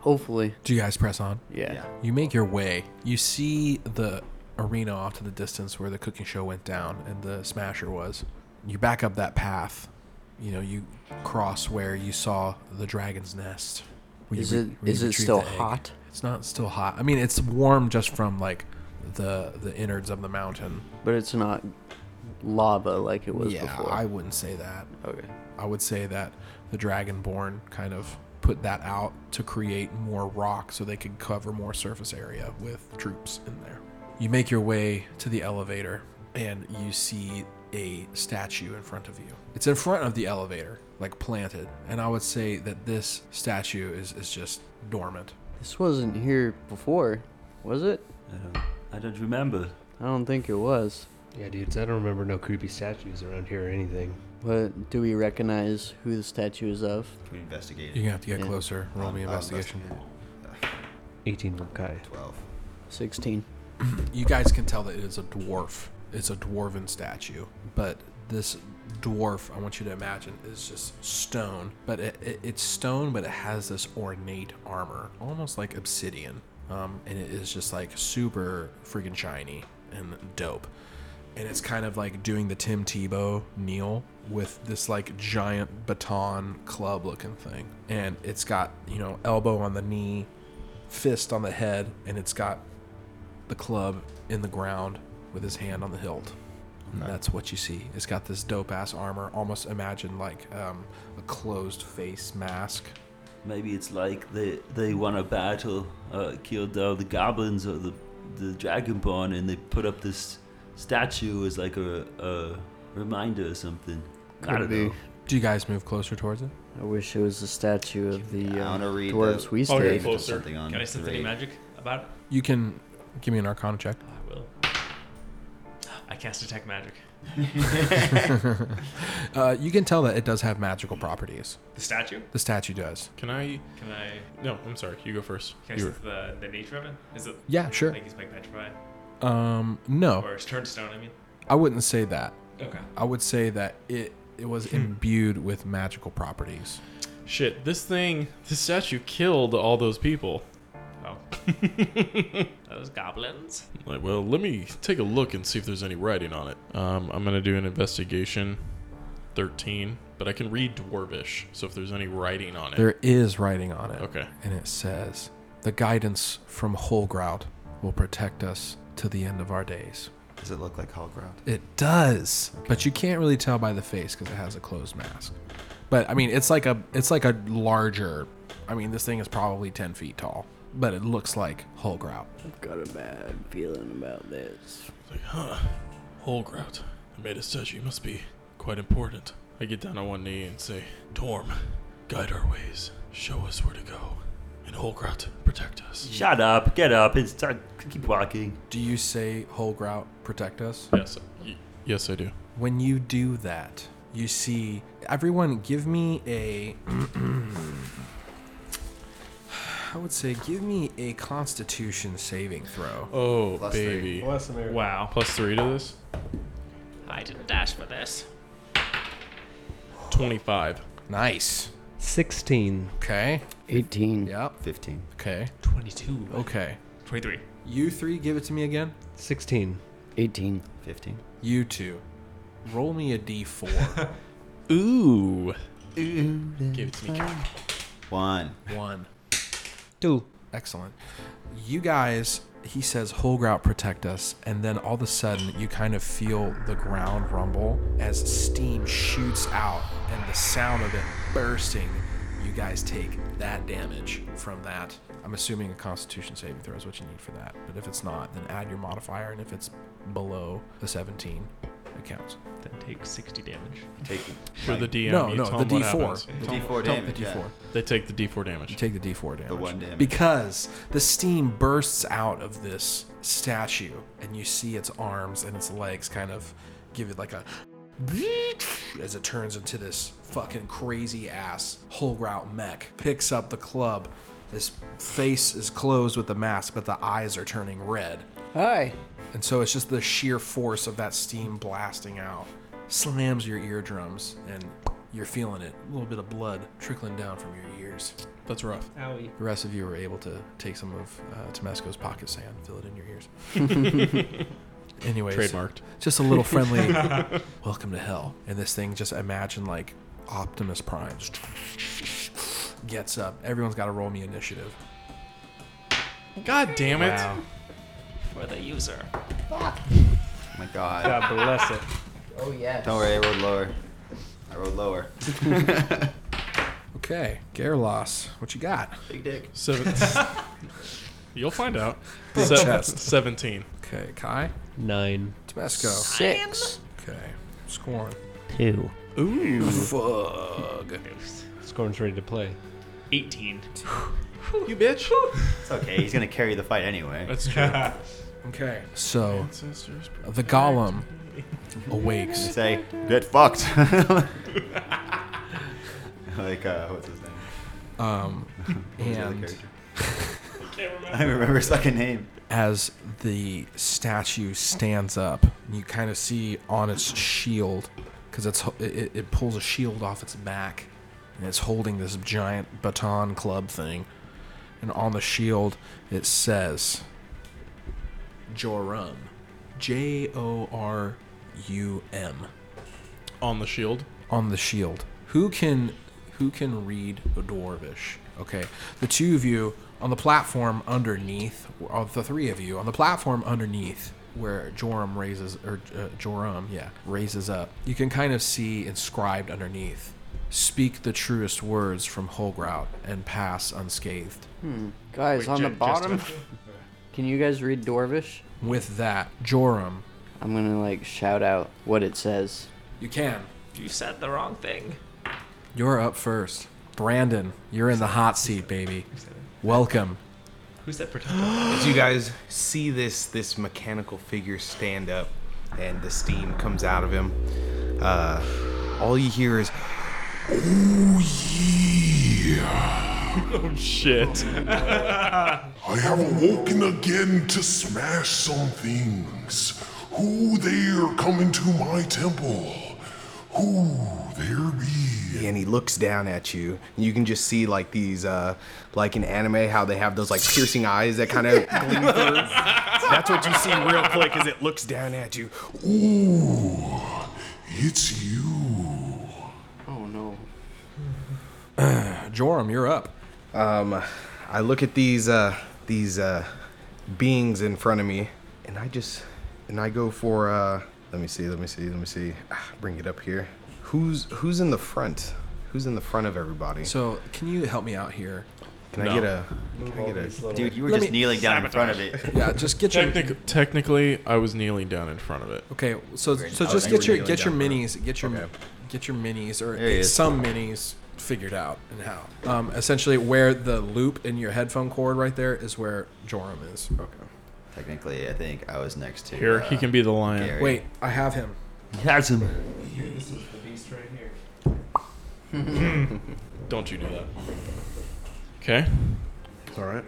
S7: Hopefully.
S1: Do you guys press on?
S7: Yeah.
S1: You make your way. You see the arena off to the distance where the cooking show went down and the smasher was. You back up that path. You know, you cross where you saw the dragon's nest. Where you
S7: Is
S1: re-
S7: it-
S1: where you
S7: is it
S1: retrieved
S7: still
S1: the egg.
S7: hot?
S1: It's not still hot. I mean, it's warm just from like the the innards of the mountain.
S7: But it's not lava like it was
S1: yeah,
S7: before.
S1: I wouldn't say that.
S7: Okay.
S1: I would say that the Dragonborn kind of put that out to create more rock so they could cover more surface area with troops in there. You make your way to the elevator and you see a statue in front of you. It's in front of the elevator, like planted. And I would say that this statue is, is just dormant.
S7: This wasn't here before, was it?
S4: I don't, I don't remember.
S7: I don't think it was.
S8: Yeah, dudes, I don't remember no creepy statues around here or anything.
S7: But do we recognize who the statue is of?
S3: Can we investigate? it?
S1: You're gonna have to get
S7: Yeah.
S1: closer. Roll me
S3: I'll- I'll
S1: investigation.
S3: investigate it.
S8: 18 from Kai.
S3: Uh, Twelve.
S7: 16.
S1: you guys can tell that it is a dwarf. It's a dwarven statue, but this dwarf, I want you to imagine, is just stone. But it, it, it's stone, but it has this ornate armor, almost like obsidian, um, and it is just like super freaking shiny and dope. And it's kind of like doing the Tim Tebow kneel with this like giant baton club looking thing, and it's got you know elbow on the knee, fist on the head, and it's got the club in the ground with his hand on the hilt. And that's what you see. It's got this dope ass armor. Almost imagine like um, a closed face mask.
S4: Maybe it's like they they won a battle, uh, killed all the goblins or the the dragonborn, and they put up this statue as like a, a reminder or something. I
S7: Could
S4: don't
S7: be.
S4: know.
S1: Do you guys move closer towards it?
S7: I wish it was the statue of the
S3: I
S7: uh,
S3: wanna read
S7: dwarves
S3: the-
S7: we
S5: Oh, yeah.
S7: stayed.
S5: Closer.
S3: Something on
S10: Can I sense
S3: the
S10: any
S3: raid.
S10: magic about it?
S1: You can give me an Arcana check.
S10: I will. I cast detect magic.
S1: Uh, you can tell that it does have magical properties.
S10: The statue?
S1: The statue does.
S5: Can I?
S10: Can I?
S5: No, I'm sorry. You go first.
S10: Can I
S5: You
S10: sense the, the nature of it? Is it
S1: Yeah, sure.
S10: like he's like petrified
S1: Um, no,
S10: or is turned stone? I mean.
S1: I wouldn't say that.
S10: Okay. Hmm.
S1: I would say that it it was imbued with magical properties.
S5: were- Shit, this thing, this statue killed all those people.
S10: Well. Those goblins.
S5: Like, well, let me take a look and see if there's any writing on it. Um, I'm gonna do an investigation. Thirteen, but I can read dwarvish, so if there's any writing on it,
S1: There is writing on it.
S5: Okay.
S1: And it says, The guidance from Holgrout will protect us to the end of our days.
S3: Does it look like Hallground?
S1: It does. But you can't really tell by the face because it has a closed mask. But I mean it's like a it's like a larger I mean this thing is probably ten feet tall. But it looks like Holgrout.
S7: I've got a bad feeling about this.
S5: It's like, huh, Holgrout. I made a statue. Must be quite important. I get down on one knee and say, Torm, guide our ways. Show us where to go. And Holgrout, protect us.
S4: Shut up! Get up! It's time. Keep walking.
S1: Do you say Holgrout protect us?
S5: Yes. y- yes, I do.
S1: When you do that, you see everyone give me a I would say give me a constitution saving throw.
S5: Oh,
S3: Plus three.
S5: baby.
S8: Bless America.
S10: Wow.
S5: Plus three to this?
S10: I didn't dash for this.
S5: 25.
S1: Nice.
S8: 16.
S1: Okay.
S7: 18.
S1: Yep.
S3: 15.
S1: Okay.
S10: 22.
S1: Okay.
S10: 23.
S1: You three, give it to me again.
S8: 16.
S7: 18.
S3: 15.
S1: You two, roll me a d4.
S5: Ooh.
S3: Give
S5: it to me.
S3: One.
S1: One.
S8: Two.
S1: Excellent. You guys, he says, Holgrout, protect us. And then all of a sudden, you kind of feel the ground rumble as steam shoots out and the sound of it bursting. You guys take that damage from that. I'm assuming a constitution saving throw is what you need for that. But if it's not, then add your modifier. And if it's below the 17, it counts.
S10: Then take 60 damage.
S3: Take
S5: For the DM,
S1: No,
S5: you
S1: no,
S5: tell
S1: the
S5: 'em what
S1: D4.
S5: happens.
S1: The
S5: Tell 'em-
S3: D4
S5: tell 'em
S3: damage,
S5: The
S3: yeah.
S5: D4. They take the D4 damage.
S1: You take the D4 damage.
S3: one damage.
S1: Because the steam bursts out of this statue, and you see its arms and its legs kind of give it like a
S5: Oh,
S1: as it turns into this fucking crazy ass whole route mech. Picks up the club. His face is closed with the mask, but the eyes are turning red.
S7: Hi.
S1: And so it's just the sheer force of that steam blasting out slams your eardrums, and you're feeling it. A little bit of blood trickling down from your ears.
S5: That's rough.
S8: Owie.
S1: The rest of you were able to take some of uh, Tomesco's pocket sand, fill it in your ears. Anyways,
S5: Trademarked.
S1: Just a little friendly welcome to hell. And this thing, just imagine like Optimus Prime gets up. Everyone's got to roll me initiative.
S5: God damn it.
S10: For the user.
S3: Oh my god.
S8: God bless it.
S7: Oh, yes.
S3: Don't worry, I rolled lower. I rolled lower.
S1: Okay, Gerlos, what you got?
S3: Big dick.
S5: Seven. You'll find out.
S1: Big
S5: Se-
S1: chest.
S5: 17.
S1: Okay, Kai,
S8: Nine.
S1: Tomesco.
S7: Six.
S1: Okay, Scorn.
S8: Two.
S5: Ooh.
S1: Fug.
S8: Scorn's ready to play.
S10: 18.
S5: You bitch.
S3: It's okay. He's gonna carry the fight anyway.
S5: That's true.
S1: Okay, so
S5: Ancestors.
S1: the golem awakes.
S3: Say, get fucked. like, uh, what's his name?
S1: Um,
S3: What was the other
S1: And-
S3: character? I don't remember his fucking name.
S1: as the statue stands up, you kind of see on its shield, because it's ho- it, it pulls a shield off its back, and it's holding this giant baton club thing, and on the shield it says Jorum, J O R U M,
S5: On the shield.
S1: on the shield. Who can who can read Dwarvish? Okay, the two of you on the platform underneath, or the three of you on the platform underneath, where Joram raises or uh, Joram, yeah, raises up. You can kind of see inscribed underneath. Speak the truest words from Holgrout and pass unscathed.
S7: Hmm. Guys,
S10: Wait,
S7: on
S10: ju-
S7: the
S10: just
S7: bottom.
S10: a-
S7: Can you guys read Dorvish?
S1: With that, Joram,
S7: I'm gonna like shout out what it says.
S1: you can.
S10: You said the wrong thing.
S1: You're up first. Brandon, you're in the hot seat, baby. Welcome.
S10: Who said protect?
S2: As you guys see this this mechanical figure stand up, and the steam comes out of him, uh, all you hear is
S5: Oh, shit.
S12: I have awoken again to smash some things. Who there come into my temple? Who there be?
S2: and he looks down at you. You can just see like these, uh, like in anime, how they have those like piercing eyes that kind of gleam through. That's what you see real quick as it looks down at you.
S12: Ooh, it's you.
S7: Oh no.
S1: Joram, you're up.
S2: Um, I look at these uh, these uh, beings in front of me, and I just and I go for. Uh, let me see. Let me see. Let me see. Ah, Bring it up here. Who's who's in the front? Who's in the front of everybody?
S1: So, can you help me out here?
S2: Can I get a? Can I get a?
S3: Dude, you were
S1: Let
S3: just
S1: me-
S3: kneeling down in front of it.
S1: Yeah, just get your
S5: Technic- technically, I was kneeling down in front of it.
S1: okay. So so
S3: I
S1: just
S3: think
S1: get
S3: we're
S1: your
S3: kneeling
S1: get your
S3: down, bro.
S1: minis, get your
S2: Okay.
S1: get your minis
S3: There he
S1: or
S3: is.
S1: some minis figured out and how. Um, essentially, where the loop in your headphone cord right there is where Joram is. Okay.
S3: Technically, I think I was next to.
S5: Here,
S3: uh,
S5: he can be the lion.
S3: Gary.
S1: Wait, I have him.
S4: That's him.
S5: Don't you do that. Okay.
S2: All right.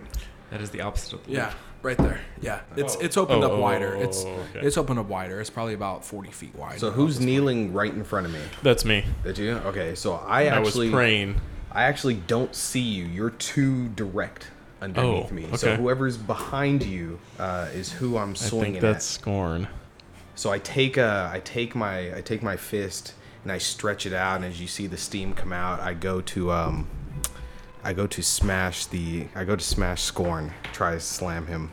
S10: That is the opposite of the
S1: Yeah, right there. Yeah, it's it's opened
S5: Oh,
S1: up
S5: oh,
S1: wider.
S5: oh,
S1: It's
S5: oh, okay.
S1: it's opened up wider. It's probably about forty feet wide.
S2: So who's kneeling right in front of me?
S5: That's me.
S2: That you? Okay. So I
S5: I was
S2: actually
S5: praying.
S2: I, I actually don't see you. You're too direct underneath
S5: Oh,
S2: me. So
S5: okay.
S2: whoever's behind you uh, is who I'm
S5: I
S2: swinging
S5: think that's
S2: at.
S5: scorn.
S2: So I take uh, I take my I take my fist and I stretch it out, and as you see the steam come out, I go to um, I go to smash the I go to smash Scorn. Try to slam him.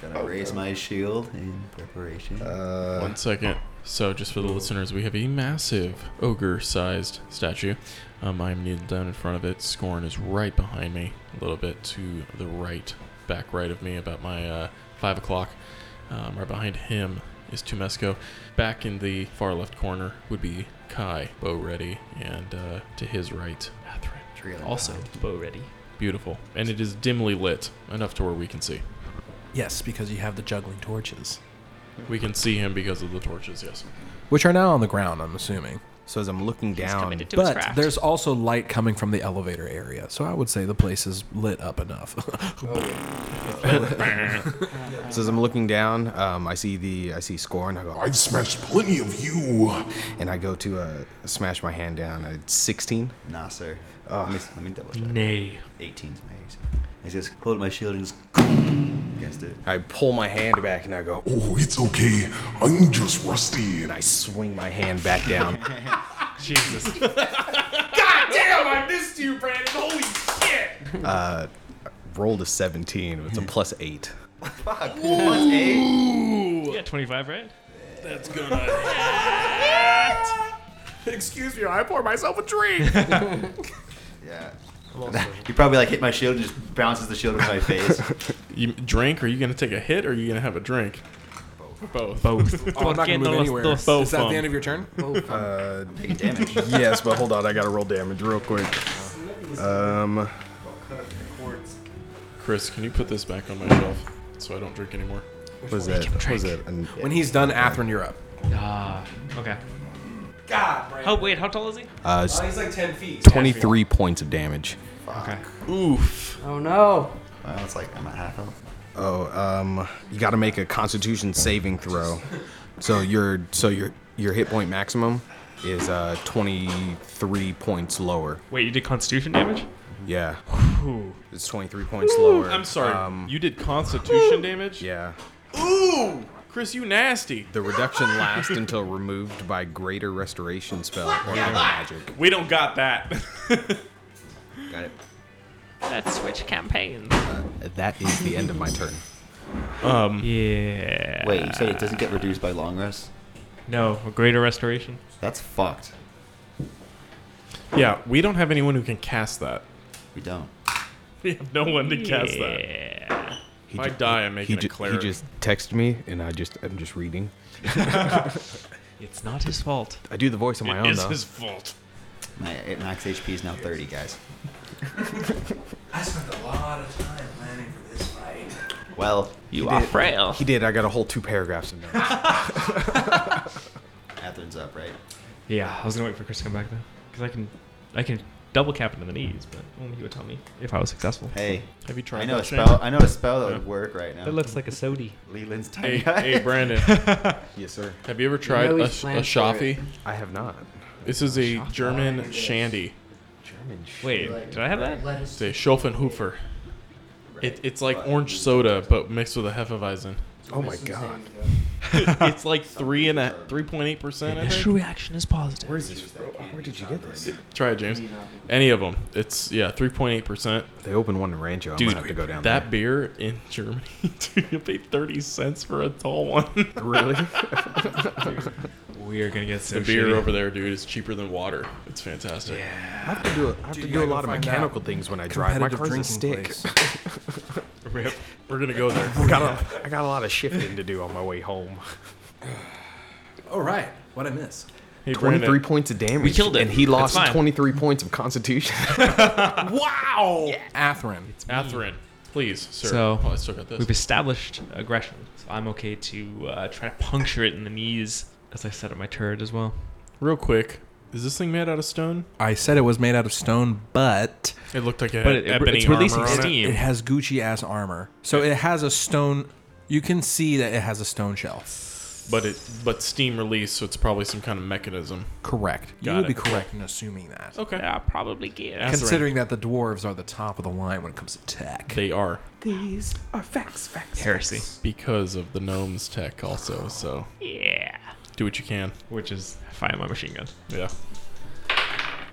S3: Gonna raise my shield in preparation.
S2: Uh,
S5: One second. So, just for the listeners, we have a massive ogre-sized statue. Um, I'm kneeled down in front of it. Scorn is right behind me, a little bit to the right, back right of me, about my uh, five o'clock. Um, right behind him is Tumesco. Back in the far left corner would be Kai, bow ready, and uh, to his right, Atherin,
S10: also bow ready.
S5: Beautiful, and it is dimly lit enough to where we can see.
S1: Yes, because you have the juggling torches.
S5: We can see him because of the torches. Yes.
S1: Which are now on the ground, I'm assuming.
S2: So as I'm looking down,
S5: committed to his
S1: but
S5: craft.
S1: there's also light coming from the elevator area, so I would say the place is lit up enough.
S2: so as I'm looking down, um, I see the I see Scorn. I go.
S12: I've smashed plenty of you.
S2: And I go to uh, smash my hand down. at 16.
S3: Nah, sir.
S2: Oh.
S3: Let, me, let me double check.
S10: Nay.
S3: 18's my AC. I just hold my shield and just against it.
S2: I pull my hand back and I go.
S12: Oh, it's okay. I'm just rusty. And
S2: I swing my hand back down.
S5: Jesus.
S11: God damn, I missed you, Brandon. Holy shit.
S2: Uh, rolled a 17. It's a plus eight.
S3: Fuck.
S10: Yeah, 25, right?
S11: That's gonna. Excuse me, I pour myself a drink.
S3: yeah. You probably like hit my shield and just bounces the shield in my face.
S5: You drink? Are you gonna take a hit? or Are you gonna have a drink? Both.
S10: Both.
S1: Oh, I'm not gonna move anywhere. Is
S5: Both
S1: that
S5: um,
S1: the end of your turn?
S2: Uh,
S3: Taking damage.
S2: yes, but hold on, I gotta roll damage real quick. Um,
S5: Chris, can you put this back on my shelf so I don't drink anymore?
S2: what is that? What is that? An-
S1: when he's done, Atherin, you're up.
S10: Ah, okay.
S1: God,
S10: How wait? How tall is he?
S2: Uh, it's
S1: he's like 10 feet.
S2: 23 points of damage.
S10: Okay.
S5: Oof.
S7: Oh no.
S3: Well, it's like I'm at half health.
S2: Oh, um, you gotta make a Constitution saving throw. So your so your your hit point maximum is uh 23 points lower.
S10: Wait, you did Constitution damage?
S2: Yeah,
S10: Ooh.
S2: it's 23 points lower.
S5: I'm sorry.
S2: Um,
S5: you did Constitution damage.
S2: yeah.
S5: Ooh, Chris, you nasty.
S2: The reduction lasts until removed by greater restoration spell or other magic.
S5: We don't got that.
S3: Got it.
S10: Let's switch campaigns.
S2: Uh, That is the end of my turn.
S5: Um.
S10: Yeah.
S3: Wait, you said it doesn't get reduced by long rest?
S10: No, a greater restoration.
S3: That's fucked.
S5: Yeah, we don't have anyone who can cast that.
S3: We don't.
S5: We have no one to cast that.
S10: Yeah.
S5: If I die, I'm making
S2: he, ju-
S5: a cleric.
S2: he just texted me, and I just I'm just reading.
S10: It's not his fault.
S2: I do the voice on my
S5: It
S2: own
S5: is
S2: though.
S5: his fault.
S3: My it- max HP is now 30, guys.
S1: I spent a lot of time planning for this fight.
S3: Well,
S10: You
S2: He
S10: are
S2: did.
S10: frail.
S2: He did. I got a whole two paragraphs in there.
S3: Atherin's up, right?
S10: Yeah, I was gonna wait for Chris to come back though, because I can, I can double cap into the knees, but only he would tell me if I was successful.
S3: Hey,
S5: Have you tried
S3: I know a
S5: that, Shane?
S3: spell. I know a spell that would work right now.
S8: It looks like a sody.
S3: Leland's tiny
S5: Hey,
S3: guy.
S5: hey, Brandon.
S2: yes, sir.
S5: Have you ever tried
S7: know
S5: a, a
S7: he's planned for
S5: shafi?
S2: I have not.
S5: This is a German shandy.
S2: German. sh-
S10: Wait, did I have that?
S5: It's a Schofenhofer. It, it's like orange soda, but mixed with a Hefeweizen.
S2: Oh my god.
S5: it's like three and a three point eight percent. I think.
S10: reaction is positive.
S2: Where is this? Bro? Where did you get this?
S5: Try it, James. Any of them. It's yeah, three point eight percent.
S2: They opened one in Rancho. I'm
S5: Dude,
S2: gonna have to go down
S5: that beer in Germany, dude, you pay thirty cents for a tall one.
S2: there. Really?
S10: We are gonna get
S5: the
S10: so
S5: beer
S10: shitty.
S5: over there, dude, is cheaper than water. It's fantastic.
S2: I have to do. A, I have
S1: Dude,
S2: to
S1: you
S2: do a
S1: gotta
S2: lot of
S1: go find
S2: mechanical
S1: out.
S2: things when I drive. My car's a stick.
S5: Rip. We're gonna go there.
S2: I got a, I got a lot of shifting to do on my way home.
S1: Oh, right. What I miss?
S5: Hey, Brandon,
S2: 23 points of damage.
S10: We killed it.
S2: And he lost
S10: That's fine.
S2: 23 points of constitution.
S1: wow! Atherin.
S5: Atherin, please, sir.
S10: So-
S5: oh, I still got this.
S10: We've established aggression, so I'm okay to uh, try to puncture it in the knees, as I set up my turret as well.
S5: Real quick, is this thing made out of stone?
S1: I said it was made out of stone, but
S5: It looked like it
S10: But
S5: had
S10: it- it-
S5: ebony
S10: it's releasing
S5: armor on it.
S10: steam.
S1: it has Gucci ass armor. So it has a stone. You can see that it has a stone shell.
S5: But it but steam release, so it's probably some kind of mechanism.
S1: Correct.
S5: Got
S1: you would be
S5: it.
S1: correct in assuming that.
S5: Okay.
S10: I probably get.
S1: Considering that the dwarves are the top of the line when it comes to tech.
S5: They are.
S10: These are facts, facts.
S5: Because of the gnomes tech also, so
S10: Yeah.
S5: do what you can.
S10: Which is fire my machine gun.
S5: Yeah.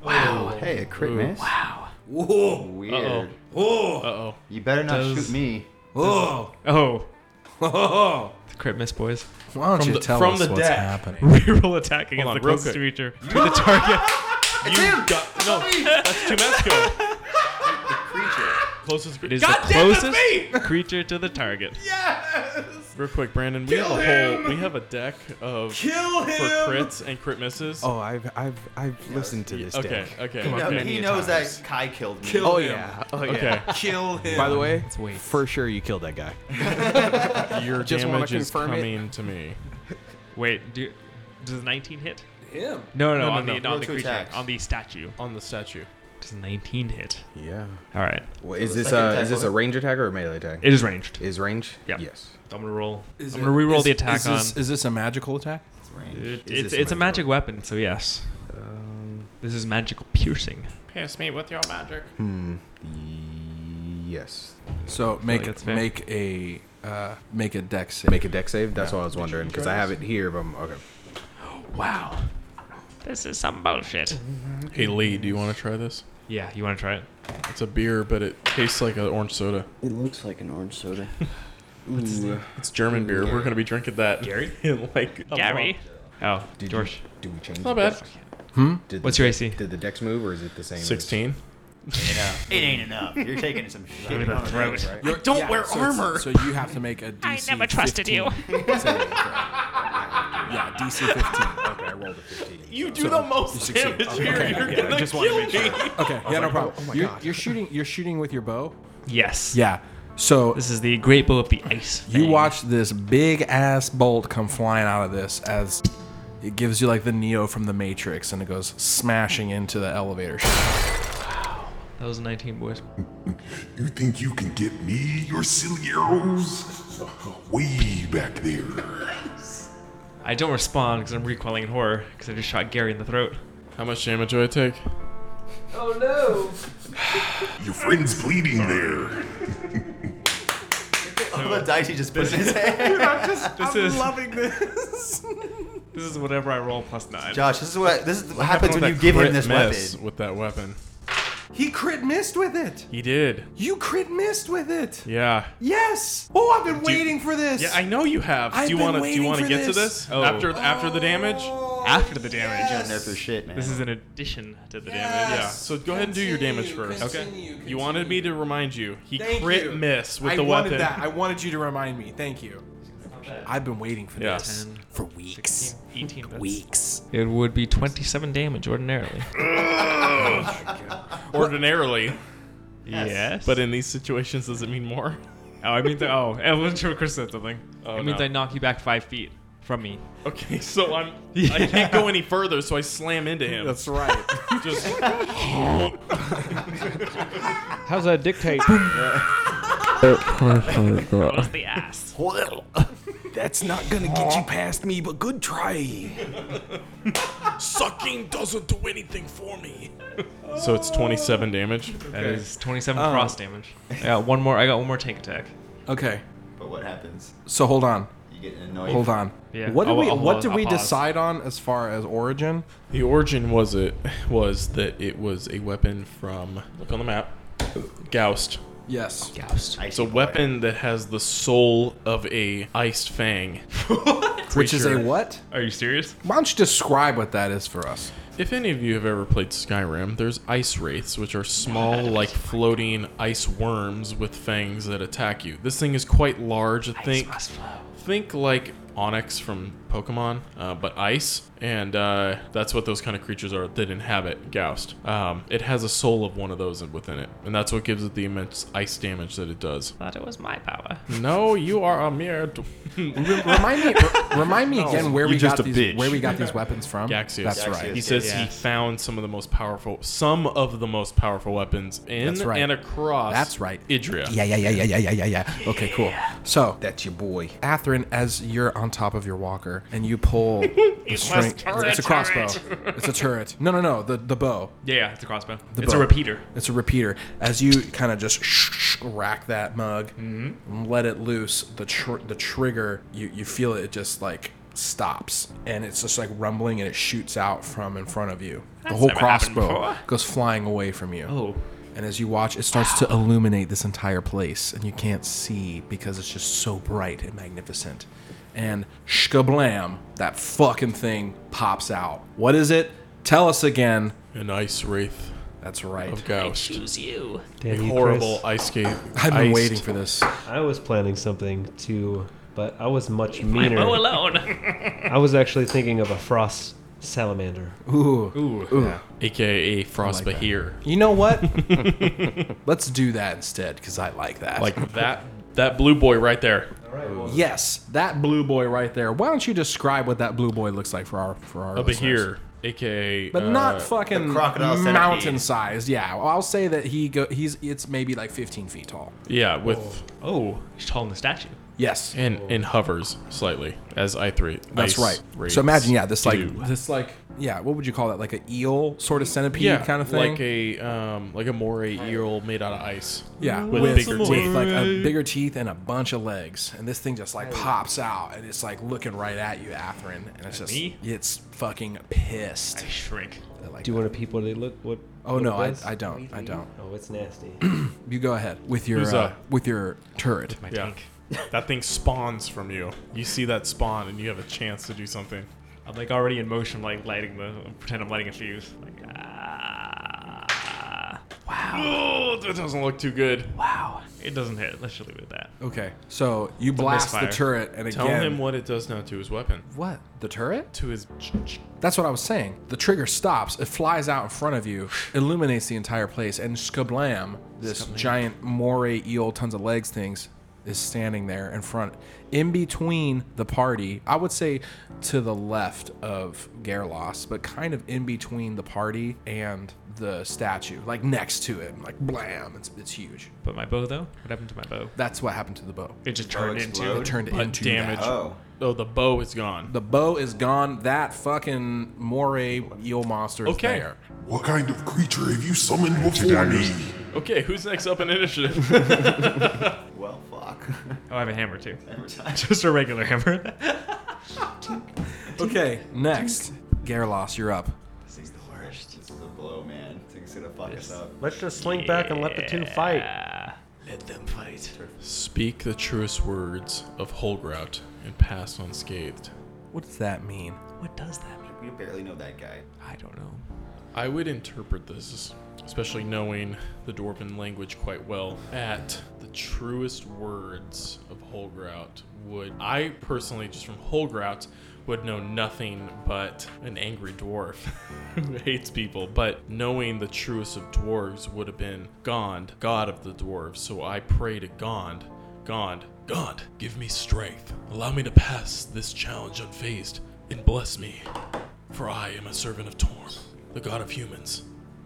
S3: Wow. Oh, Hey, a crit
S5: Ooh.
S3: miss.
S5: Wow.
S3: Whoa. Weird.
S5: Oh. Uh-oh.
S3: You better not
S10: Does-
S3: shoot me.
S10: Oh. Oh. The crit miss, boys.
S1: Why don't you tell us what's happening?
S10: Reroll attack against
S5: Hold on,
S10: the
S5: real
S10: closest
S5: quick.
S10: creature to the target.
S5: you got no. That's two minutes ago. the creature. Closest
S10: It
S5: creature.
S10: is the closest creature to the target.
S5: Real quick, Brandon, we
S10: Kill
S5: have a
S10: him!
S5: whole we have a deck of
S10: Kill
S5: for
S10: him!
S5: crits and crit misses.
S2: Oh, I've I've I've listened to this.
S5: okay,
S2: deck.
S5: okay,
S2: Come on,
S5: okay.
S2: many
S3: He
S2: a
S3: knows
S2: time.
S3: that Kai killed me.
S2: Kill oh yeah. Oh yeah.
S5: Okay.
S3: Kill him.
S2: By the way,
S3: Let's wait.
S2: for sure you killed that guy.
S5: Your
S2: Just wanna
S5: damage is
S2: confirm it.
S5: coming to me.
S10: Wait, do, does 19 hit?
S1: Him.
S10: No, no,
S5: No, no,
S10: on
S5: no.
S10: the,
S5: Roll
S10: on the
S5: two
S10: creature,
S5: attacks.
S10: on the statue.
S5: On the statue.
S10: Does 19 hit?
S2: Yeah.
S10: All right.
S2: Well, is this
S10: Second
S2: uh
S10: attack,
S2: is this a
S10: wasn't
S2: range attack or a melee attack?
S10: It is ranged.
S2: Is range?
S10: Yeah.
S2: Yes.
S10: I'm gonna roll.
S1: Is
S10: I'm
S1: it-
S10: gonna reroll
S1: is-
S10: the attack
S1: is this,
S10: on.
S1: Is this a magical attack?
S10: It-
S1: is
S10: it's
S1: this
S10: it's a magic weapon, so yes. this is magical piercing.
S5: Pierce me with your magic.
S2: Hmm. Yes.
S1: So
S10: like
S1: make
S10: that's fair.
S1: make a uh, make a deck save.
S2: Make a deck save. That's what I was wondering because I have it here. But I'm, okay.
S10: Wow. This is some bullshit.
S5: Hey Lee, do you want to try this?
S10: Yeah, you want to try it?
S5: It's a beer, but it tastes like an orange soda.
S7: It looks like an orange soda.
S5: It's German beer. We're gonna be drinking that.
S10: Gary?
S5: in like a
S10: Gary?
S5: month.
S10: Oh,
S2: Did
S10: George.
S2: You, do we change?
S5: Not
S2: the
S5: bad.
S2: dex?
S1: Hmm?
S2: Did
S10: What's
S2: the,
S10: your AC?
S2: Did the dex move or is it the same? as-
S5: Sixteen.
S3: It ain't enough. You're taking some shit.
S10: Give me the
S3: on
S10: throat.
S3: right?
S1: You're-
S9: don't wear
S1: so it's-
S9: armor.
S1: So you have to make a DC.
S9: never trusted you.
S1: 15 saving throw. yeah, DC 15.
S2: Okay, I rolled a fifteen.
S9: You
S2: so-
S9: do the most
S1: succeed.
S9: damage
S1: Okay.
S9: here.
S1: Okay.
S9: You're
S1: Yeah,
S9: gonna kill me.
S1: Okay, yeah, no problem.
S2: oh my
S1: you're,
S2: God.
S1: you're shooting. You're shooting with your bow.
S10: Yes.
S1: Yeah. So
S10: This is the Great Bull of the Ice.
S1: You
S10: Fang.
S1: watch this big ass bolt come flying out of this as it gives you like the Neo from the Matrix and it goes smashing into the elevator. shaft.
S10: That was a 19, boys.
S12: You think you can get me, your silly arrows? Way back there.
S10: I don't respond because I'm recoiling in horror because I just shot Gary in the throat.
S5: How much damage do I take?
S12: Your friend's bleeding there.
S3: All the dice he just put in his hand.
S10: This is loving this. this is whatever I roll plus nine.
S3: Josh, this is what this is what
S5: Happened
S3: happens
S5: with
S3: when you
S5: that
S3: give him
S5: crit
S3: this
S5: miss
S3: weapon.
S5: With that weapon.
S11: He crit missed with it.
S5: He did.
S11: You crit missed with it.
S5: Yeah.
S11: Yes. Oh, I've been waiting for this.
S5: Yeah, I know you have.
S11: I've
S5: do you
S11: been
S5: want to? Do
S11: waiting
S5: you want to
S11: for
S5: get to
S11: this.
S5: this
S10: Oh.
S5: after after the damage?
S10: After the damage.
S3: No for shit, man.
S10: This is an addition to the
S5: Yeah.
S10: damage.
S5: So go ahead and do your damage first.
S1: continue,
S5: You wanted me to remind you. He
S1: Thank
S5: crit
S1: you.
S5: miss with
S1: I
S5: the
S1: wanted
S5: weapon.
S1: that. I wanted you to remind me. Thank you. I've been waiting for
S5: Yeah.
S1: this
S10: Ten,
S1: for weeks.
S10: 16, 18 that's-
S1: Weeks.
S10: It would be 27 damage ordinarily.
S5: Ordinarily,
S10: Oh yes.
S5: but in these situations, does it mean more?
S10: oh, I mean, the, oh, I wasn't sure Chris said something.
S5: Oh,
S10: it means
S5: no.
S10: I knock you back five feet from me.
S5: Okay, so I'm. I can't go any further, so I slam into him.
S1: That's right.
S5: Just
S8: How's that dictate?
S10: Close the ass.
S11: That's not gonna get you past me, but good try.
S5: sucking doesn't do anything for me. So it's 27 damage.
S10: That is Oh. 27
S1: Oh.
S10: cross damage. I got one more. I got one more tank attack.
S1: Okay.
S3: But what happens?
S1: So hold on.
S3: You get annoyed.
S1: Hold on.
S10: Yeah,
S1: What did
S10: I'll-
S1: we
S10: I'll
S1: What
S10: pause-
S1: did
S10: I'll
S1: we
S10: pause.
S1: decide on as far as origin?
S5: The origin was it was that it was a weapon from look on the map, Goust.
S1: Yes.
S10: Doused.
S5: It's a weapon that has the soul of a iced fang.
S1: Which is a
S5: creature.
S1: what?
S10: Are you serious?
S1: Why don't you describe what that is for us?
S5: If any of you have ever played Skyrim, there's ice wraiths, which are small, like floating ice worms with fangs that attack you. This thing is quite large. I think think like Onyx from Pokemon, uh, but ice, and uh, that's what those kind of creatures are that inhabit Goust. Um, it has a soul of one of those within it, and that's what gives it the immense ice damage that it does.
S10: Thought it was my power.
S5: No, you are a mere d-
S1: remind me, remind me again where we
S3: just
S1: got
S3: a
S1: these
S3: bitch.
S1: where we got these weapons from.
S5: Gaxius.
S1: That's
S3: Gaxius.
S1: right.
S5: He says he
S10: Yes.
S5: found some of the most powerful, some of the most powerful weapons in
S1: That's right.
S5: and across.
S1: That's right.
S5: Idria.
S1: Yeah, yeah, yeah, yeah, yeah, yeah, yeah, yeah. Okay, cool. So
S2: That's your boy.
S1: Atherin, as you're on on top of your walker and you pull the
S10: must
S1: string.
S10: turret,
S1: It's a crossbow.
S10: turret.
S1: it's a turret. No, no, no. The the bow.
S10: Yeah, yeah, it's a crossbow.
S1: The
S10: It's a
S1: bow.
S10: repeater.
S1: It's a repeater. As you kind of just rack that mug
S10: Mm-hmm.
S1: and let it loose, the tr- the trigger, you, you feel it just like stops and it's just like rumbling and it shoots out from in front of you. the
S10: That's
S1: whole
S10: never happened
S1: crossbow
S10: before.
S1: goes flying away from you.
S10: Oh.
S1: And as you watch, it starts to illuminate this entire place, and you can't see because it's just so bright and magnificent. And shkablam, that fucking thing pops out. What is it? Tell us again.
S5: An ice wraith.
S1: That's right.
S5: Of Gauss.
S10: you.
S5: A
S8: Damn you,
S5: horrible
S8: Chris.
S5: ice skate.
S1: I've been waiting for this.
S8: I was planning something too, but I was much
S10: my
S8: meaner.
S10: bow alone.
S8: I was actually thinking of a frost salamander.
S1: Ooh.
S5: Ooh. AKA Frost Bahir.
S1: You know what? Let's do that instead because I like that.
S5: Like that that blue boy right there.
S1: Yes, that blue boy right there. Why don't you describe what that blue boy looks like for our for our
S5: A
S1: listeners?
S5: Bahir. AKA
S1: But
S5: uh,
S1: not fucking
S3: crocodile centipede.
S1: mountain sized. Yeah, well, I'll say that he go. He's it's maybe like 15 feet tall.
S5: Yeah, with
S10: Oh, he's taller than the statue.
S1: Yes.
S5: and and hovers slightly as I three.
S1: That's right. So imagine, yeah, this like this like yeah, what would you call that? Like an eel sort of centipede
S5: yeah,
S1: kind of thing.
S5: like a um like a moray eel made out of ice.
S1: yeah,
S5: with, bigger
S1: with,
S5: teeth.
S1: like a bigger teeth and a bunch of legs, and this thing just like pops out, and it's like looking right at you, Atherin, and it's just
S10: me?
S1: it's fucking pissed.
S10: I shrink.
S1: I like
S8: Do you want to peep what they look? What?
S1: Oh,
S8: what
S1: no,
S8: it
S1: I-
S8: does?
S1: I don't, I don't.
S8: Oh, it's nasty.
S1: You go ahead with your
S5: Who's
S1: uh,
S5: up?
S1: with your turret.
S10: My
S5: Yeah.
S10: tank.
S5: that thing spawns from you. You see that spawn and you have a chance to do something.
S10: I'm like already in motion, like lighting the. Pretend I'm lighting a fuse. Like, ah. Wow.
S5: Oh, that doesn't look too good.
S10: Wow. It doesn't hit. Let's just leave it at that.
S1: Okay, so you
S10: a
S1: blast the
S10: misfire.
S1: turret, and
S5: Tell
S1: again,
S5: him what it does now to his weapon.
S1: what the turret?
S5: To his
S1: That's what I was saying. The trigger stops, it flies out in front of you, illuminates the entire place, and skablam, this giant moray eel, tons of legs things, is standing there in front, in between the party. I would say to the left of Gerlos, but kind of in between the party and the statue, like next to it. Like, blam, it's, it's huge.
S10: But my bow, though? What happened to my bow?
S1: That's what happened to the bow.
S10: It just turned into.
S3: explode?
S1: It turned
S5: uh,
S1: into
S5: damage.
S1: damage.
S3: Oh.
S5: Oh, the bow is gone.
S1: The bow is gone. That fucking moray eel monster is
S5: Okay.
S1: there.
S12: What kind of creature have you summoned before me?
S5: Okay, who's next up in initiative?
S3: Well, fuck.
S10: Oh, I have a hammer, too. just a regular hammer.
S1: Okay, next. Gerlos, you're up.
S3: This thing's the worst. This is a blow, man. This thing's gonna fuck us up.
S8: Let's just slink back and let the two fight.
S10: Let them fight.
S5: Speak the truest words of Holgrout and pass unscathed.
S1: What does that mean?
S10: What does that mean?
S3: We barely know that guy.
S10: I don't know.
S5: I would interpret this, especially knowing the Dwarven language quite well, at the truest words of Holgrout would I personally, just from Holgrout, would know nothing but an angry dwarf who hates people. But knowing the truest of dwarves would have been Gond, god of the dwarves. So I pray to Gond, Gond, Gond, give me strength. Allow me to pass this challenge unfazed, and bless me for I am a servant of Torm, the god of humans,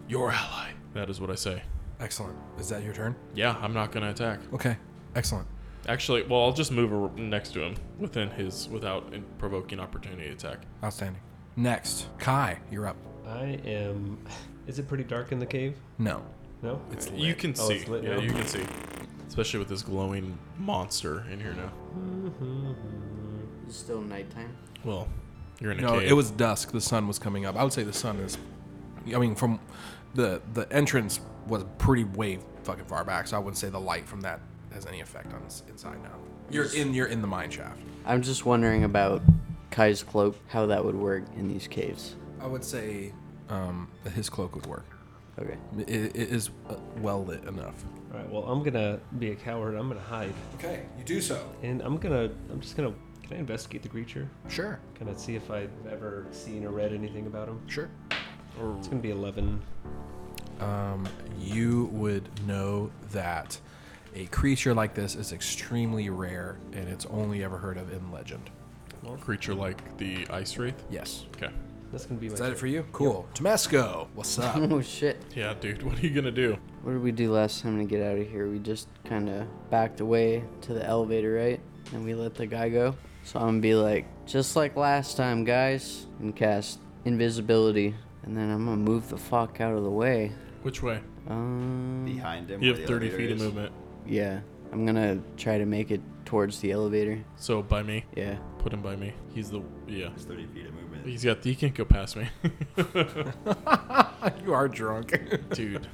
S5: your ally. That is what I say.
S1: Excellent. Is that your turn?
S5: Yeah, I'm not gonna attack.
S1: Okay. Excellent.
S5: Actually, well, I'll just move ar- next to him within his without in- provoking opportunity attack.
S1: Outstanding. Next, Kai, you're up.
S8: I am. Is it pretty dark in the cave?
S1: No.
S8: No.
S1: It's lit.
S5: You can
S8: Oh,
S5: see,
S8: it's lit
S5: yeah,
S8: now?
S5: you can see, especially with this glowing monster in here now.
S7: It's still nighttime.
S5: Well, you're in a
S1: No,
S5: cave.
S1: it was dusk. The sun was coming up. I would say the sun is. I mean, from the the entrance was pretty way fucking far back, so I wouldn't say the light from that has any effect on this inside now. You're in. You're in the mine shaft.
S7: I'm just wondering about Kai's cloak, how that would work in these caves.
S1: I would say um, that his cloak would work.
S7: Okay.
S1: It, it is uh, well lit enough.
S8: All right. Well, I'm gonna be a coward. I'm gonna hide,
S1: Okay, you do so.
S8: and I'm gonna. I'm just gonna. Can I investigate the creature?
S1: Sure.
S8: Can I see if I've ever seen or read anything about him?
S1: Sure.
S8: It's gonna be 11.
S1: um, you would know that a creature like this is extremely rare and it's only ever heard of in legend.
S5: a creature like the ice wraith.
S1: Yes.
S5: Okay.
S8: That's gonna be my.
S1: Is that it for you? Cool. Tomesco, what's up?
S7: Oh shit.
S5: Yeah, dude, what are you gonna do?
S7: What did we do last time to get out of here? We just kind of backed away to the elevator, right? And we let the guy go. So I'm gonna be like, just like last time, guys, and cast invisibility, and then I'm gonna move the fuck out of the way.
S5: Which way?
S7: Um,
S3: Behind him.
S5: You
S3: where
S5: have
S3: the
S5: 30
S3: elevator
S5: feet of
S3: is.
S5: movement.
S7: Yeah, I'm gonna try to make it towards the elevator.
S5: So by me.
S7: Yeah.
S5: Put him by me. He's the yeah. He's
S3: 30 feet of movement.
S5: He's got. He can't go past me.
S1: you are drunk,
S5: dude.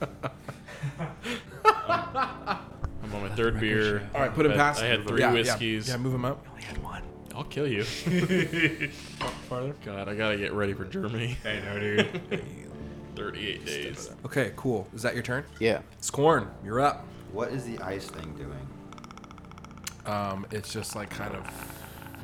S5: I'm on my third beer.
S1: All right, put him
S5: I-
S1: past.
S5: I had
S1: him.
S5: three
S1: Yeah, yeah,
S5: whiskeys.
S1: Yeah, move him up.
S5: I'll kill you.
S8: Farther.
S5: God, I gotta get ready for Germany. I know, dude. 38 days.
S1: Okay, cool. Is that your turn?
S7: Yeah.
S1: Scorn, you're up.
S3: What is the ice thing doing?
S1: Um, it's just like kind of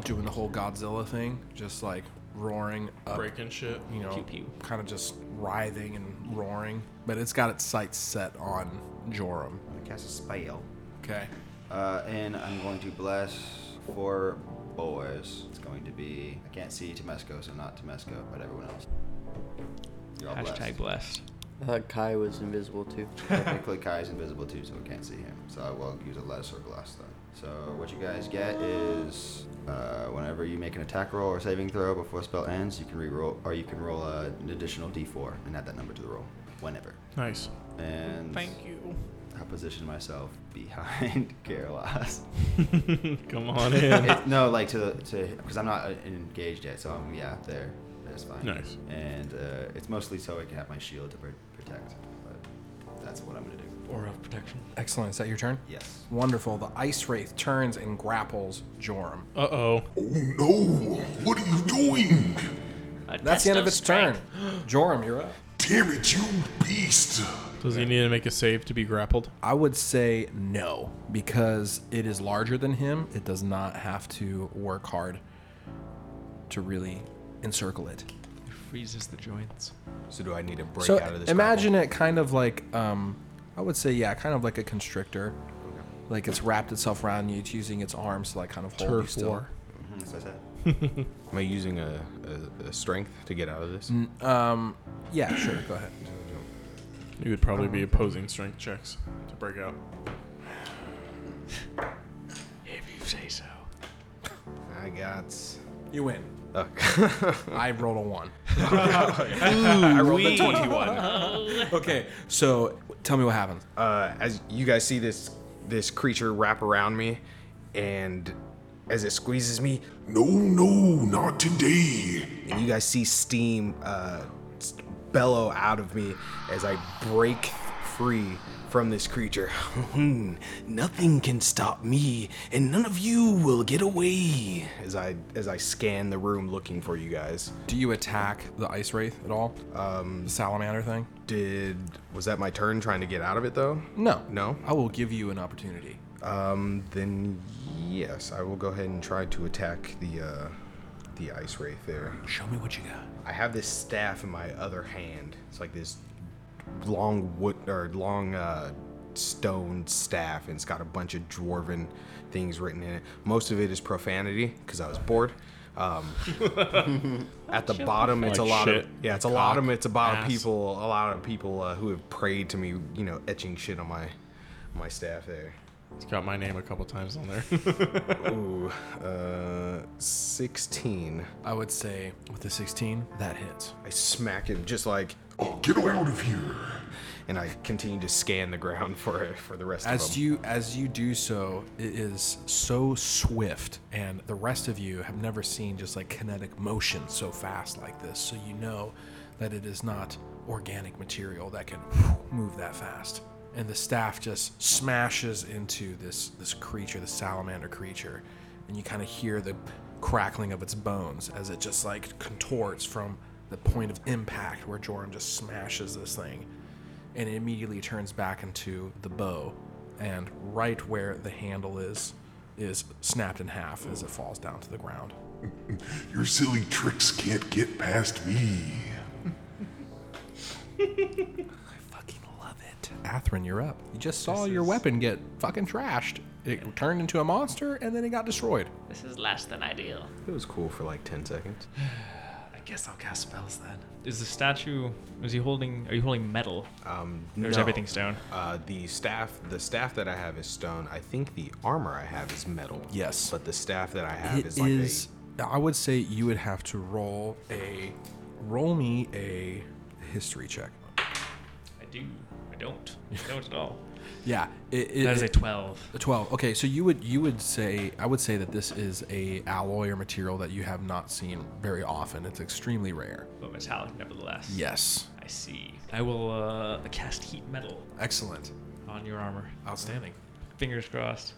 S1: doing the whole Godzilla thing, just like roaring up,
S5: Breaking shit.
S1: You know,
S5: Pew, pew.
S1: kind of just writhing and roaring. But it's got its sights set on Joram.
S3: I cast a spell.
S1: Okay.
S3: Uh, and I'm going to bless four boys. It's going to be I can't see Tomesco, so not Tomesco, but everyone else. You're all
S10: Hashtag
S3: blessed.
S10: blessed.
S7: I thought Kai was invisible too.
S3: Technically, Kai is invisible too, so we can't see him. So I will use a lesser glass then. So what you guys get is uh, whenever you make an attack roll or saving throw before a spell ends, you can re-roll or you can roll uh, an additional d4 and add that number to the roll whenever.
S5: Nice.
S3: And
S5: you.
S3: I position myself behind Carolas.
S5: Come on in.
S3: It- no, like to to because I'm not uh, engaged yet, so I'm yeah there. That's fine.
S5: Nice.
S3: And uh, it's mostly so I can have my shield to pr- protect. But that's what I'm gonna do.
S10: Aura of protection.
S1: Excellent. Is that your turn?
S3: Yes.
S1: Wonderful. The ice wraith turns and grapples Joram.
S5: Uh oh.
S12: No! What are you doing?
S1: That's the end of its turn. Joram, you're up.
S12: Damn it, you beast!
S5: Does he need to make a save to be grappled?
S1: I would say no because it is larger than him. It does not have to work hard to really encircle it.
S10: It freezes the joints.
S2: So do I need to break
S1: so
S2: out of this?
S1: imagine it kind of like um, I would say yeah, kind of like a constrictor. Like it's wrapped itself around you. It's using its arms to like kind of hold you
S5: Turf
S1: still.
S5: war.
S1: Mm-hmm,
S3: Mhm, That's what I said.
S2: grapple? Am I using a, a, a strength to get out of this?
S1: Um, yeah, sure. Go ahead.
S5: He would probably be opposing strength checks to break out.
S10: If you say so.
S2: I got.
S1: You win.
S2: Oh.
S1: I rolled a one.
S2: I rolled a 21.
S1: Okay, so tell me what happens.
S2: uh, as you guys see this this creature wrap around me, and as it squeezes me,
S12: No, no, not today.
S2: and you guys see steam uh, s- bellow out of me as I break free from this creature. Hmm, Nothing can stop me, and none of you will get away. As I as I scan the room looking for you guys,
S1: Do you attack the ice wraith at all? Um, the salamander thing?
S2: did was that my turn trying to get out of it though?
S1: No.
S2: No.
S1: I will give you an opportunity.
S2: Um, then yes, I will go ahead and try to attack the uh, the ice wraith there.
S1: Show me what you got.
S2: I have this staff in my other hand. It's like this long wood or long uh, stone staff, and it's got a bunch of dwarven things written in it. Most of it is profanity because I was bored. Um, at the bottom, it's
S5: Like
S2: a lot
S5: shit.
S2: of yeah, it's a lot of
S5: Cock.
S2: it's about
S5: Ass.
S2: people, a lot of people uh, who have prayed to me, you know, etching shit on my my staff there.
S5: It's got my name a couple times on there.
S2: Ooh, uh, 16.
S1: I would say with the 16, that hits.
S2: I smack him just like,
S12: Oh, get out of here.
S2: and I continue to scan the ground for it for the rest of
S1: As
S2: them.
S1: you as you do so, it is so swift, and the rest of you have never seen just like kinetic motion so fast like this. So you know that it is not organic material that can move that fast. And the staff just smashes into this this creature, the salamander creature, and you kind of hear the crackling of its bones as it just like contorts from the point of impact where Joram just smashes this thing and it immediately turns back into the bow. And right where the handle is, is snapped in half as it falls down to the ground.
S12: Your silly tricks can't get past me.
S1: Fucking love it. Atherin, you're up. You just saw your weapon get fucking trashed. It turned into a monster and then it got destroyed.
S9: This is less than ideal.
S2: It was cool for like 10 seconds.
S10: I guess I'll cast spells then. Is the statue? Is he holding? Are you holding metal?
S8: Uh.
S2: Um,
S10: or is
S2: no.
S10: everything stone?
S2: Uh, the staff, the staff that I have is stone. I think the armor I have is metal.
S1: Yes.
S2: But the staff that I have
S1: It
S2: is
S1: is.
S2: like
S1: I would say you would have to roll a roll me a history check.
S10: I do. I don't. I don't at all.
S1: Yeah, it, it,
S10: That is a
S1: it-
S10: 12.
S1: A twelve. Okay, so you would you would say I would say that this is a alloy or material that you have not seen very often. It's extremely rare.
S10: But metallic, nevertheless.
S1: Yes.
S10: I see. I will uh, cast heat metal.
S1: Excellent.
S10: On your armor.
S1: Outstanding.
S10: Fingers crossed.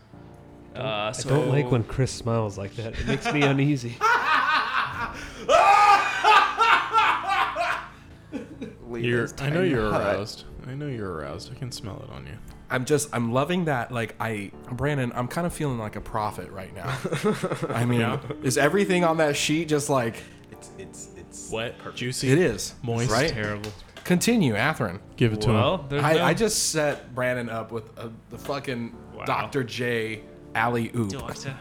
S10: Uh, so
S8: I don't like when Chris smiles like that. It makes me uneasy.
S5: You're, I know you're uh,
S1: hut.
S5: aroused. I know you're aroused. I can smell it on you.
S1: I'm just I'm loving that like I Brandon, I'm kind of feeling like a prophet right now. I mean,
S5: Yeah.
S1: is everything on that sheet just like
S2: it's it's it's
S5: wet, juicy.
S1: it is
S5: moist,
S1: right?
S10: terrible.
S1: Continue, Atherin.
S5: Give it to
S10: Well,
S5: him.
S10: there's
S1: I,
S10: no-
S1: I just set Brandon up with a, the fucking Dr. J alley oop.
S10: Doctor.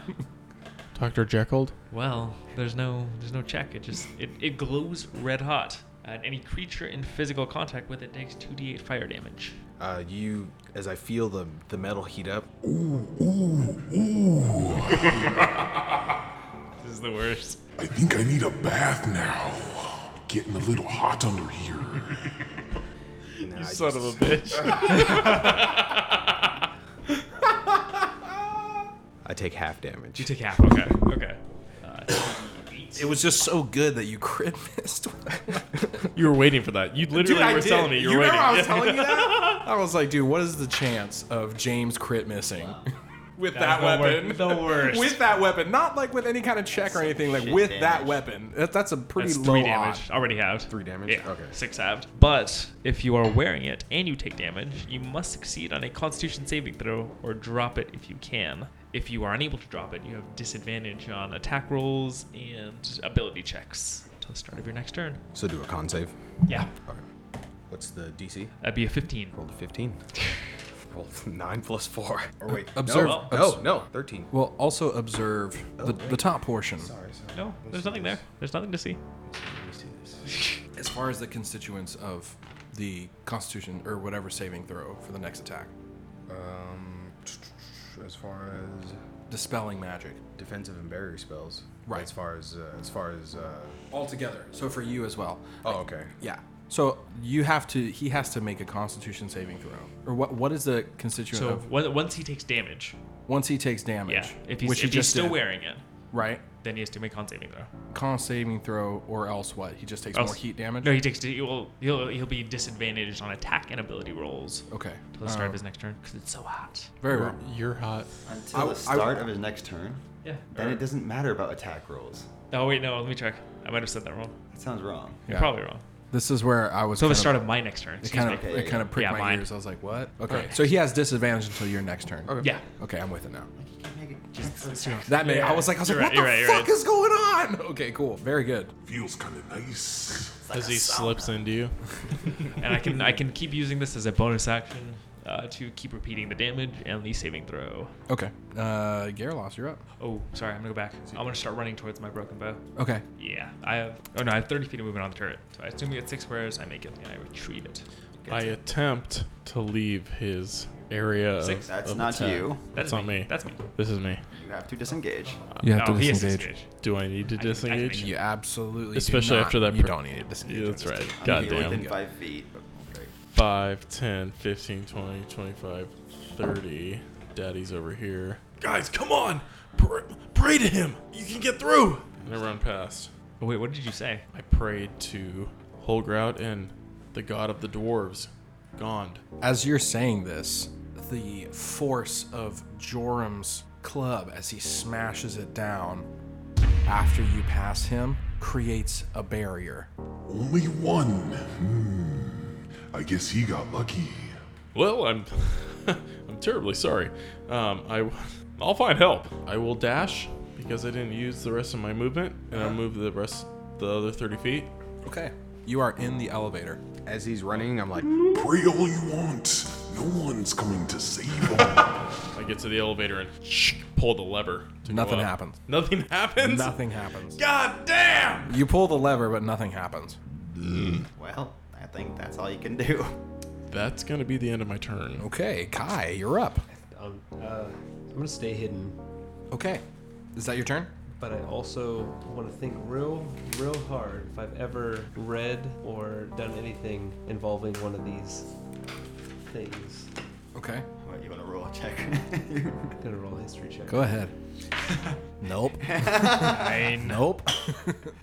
S5: Doctor Jekyll.
S10: Well, there's no there's no check. It just it, it glows red hot. And any creature in physical contact with it takes 2d8 fire damage.
S2: a. Uh, you as I feel the the metal heat up.
S10: This is the worst.
S12: I think I need a bath now. Getting a little hot under here.
S2: you
S10: son of a
S5: bitch.
S2: I take half damage.
S10: You take half. Okay. Okay. Uh,
S1: It was just so good that you crit missed.
S5: You were waiting for that. You literally
S1: Dude, I
S5: were
S1: did.
S5: telling me you were
S1: you
S5: waiting.
S1: Remember I was
S5: Yeah.
S1: telling you that? I was like, dude, what is the chance of James crit missing? With that,
S5: That is
S1: weapon,
S5: the wor- the worst.
S1: With that weapon, not like with any kind of check or anything. Like
S10: shit
S1: with that
S10: damage.
S1: weapon, that, that's a pretty
S10: That's
S1: low
S10: three
S1: odds.
S10: damage. Already halved. Three
S2: damage.
S10: Yeah. Okay. Six halved. But if you are wearing it and you take damage, you must succeed on a Constitution saving throw or drop it if you can. If you are unable to drop it, you have disadvantage on attack rolls and ability checks until the start of your next turn.
S2: So do a con save.
S10: Yeah.
S2: Okay. What's the DC?
S10: That'd be a 15.
S2: Rolled a 15. Rolled nine plus four. Or Oh, wait,
S1: Observe.
S2: No, no,
S1: obs-
S2: no, thirteen.
S1: Well, also observe the, the top portion. Sorry,
S2: sorry.
S10: No, there's nothing there. There's nothing to see.
S1: As far as the constituents of the Constitution or whatever saving throw for the next attack,
S2: Um, as far as
S1: dispelling magic,
S2: defensive and barrier spells.
S1: Right.
S2: As far as uh, as far as. Uh,
S1: altogether. So for you as well.
S2: oh, okay.
S1: Yeah. So you have to. He has to make a Constitution saving throw. Or what? What is the constituent
S10: So
S1: of
S10: on- once he takes damage,
S1: once he takes damage?
S10: yeah. If he's,
S1: which
S10: if
S1: he
S10: he's
S1: just
S10: still
S1: did,
S10: wearing it,
S1: right?
S10: then he has to make a con saving throw.
S1: Con saving throw, or else what? He just takes
S10: Oh,
S1: more heat damage.
S10: No, he takes. He'll he'll he'll be disadvantaged on attack and ability rolls.
S1: Okay.
S10: Till the start
S1: Um,
S10: of his next turn because it's so hot.
S1: Very well.
S5: You're hot.
S3: Until
S1: I- I-
S3: the start of his next turn.
S10: Yeah.
S3: Then it doesn't matter about attack rolls.
S10: Oh wait, no. Let me check. I might have said that wrong.
S3: That sounds wrong.
S10: You're
S1: Yeah.
S10: probably wrong.
S1: This is where I was.
S10: So the
S1: kind
S10: start of my next turn.
S1: It
S10: Excuse
S1: kind
S10: me.
S1: of it kind of pricked
S10: Yeah,
S1: my
S10: mine.
S1: ears. I was like, "What?" Okay,
S10: Alright.
S1: so he has disadvantage until your next turn.
S10: Yeah.
S1: Okay, I'm with it now.
S10: Just-
S1: That may
S10: Yeah.
S1: I was like, I was
S10: You're
S1: like,
S10: right,
S1: "What the
S10: you're right,
S1: fuck
S10: you're
S1: is going on?" Okay, cool, very good.
S12: Feels kind of nice.
S5: As he slips into you.
S10: right. And I can I can keep using this as a bonus action uh, to keep repeating the damage and the saving throw.
S1: Okay, uh, Garloss, you're up.
S10: Oh, sorry. I'm gonna go back. I'm gonna start running towards my broken bow.
S1: Okay,
S10: Yeah. I have. Oh no, I have 30 feet of movement on the turret. So I assume we get six squares. I make it and I retrieve it.
S5: I attempt to leave his area.
S10: Six.
S5: Of,
S3: That's
S5: of
S3: not
S5: attack.
S3: you.
S5: That's
S10: That's
S5: not
S10: me.
S5: me.
S10: That's me.
S5: This is me.
S3: You have to disengage.
S1: you have
S10: Oh,
S1: to
S10: he has
S1: disengage.
S10: disengage.
S5: Do I need to
S10: I can- I can make
S5: disengage?
S10: it.
S1: You absolutely, do
S5: Especially
S1: not-
S5: after that.
S1: you
S5: per-
S1: don't need to disengage.
S5: Yeah, that's
S1: on this.
S5: right.
S3: I'm here
S5: Goddamn.
S3: within five feet. But, okay.
S5: 5, 10, 15, 20, 25, 30. Daddy's over here. Guys, come on! Pr- pray to him! You can get through! And I run past.
S10: Oh, wait, what did you say?
S5: I prayed to Holgrout and the god of the dwarves, Gond.
S1: As you're saying this, the force of Joram's club as he smashes it down after you pass him creates a barrier.
S12: Only one. Hmm. I guess he got lucky.
S5: Well, I'm I'm terribly sorry. Um, I I'll find help. I will dash because I didn't use the rest of my movement, and I'll move the rest the other 30 feet.
S1: Okay. You are in the elevator.
S2: As he's running, I'm like,
S12: Pray all you want. No one's coming to save them.
S5: I get to the elevator and pull the lever. to go
S1: Nothing
S5: up.
S1: happens.
S5: Nothing happens.
S1: Nothing happens.
S5: God damn!
S1: You pull the lever, but nothing happens.
S3: Well, I think that's all you can do.
S5: That's gonna be the end of my turn.
S1: Okay, Kai, you're up.
S8: Um, uh, I'm gonna stay hidden.
S1: Okay. Is that your turn?
S8: But I also want to think real, real hard if I've ever read or done anything involving one of these things.
S1: Okay.
S3: What, you want to roll a check?
S8: I'm gonna roll a history check.
S1: Go ahead. Nope. Nope.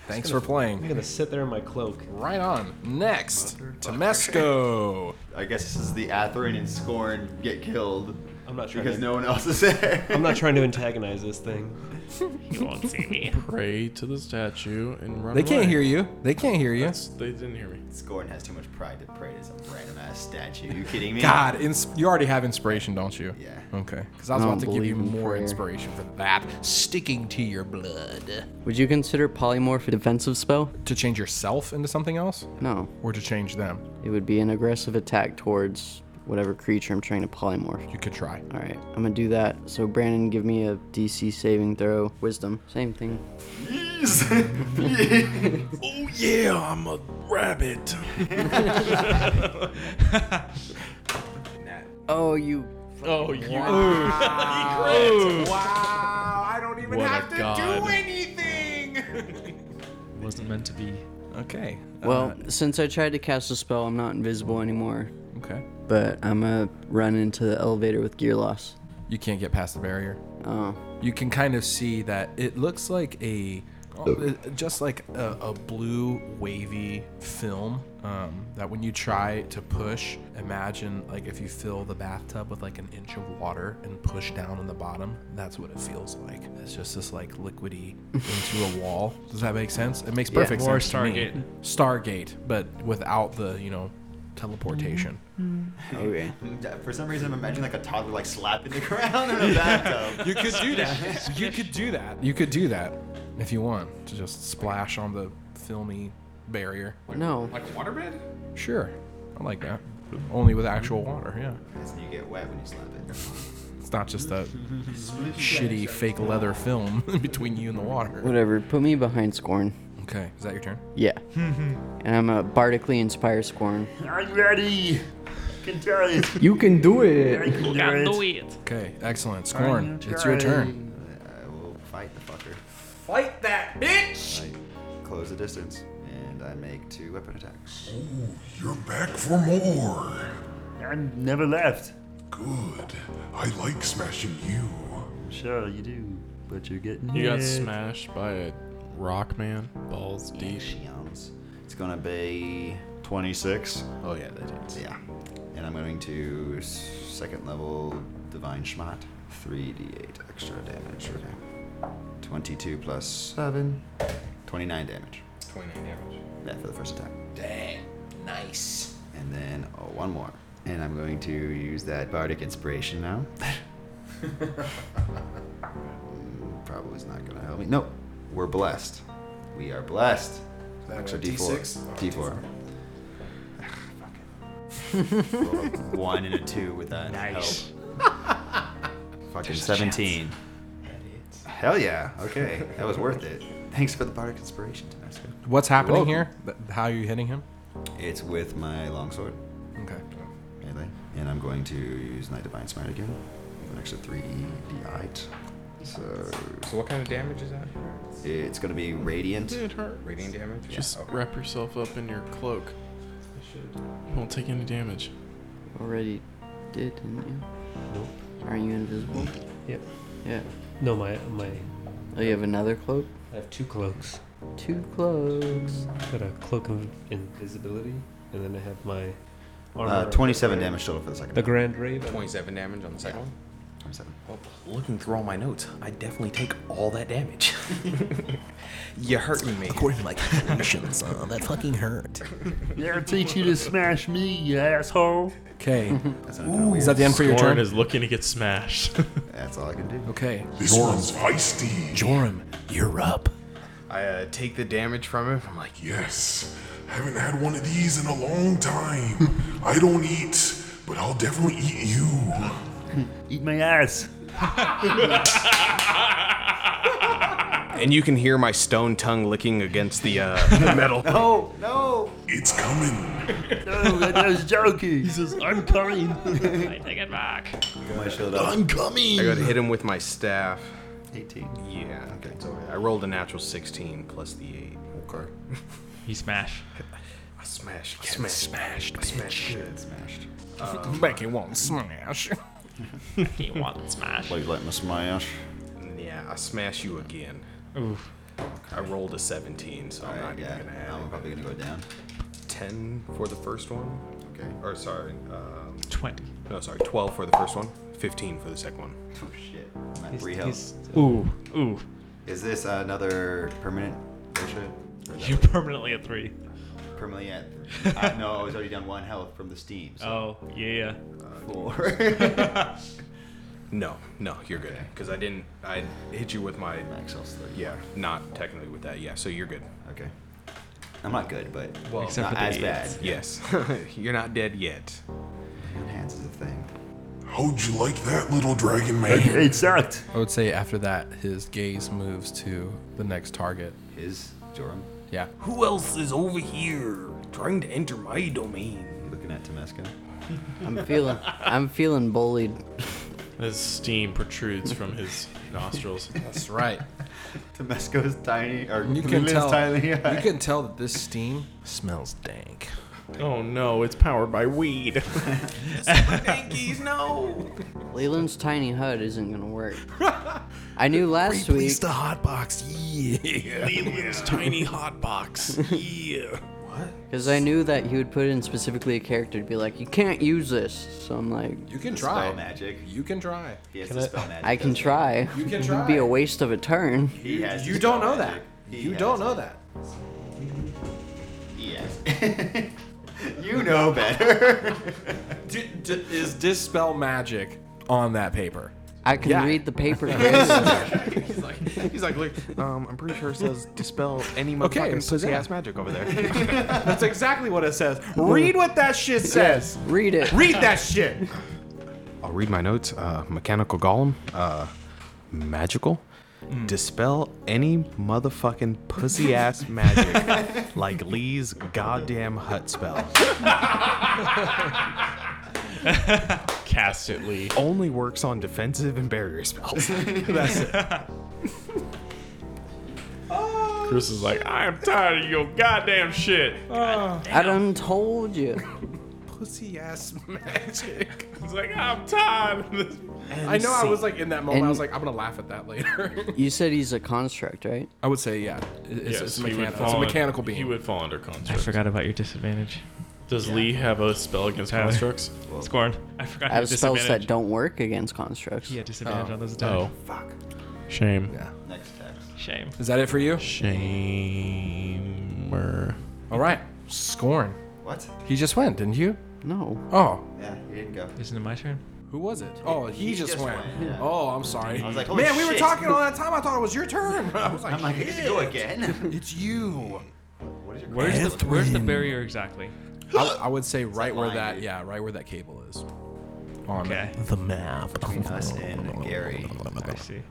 S1: Thanks for playing.
S8: I'm gonna sit there in my cloak.
S1: Right on. Next, Temesco.
S3: I guess this is the Atherin and Scorn get killed.
S8: I'm not
S3: Because no one else is there.
S8: I'm not trying to antagonize this thing.
S10: You won't see me.
S5: Pray to the statue and run.
S1: They can't
S5: away.
S1: hear you. They can't hear you.
S5: That's- they didn't hear me.
S3: Scorn has too much pride to pray to some random ass statue. You kidding me?
S1: God, ins- you already have inspiration, don't you?
S3: Yeah.
S1: Okay. Because I was
S7: I
S1: about to
S7: don't
S1: give you
S7: believe in
S1: more
S7: prayer.
S1: inspiration for that. Sticking to your blood.
S7: Would you consider polymorph a defensive spell?
S1: To change yourself into something else?
S7: No.
S1: Or to change them?
S7: It would be an aggressive attack towards whatever creature I'm trying to polymorph.
S1: You could try.
S7: All right, I'm gonna do that. So Brandon, give me a DC saving throw. Wisdom, same thing.
S5: Oh yeah, I'm a rabbit.
S7: Oh, you.
S5: Oh, you.
S11: Wow, I don't even
S10: What a
S11: have to
S10: god.
S11: do anything.
S10: Wasn't meant to be.
S1: Okay.
S7: Well, since I tried to cast a spell, I'm not invisible anymore.
S1: Okay.
S7: But I'm gonna run into the elevator with gear loss.
S1: You can't get past the barrier.
S7: Oh,
S1: You can kind of see that it looks like a. uh, Just like a, a blue wavy film um, that when you try to push, imagine like if you fill the bathtub with like an inch of water and push down on the bottom, that's what it feels like. It's just this like liquidy into a wall. Does that make sense? It makes
S7: Yeah.
S1: perfect
S10: Or
S1: sense. to me. Stargate, but without the you know teleportation.
S7: Mm-hmm. okay.
S3: For some reason, I'm imagining like a toddler like slapping the ground in a bathtub.
S1: You could do that. You could do that. You could do that if you want to just splash on the filmy barrier.
S7: no.
S11: Like waterbed?
S1: Sure, I like that. Only with actual water. Yeah,
S3: And you get wet when you slap it.
S1: it's not just that shitty fake leather film between you and the water.
S7: Whatever. Put me behind Scorn.
S1: Okay, is that your turn?
S7: Yeah. and I'm gonna bardically inspire Scorn.
S4: I'm ready. I can tell it.
S7: You can do it.
S4: I can
S10: Got
S4: do
S10: the
S4: it.
S10: it.
S1: Okay, excellent. Scorn, it's your turn.
S3: I will Uh, fight the fucker.
S11: Fight that bitch!
S3: I close the distance, and I make two weapon attacks.
S12: Oh, You're back for more.
S4: I never left.
S12: Good. I like smashing you.
S4: Sure, you do. But you're getting
S5: You got
S4: hit.
S5: smashed by a rock man. Balls deep.
S3: Shions. It's gonna be 26.
S2: Oh yeah, that is.
S3: Yeah. And I'm going to s- second level Divine Schmat. 3d8 extra damage. Okay. 22 plus 7. 29 damage.
S2: 29 damage.
S3: Yeah, for the first attack. Dang. Nice. And then oh, one more. And I'm going to use that Bardic Inspiration now. Mm, Probably is not going to help me. No, we're blessed. We are blessed.
S2: that
S3: Extra
S2: a Oh,
S3: D4.
S2: D6? Oh,
S3: D4. Ugh, fuck it. Roll a one and a two with that. Nice. Fucking 17. Hell yeah. Okay. That was worth it. Thanks for the Bardic Inspiration, Tabasco.
S1: What's happening
S3: Whoa.
S1: here? Th- How are you hitting him?
S3: It's with my longsword,
S1: Okay.
S3: melee, and I'm going to use my divine smite again. An extra three d8. So
S2: So what kind of damage is that?
S3: it's going to be radiant.
S5: It hurt.
S2: Radiant damage.
S5: Just
S2: Yeah. Okay.
S5: wrap yourself up in your cloak. You won't take any damage.
S7: Already did, didn't you?
S8: Nope.
S7: Are you invisible?
S8: Yep.
S7: Yeah.
S8: No, my my.
S7: Oh, you have another cloak?
S8: I have two cloaks.
S7: Two cloaks.
S8: I've got a cloak of invisibility, and then I have my armor.
S3: Uh, 27 damage total for the second.
S8: The Grand Raven.
S2: 27 damage on the second one.
S3: 27.
S2: Well, looking through all my notes, I definitely take all that damage. You're hurting me.
S1: According to my calculations, uh, that fucking hurt.
S4: They'll teach you to smash me, you asshole.
S1: Okay.
S3: That's, not kinda
S1: Is
S3: weird.
S1: that the end for your
S5: Warren
S1: turn?
S5: is looking to get smashed.
S3: That's all I can do.
S1: Okay.
S12: This one's feisty.
S1: Joram, you're up.
S2: I uh, take the damage from him. I'm like,
S12: Yes. Haven't had one of these in a long time. I don't eat but I'll definitely eat you.
S4: Eat my ass.
S2: And you can hear my stone tongue licking against the, uh, the metal.
S3: Oh,
S11: Oh,
S4: No, no.
S12: It's coming.
S4: No, that that was joking. He says, I'm coming. I
S10: take it back.
S3: My shield up.
S2: I gotta hit him with my staff.
S3: 18.
S2: Yeah, that's all right. I rolled a natural 16 plus the 8. Okay.
S10: You smash.
S2: I smashed. I smashed. Smashed. I smashed. Good. Smashed.
S11: Uh,
S2: Um,
S1: Make it won't smash.
S10: You want smash.
S3: Like letting us smash.
S2: Yeah, I smash you again.
S10: Oof.
S2: I rolled a 17, so I'm not
S3: Alright, yeah.
S2: even gonna add.
S3: I'm probably gonna go down.
S2: 10 for the first one.
S3: Okay.
S2: Or sorry, um,
S10: 20.
S2: no, sorry, 12 for the first one, 15 for the second one.
S3: Oh shit. I'm at three health.
S10: Ooh. Ooh.
S3: Is this uh, another permanent bullshit? Or is
S10: You're permanently at three.
S3: that permanently at? I, no, I was already down one health from the steam. So Uh,
S10: Oh, yeah, yeah.
S3: four.
S2: No, no, you're good. Because I didn't, I hit you with my,
S3: Max health. still.
S2: yeah, not technically with that, yeah, so you're good.
S3: Okay. I'm not good, but
S2: Well,
S10: Except
S3: not
S10: for the
S3: as
S10: eights.
S3: bad.
S2: Yes, you're not dead yet.
S3: Hands is a thing.
S12: How'd you like that, little dragon man?
S4: It sucked.
S1: I would say after that, his gaze moves to the next target.
S3: His Joram.
S1: Yeah.
S2: Who else is over here trying to enter my domain?
S3: You looking at Temesco?
S7: I'm feeling I'm feeling bullied.
S5: As steam protrudes from his nostrils.
S1: That's right.
S3: Temesco's tiny, or
S1: You can tell.
S3: tiny.
S1: You can tell that this steam smells dank.
S5: Oh no, it's powered by weed.
S2: Yankees, no!
S7: Leland's tiny hut isn't gonna work. I knew last week.
S1: the hot box. Yeah.
S5: Leland's tiny hot box. Yeah.
S7: Because I knew that he would put in specifically a character to be like, you can't use this. So I'm like,
S1: You can
S3: Spell
S1: try.
S3: magic.
S1: You can try.
S3: He has to spell magic.
S7: I can
S3: doesn't
S7: try.
S1: You can
S7: It'd
S1: try.
S7: be a waste of a turn.
S3: he? He has to
S1: You
S3: spell
S1: don't know that.
S3: magic. He
S1: You
S3: has
S1: don't
S3: to-
S1: know that.
S3: Yes. you know better.
S1: D- d- is dispel magic on that paper?
S7: I can
S1: Yeah.
S7: read the paper. Chris.
S2: He's like, he's like, look, um, I'm pretty sure it says dispel any
S1: Okay,
S2: motherfucking
S1: so
S2: pussy
S1: yeah.
S2: ass magic over there. That's exactly what it says. Read what that shit says.
S7: read it.
S2: Read that shit. I'll read my notes. Uh, mechanical golem. Uh, magical.
S1: Hmm.
S2: Dispel any motherfucking pussy ass magic like Lee's goddamn hut spell.
S5: Cast it, Lee.
S2: Only works on defensive and barrier spells.
S1: Uh,
S5: Chris is like, I am tired of your goddamn shit.
S1: Ah.
S7: I done told you.
S1: Pussy ass magic.
S5: He's like, I'm tired of this.
S1: I know. I was like in that moment. I was
S7: And-
S1: like, I'm gonna laugh at that later.
S7: You said he's a construct, right?
S1: I would say, yeah. It's,
S5: Yes,
S1: it's,
S5: he would
S1: mechanical. it's
S5: fall
S1: a
S5: un-
S1: mechanical
S5: He
S1: being.
S5: would fall under construct.
S10: I forgot about your disadvantage.
S5: Does Lee have a spell against
S10: Tyler.
S5: constructs?
S10: Scorn. I forgot
S7: I
S10: your
S7: have spells that
S10: disadvantage.
S7: don't work against constructs.
S10: Yeah, disadvantage on those
S5: Oh,
S10: attacks.
S5: fuck. Shame.
S3: Next text.
S10: Shame.
S1: Is that it for you?
S5: Shamer.
S1: All right. Scorn.
S3: What?
S1: He just went, didn't you?
S7: No.
S1: Oh.
S3: Yeah, he didn't go.
S10: Isn't it my turn?
S1: Who was it? Oh, he, just,
S3: just
S1: went.
S3: went, yeah.
S1: Oh, I'm sorry.
S3: I was like, "Holy
S1: man, we were
S3: shit."
S1: talking all that time. I thought it was your turn. I was like,
S3: I'm like, here you go again.
S1: it's you.
S10: Where's the, where's the barrier exactly?
S1: I, I would say right where
S3: lying,
S1: that,
S3: dude.
S1: yeah, right where that cable is. On
S10: Okay.
S1: the map.
S3: Between us and Gary.
S10: I see.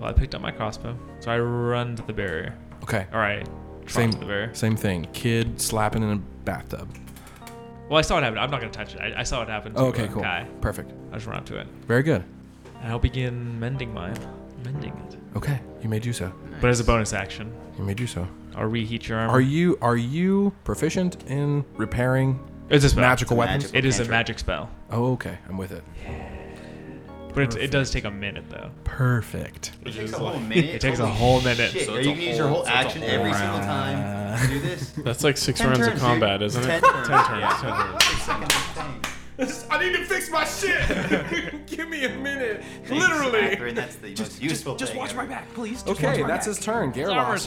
S10: Well, I picked up my crossbow, so I run to the barrier.
S1: Okay.
S10: All right.
S1: Same,
S10: To the barrier.
S1: same thing. Kid slapping in a bathtub. Oh,
S10: Well, I saw what happened. I'm not gonna touch it. I, I saw what happened. To
S1: Okay,
S10: uh,
S1: cool.
S10: Kai.
S1: Perfect.
S10: I just run up to it.
S1: Very good.
S10: And I'll begin mending mine. Mending it.
S1: Okay, you may do so.
S10: But as a bonus action,
S1: You may do so.
S10: I'll reheat your armor.
S1: Are you are you proficient in repairing
S10: It's a spell.
S1: magical
S3: It's a
S1: weapons?
S3: magical-
S10: It is a
S3: cantrip.
S10: magic spell,
S1: Oh, okay. I'm with it.
S10: but it, it does take a minute though.
S1: Perfect.
S3: It takes a whole minute.
S10: It takes a
S3: Holy
S10: whole minute.
S3: Shit.
S10: So
S3: Are
S5: it's
S3: you
S5: a
S3: gonna use your whole
S5: whole- so it's a
S3: action every single time to do this?
S5: That's like six
S3: Ten
S5: rounds
S3: turns,
S5: of combat,
S3: dude.
S5: isn't
S3: Ten
S5: it?
S3: turns.
S5: Ten turns. Ten turns.
S3: Second thing.
S2: I need to fix my shit. Give me a minute.
S3: Thanks, Catherine, that's the most useful
S2: Just
S3: thing
S2: watch
S3: ever.
S2: my back, please. Just watch
S1: Okay,
S2: my
S1: that's
S2: back.
S1: his turn.
S10: armor's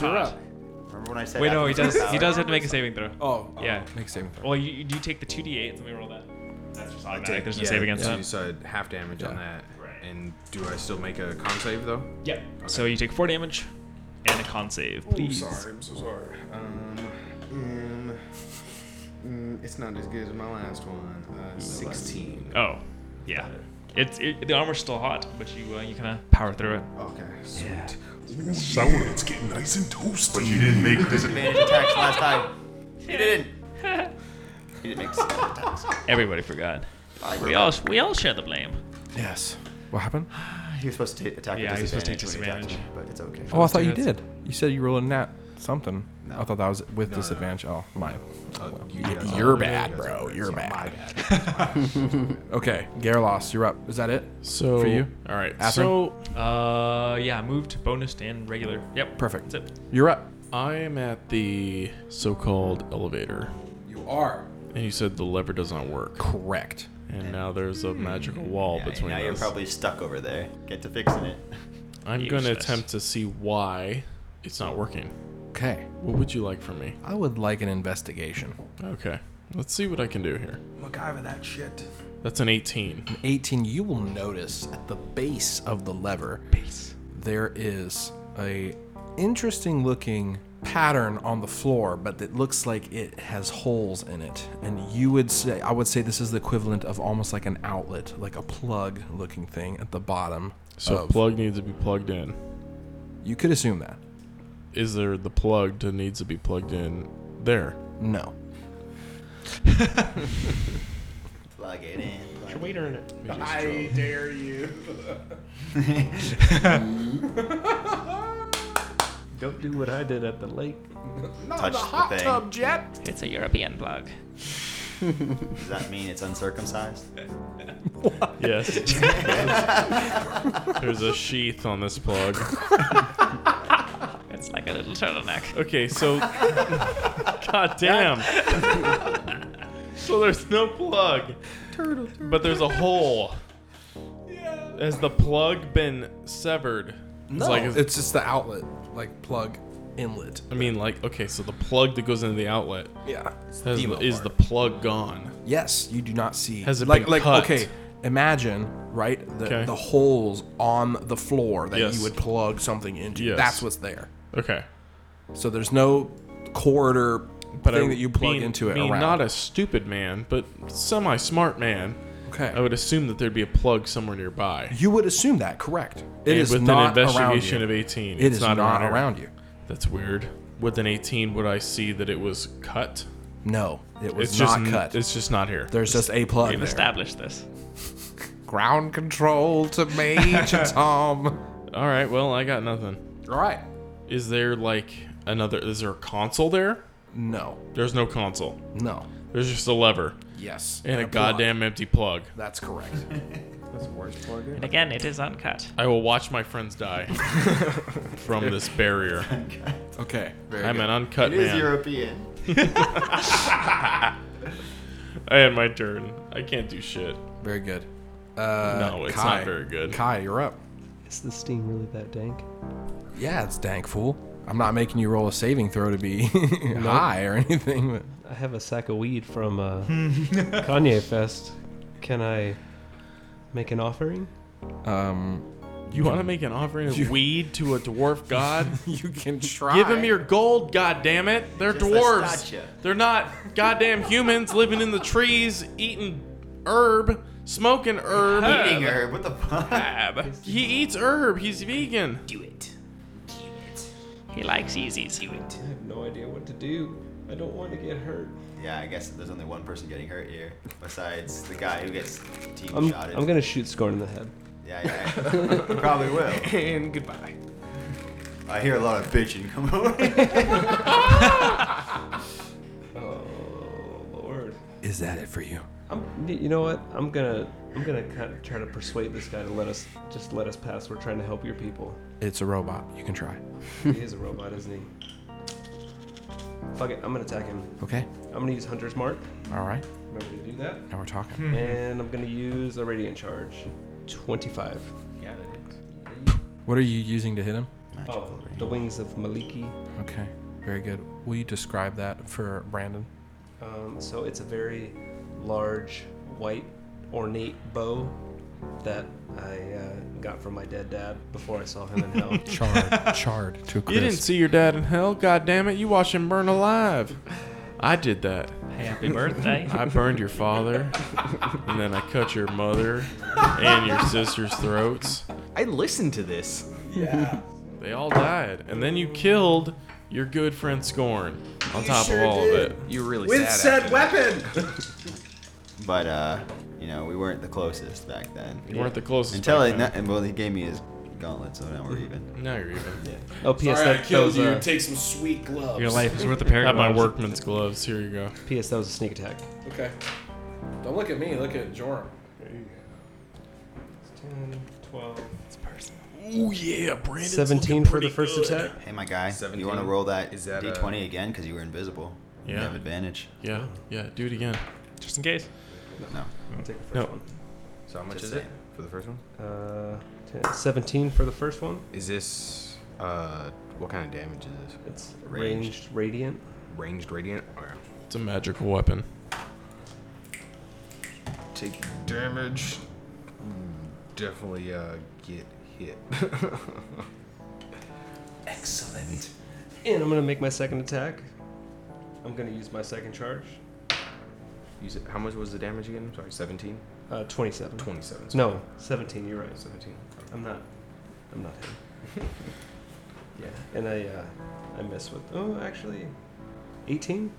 S1: Garrosh, you're
S10: hot.
S1: up.
S3: Remember when I said
S10: Wait, no, he
S3: after the
S10: does. He
S3: power?
S10: does have to make a saving throw.
S1: Oh, oh,
S10: Yeah.
S1: Make a saving throw.
S10: Well, you, you do take the two d8. Let me roll that. That's just automatic. There's no
S2: Yeah,
S10: save against
S2: so
S10: that.
S2: You said half damage on that.
S10: Right.
S2: And do I still make a con save though?
S10: Yeah. So you take four damage and a con save, please.
S2: I'm so sorry. Um, mm, Mm, it's not as good as my last one. Uh, 16.
S10: Oh, yeah. It's it, the armor's still hot, but you uh, you kind of power through it.
S2: Okay, sweet.
S12: Ooh, yeah, it's getting nice and toasty.
S3: But you didn't make disadvantage attacks last time. You didn't. You didn't make disadvantage attacks.
S10: Everybody forgot.
S3: I
S10: We all we all share the blame.
S1: Yes. What happened?
S3: Ah, He was supposed to ta- attack
S10: Yeah,
S3: with
S10: he was supposed to take
S3: disadvantage, when he attacked me, but it's okay.
S1: Oh, I thought you did. You said you rolled a nat something. I thought that was with
S3: No, no, no.
S1: disadvantage. Oh, my. well,
S2: you
S1: y-
S2: guys-
S1: you're
S2: oh,
S1: bad,
S2: you guys
S1: bro.
S2: are-
S1: You're
S2: it's
S1: bad.
S2: my bad.
S1: okay, Garlos, you're up. Is that it?
S5: So
S1: for you,
S5: all right.
S1: Atherin?
S5: So
S10: uh, yeah, moved, bonus, and regular. Yep.
S1: Perfect.
S10: That's it.
S1: You're up.
S5: I am at the so-called elevator.
S1: You are.
S5: And you said the lever does not work.
S1: Correct.
S5: And now there's a magical wall
S3: Hmm. Yeah,
S5: between
S3: now you're
S5: us.
S3: probably stuck over there. Get to fixing it.
S5: I'm going to
S3: Useless.
S5: attempt to see why it's not working.
S1: Okay.
S5: What would you like from me?
S1: I would like an investigation.
S5: Okay. Let's see what I can do here.
S2: MacGyver that shit.
S5: That's an 18.
S1: An 18, you will notice at the base of the lever, base. there is a interesting looking pattern on the floor, but it looks like it has holes in it. And you would say, I would say this is the equivalent of almost like an outlet, like a plug looking thing at the bottom.
S5: So
S1: of-
S5: plug needs to be plugged in.
S1: You could assume that.
S5: Is there the plug that needs to be plugged in there?
S1: No.
S3: Plug it in. plug
S11: Can
S3: it
S11: we
S3: in.
S11: earn it?
S3: You're just
S11: I
S3: drunk.
S11: dare you.
S8: Don't do what I did at the lake.
S11: Not
S3: Touch
S11: the
S3: the
S11: hot
S3: thing.
S11: tub jet.
S10: It's a European plug.
S3: Does that mean it's uncircumcised?
S5: Yes. There's a sheath on this plug.
S10: It's like a little turtleneck.
S5: Okay, so God damn. so there's no plug.
S11: Turtle,
S5: But there's a hole. Has the plug been severed?
S1: No,
S5: like-
S1: it's just the outlet, like plug inlet.
S5: I mean, like, okay, so the plug that goes into the outlet.
S1: Yeah.
S5: has-
S1: Demo
S5: is the plug gone?
S1: Yes, you do not see.
S5: Has it
S1: like
S5: been
S1: like
S5: cut?
S1: okay? Imagine right the,
S5: Okay.
S1: the holes on the floor that
S5: Yes.
S1: you would plug something into.
S5: Yes.
S1: That's what's there.
S5: Okay.
S1: So there's no corridor
S5: But
S1: thing
S5: I
S1: that you plug
S5: mean-
S1: into it
S5: mean
S1: around.
S5: Not a stupid man, but semi-smart man.
S1: Okay.
S5: I would assume that there'd be a plug somewhere nearby.
S1: you would assume that correct. It
S5: And
S1: is
S5: with
S1: not
S5: an
S1: around
S5: investigation
S1: you.
S5: of 18.
S1: It
S5: it's
S1: is
S5: not, around, here.
S1: around you.
S5: That's weird. With an 18, would I see that it was cut?
S1: No, it was
S5: It's just
S1: not
S5: n-
S1: cut.
S5: It's just not here.
S1: There's just a plug.
S10: We've
S1: there.
S10: established this.
S1: Ground control to Major Tom.
S5: All right. Well, I got nothing.
S1: All right.
S5: Is there like another? Is there a console there?
S1: No,
S5: There's no console.
S1: no.
S5: There's just a lever
S1: Yes.
S5: and a
S1: plug.
S5: goddamn empty plug.
S1: That's correct.
S2: That's the worst plug
S10: And again, it is uncut.
S5: I will watch my friends die from this barrier.
S1: Okay. Very
S5: I'm
S1: good.
S5: an uncut
S3: It is
S5: man.
S3: European.
S5: I had my turn. I can't do shit.
S1: Very good. Uh,
S5: No, it's
S1: Kai.
S5: not very good.
S1: Kai, you're up.
S8: Is the steam really that dank?
S1: Yeah, it's dank fool. I'm not making you roll a saving throw to be high or anything. But
S8: I have a sack of weed from uh, Kanye Fest. Can I make an offering?
S1: um,
S5: You want to make an offering of
S1: You-
S5: weed to a dwarf god?
S1: you can try.
S5: Give him your gold, god damn it! They're
S3: Just a
S5: dwarves.
S3: statue.
S5: They're not goddamn humans living in the trees, eating herb, smoking herb.
S3: Eating her. What the fuck?
S10: Ab.
S5: He eats herb. He's vegan.
S10: Do it. Do it. He likes Yeezys. Do it.
S8: I have no idea what to do. I don't want to get hurt.
S3: Yeah, I guess there's only one person getting hurt here, besides the guy who gets team
S8: I'm,
S3: shotted.
S8: I'm gonna shoot Scorn in the head.
S3: Yeah, yeah. yeah. You probably will.
S2: And goodbye.
S3: I hear a lot of bitching come over.
S8: Oh lord.
S1: Is that it for you?
S8: I'm, y- you know what? I'm gonna I'm gonna kind of try to persuade this guy to let us just let us pass. We're trying to help your people.
S1: It's a robot. You can try.
S8: he is a robot, isn't he? Fuck it. I'm gonna attack him.
S1: Okay.
S8: I'm gonna use Hunter's Mark.
S1: All right.
S8: Remember to do that.
S1: Now we're talking.
S2: Hmm.
S8: And I'm gonna use a radiant charge. 25.
S2: Yeah, that is.
S1: What are you using to hit him?
S8: Oh, the wings of Maliki.
S1: Okay. Very good. Will you describe that for Brandon?
S8: Um, so it's a very large, white, ornate bow that I uh, got from my dead dad before I saw him in hell.
S1: Charred. charred to a crisp.
S5: You didn't see your dad in hell. God damn it! You watched him burn alive. I did that.
S10: Happy birthday.
S5: I burned your father, and then I cut your mother and your sister's throats.
S2: I listened to this.
S5: Yeah. They all died, and then you killed your good friend Scorn on
S2: You
S5: top
S2: sure
S5: of all
S2: did.
S5: of it.
S2: You're really
S11: With said weapon.
S3: But uh, you know, we weren't the closest back then.
S5: You weren't the closest
S3: until
S5: back
S3: it,
S5: then. Mm-hmm.
S3: and well, he gave me his gauntlet, so now we're even.
S5: Now you're even.
S3: Yeah.
S8: Oh, P.S.
S11: Sorry, I
S8: that- that
S11: killed
S8: was,
S11: you.
S8: uh,
S11: Take some sweet gloves.
S5: Have my workman's gloves. Here you go.
S8: P.S. That was a sneak attack.
S9: Okay. Don't look at me, look at Joram. There you go.
S8: It's 10, 12.
S10: It's personal.
S5: Oh yeah, Brandon.
S8: 17 for the first attack.
S3: Hey, my guy, you want to
S2: 17?
S3: roll that,
S2: Is that, uh,
S3: d20 again because you were invisible. You
S5: Yeah.
S3: have advantage.
S5: Yeah, yeah. Do it again.
S10: Just in case.
S3: No.
S8: Take the first
S5: No.
S8: one.
S2: So how much
S3: Just
S2: is
S3: saying.
S2: it for the first one?
S8: Uh, 10, 17 for the first one.
S2: Is this uh what kind of damage is this?
S8: It's
S3: Ranged.
S8: ranged, radiant.
S2: Ranged radiant. Okay.
S5: It's a magical weapon.
S2: Take damage. Mm, Definitely uh get hit.
S11: Excellent.
S8: And I'm gonna make my second attack. I'm gonna use my second charge.
S2: You said, how much was the damage again? I'm sorry, 17.
S8: Uh, 27.
S2: 27. sorry.
S8: No, 17. You're right.
S2: 17.
S8: I'm not. I'm not him. yeah, and I uh, I miss with. Oh, actually, 18.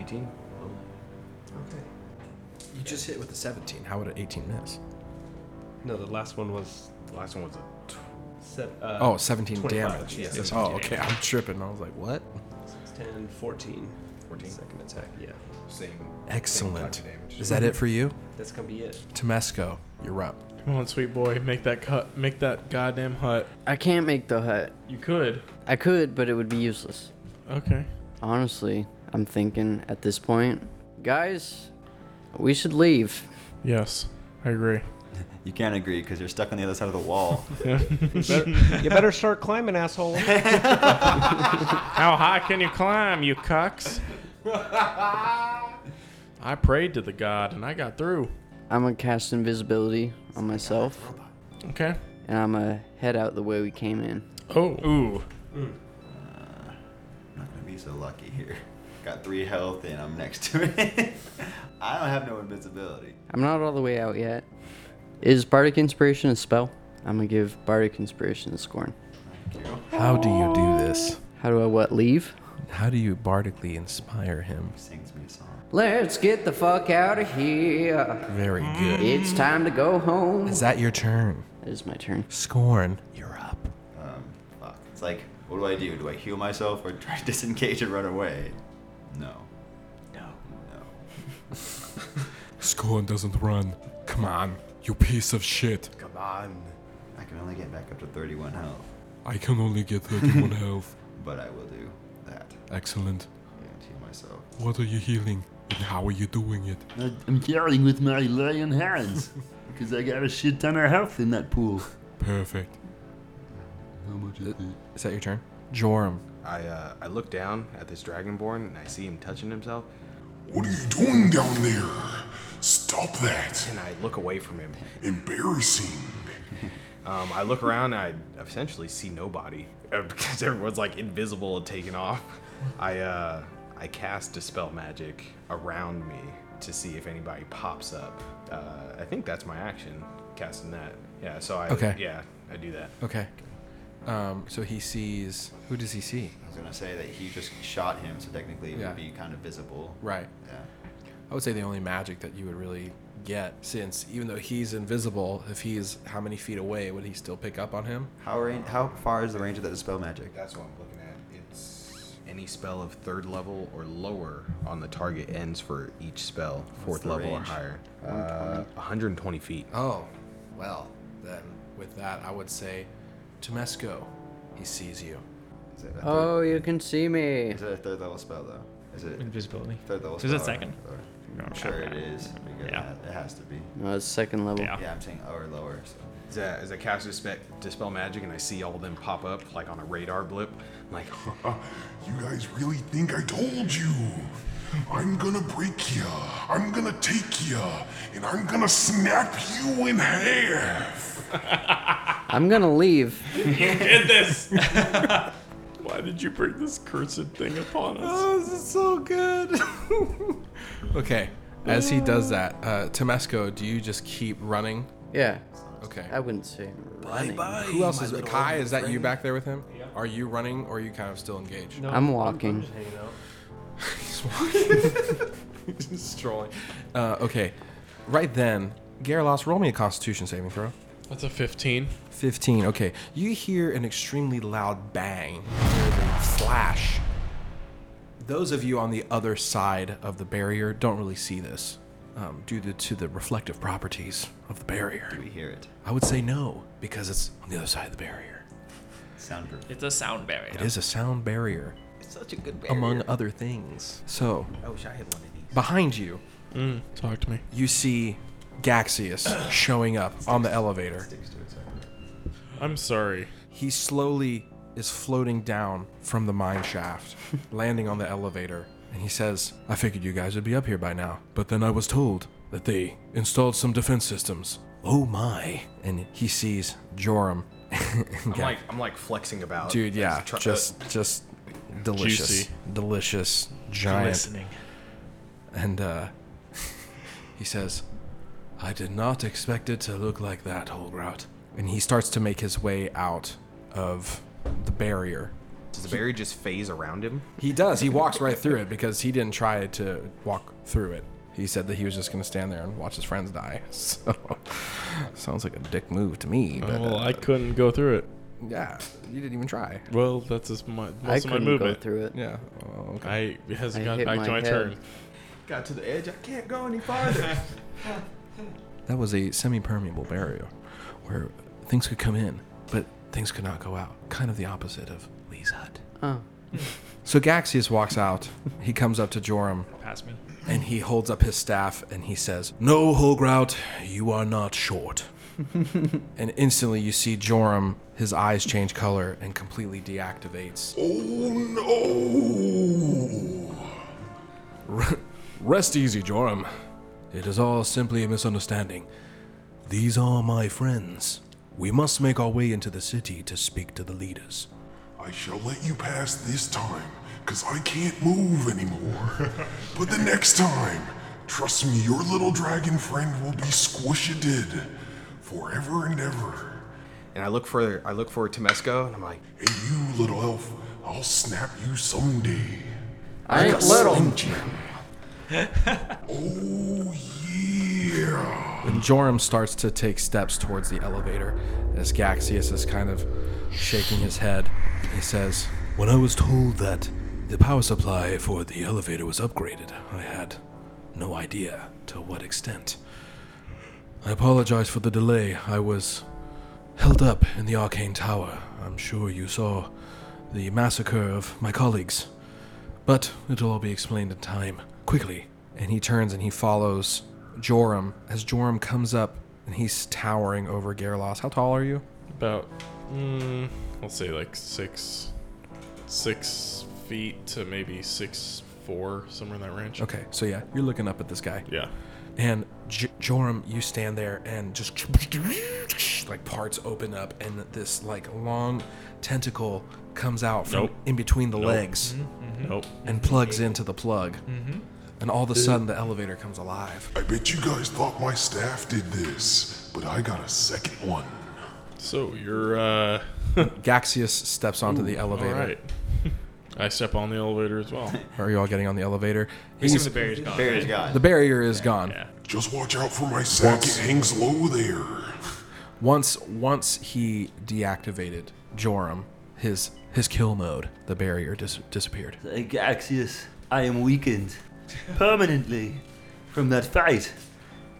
S2: 18.
S8: Okay.
S9: You just hit with a 17.
S1: How would an 18 miss?
S8: No, the last one was
S2: The last one was a tw-
S8: set. Uh,
S1: Oh, 17
S8: 25.
S1: damage.
S2: yeah,
S1: Yes.
S2: 17
S1: Oh, okay. I'm tripping. I was like, what?
S8: Six, 10, 14.
S2: 14.
S8: Second attack. Yeah,
S2: same. same
S1: Excellent.
S2: type of damage.
S1: Is that it for you?
S8: that's gonna be it.
S1: Temesco, you're up.
S5: Come on, sweet boy, make that cut. Make that goddamn hut.
S7: I can't make the hut.
S5: You could.
S7: I could, but it would be useless.
S5: Okay.
S7: Honestly, I'm thinking at this point, guys, we should leave.
S5: Yes, I agree.
S3: You can't agree because you're stuck on the other side of the wall.
S8: you better start climbing, asshole.
S5: How high can you climb, you cucks? I prayed to the god and I got through.
S7: I'm gonna cast invisibility on myself,
S5: Okay.
S7: and I'm gonna head out the way we came in.
S5: Oh. Ooh.
S3: I'm not gonna be so lucky here. Got three health and I'm next to it. I don't have no invincibility.
S7: I'm not all the way out yet. Is Bardic Inspiration a spell? I'm gonna give Bardic Inspiration to Scorn.
S3: Thank you.
S1: How do you do this?
S7: How do I what leave?
S1: How do you bardically inspire him?
S3: He sings me a song.
S7: Let's get the fuck out of here.
S1: Very good.
S7: It's time to go home.
S1: Is that your turn?
S7: It is my turn.
S1: Scorn, you're up.
S3: Um, fuck. It's like, what do I do? Do I heal myself or try to disengage and run away? No. No. No.
S12: Scorn doesn't run. Come on, you piece of shit.
S2: Come on.
S3: I can only get back up to 31 health,
S12: I can only get 31 health.
S3: but I will do that
S12: Excellent.
S3: and heal myself.
S12: What are you healing? And how are you doing it?
S4: I- I'm carrying with my lion hands because I got a shit ton of health in that pool.
S12: Perfect.
S4: How much is it?
S1: Is that your turn? Joram.
S2: I uh, I look down at this dragonborn and I see him touching himself,
S12: What are you doing down there? Stop that.
S2: and I look away from him.
S12: Embarrassing.
S2: Um, I look around and I essentially see nobody uh, because everyone's like invisible and taken off. I uh, I cast dispel magic around me to see if anybody pops up. Uh, I think that's my action, casting that. Yeah. So I.
S1: Okay.
S2: Yeah, I do that.
S1: Okay. Um, so he sees. Who does he see?
S3: I was gonna say that he just shot him, so technically it
S1: Yeah.
S3: would be kind of visible.
S1: Right.
S3: Yeah.
S1: I would say the only magic that you would really get, since even though he's invisible, if he's how many feet away, would he still pick up on him?
S3: How range, How far is the range of that dispel magic?
S2: That's what I'm looking at. It's any spell of third level or lower on the target ends for each spell, fourth
S3: the
S2: level
S3: range?
S2: or higher. Uh, 120 feet.
S1: Oh, well, then with that, I would say, Temesco, he sees you.
S3: Is it a third,
S7: Oh, you can see me.
S3: is it a third level spell though? Is it
S10: Invisibility.
S3: third level?
S10: Is it
S3: spell or-
S10: second?
S3: or-
S10: No,
S3: I'm
S10: sure.
S3: sure it is. Because
S10: Yeah.
S3: It has to be.
S7: No, it's second level.
S10: Yeah.
S3: Yeah, I'm saying or lower. So.
S2: As I, as I cast dispe- Dispel Magic and I see all of them pop up, like on a radar blip, I'm like,
S12: You guys really think I told you? I'm gonna break ya. I'm gonna take ya. And I'm gonna snap you in half.
S7: I'm gonna leave.
S5: Why did you bring this cursed thing upon us?
S2: Oh, this is so good.
S1: Okay. As he does that, uh, Temesco, do you just keep running?
S7: Yeah.
S1: Okay.
S7: I wouldn't say running.
S1: Who else is Kai? Is that you back there with him? Are you running or are you kind of still engaged?
S7: No, I'm I'm- I'm walking. just
S8: hanging out.
S1: He's walking. Just strolling. Uh, okay. Right then, Garalos, roll me a Constitution saving throw.
S5: That's a 15.
S1: 15. Okay. You hear an extremely loud bang, a flash. Those of you on the other side of the barrier don't really see this um, due to, to the reflective properties of the barrier. Do we
S3: hear it?
S1: I would say no because it's on the other side of the barrier.
S3: Soundproof.
S10: It's a sound barrier.
S1: It is a sound barrier.
S3: It's such a good
S1: Among other things. So,
S3: I wish I had one of these.
S1: behind you,
S5: Mm. talk to me.
S1: You see Gaxius showing up on the elevator.
S5: I'm sorry.
S1: He slowly is floating down from the mine shaft, landing on the elevator, and he says, I figured you guys would be up here by now, but then I was told that they installed some defense systems. Oh my. And he sees Joram. and
S2: I'm
S1: Gax-
S2: like I'm like flexing about.
S1: Dude, yeah,
S2: Try- uh,
S1: just just delicious,
S2: Juicy.
S1: delicious, giant.
S2: Glistening.
S1: And uh, he says, "I did not expect it to look like that, Holgrout." And he starts to make his way out of the barrier.
S2: Does the barrier just phase around him?
S1: He does. He walks right through it because he didn't try to walk through it. He said that he was just going to stand there and watch his friends die. So, sounds like a dick move to me. But,
S5: well,
S1: uh,
S5: I couldn't go through it.
S1: yeah,
S2: Oh.
S1: you didn't even try.
S5: Well, that's just my, most
S1: I
S5: of my
S1: couldn't go
S5: movement.
S1: through it. Yeah. Oh,
S5: I
S1: okay.
S5: it hasn't
S1: I
S5: gotten
S1: hit
S5: back
S1: my
S5: to my
S1: head.
S5: turn.
S2: Got to the edge. I can't go any farther.
S1: That was a semi permeable barrier where things could come in, but things could not go out. Kind of the opposite of Lee's hut.
S7: Oh.
S1: So Gaxius walks out. He comes up to Joram.
S10: Pass me.
S1: And he holds up his staff and he says, No, Holgrout, you are not short. and instantly you see Joram, his eyes change color and completely deactivates.
S12: Oh
S1: Re- Rest easy, Joram. It is all simply a misunderstanding. These are my friends. We must make our way into the city to speak to the leaders.
S12: no! I shall let you pass this time, because I can't move anymore. but the next time, trust me, your little dragon friend will be squished forever and ever.
S2: And I look for I look for Temesco, and I'm like,
S12: "Hey, you little elf, I'll snap you someday."
S2: I ain't
S12: Like a
S2: little.
S12: Slim Jim. oh yeah.
S1: And Joram starts to take steps towards the elevator as Gaxius is kind of shaking his head. He says, When I was told that the power supply for the elevator was upgraded, I had no idea to what extent. I apologize for the delay. I was held up in the Arcane Tower. I'm sure you saw the massacre of my colleagues. But it'll all be explained in time. Quickly. And he turns and he follows Joram as Joram comes up and he's towering over Gerlos. How tall are you?
S5: About, mm, I'll say like six, six feet to maybe six four, somewhere in that range.
S1: Okay, so yeah, you're looking up at this guy.
S5: Yeah.
S1: And J- Joram, you stand there and just like parts open up and this like long tentacle comes out from
S5: Nope.
S1: in between the
S5: Nope.
S1: legs
S5: Mhm, mhm. Nope.
S1: and plugs into the plug.
S5: Mhm.
S1: And all of a sudden the elevator comes alive.
S12: I bet you guys thought my staff did this, but I got a second one.
S5: So you're uh
S1: Gaxius steps onto the
S5: Ooh,
S1: elevator.
S5: All right. I step on the elevator as well.
S1: Are you all getting on the elevator?
S5: We assume
S1: He's-
S5: the barrier's gone, Barrier's right? gone.
S1: The barrier is gone.
S12: Just watch out for my sack.
S1: Once-
S12: It hangs low there.
S1: Once once he deactivated Joram, his his kill mode, the barrier dis- disappeared.
S4: Hey, Gaxius, I am weakened permanently from that fight.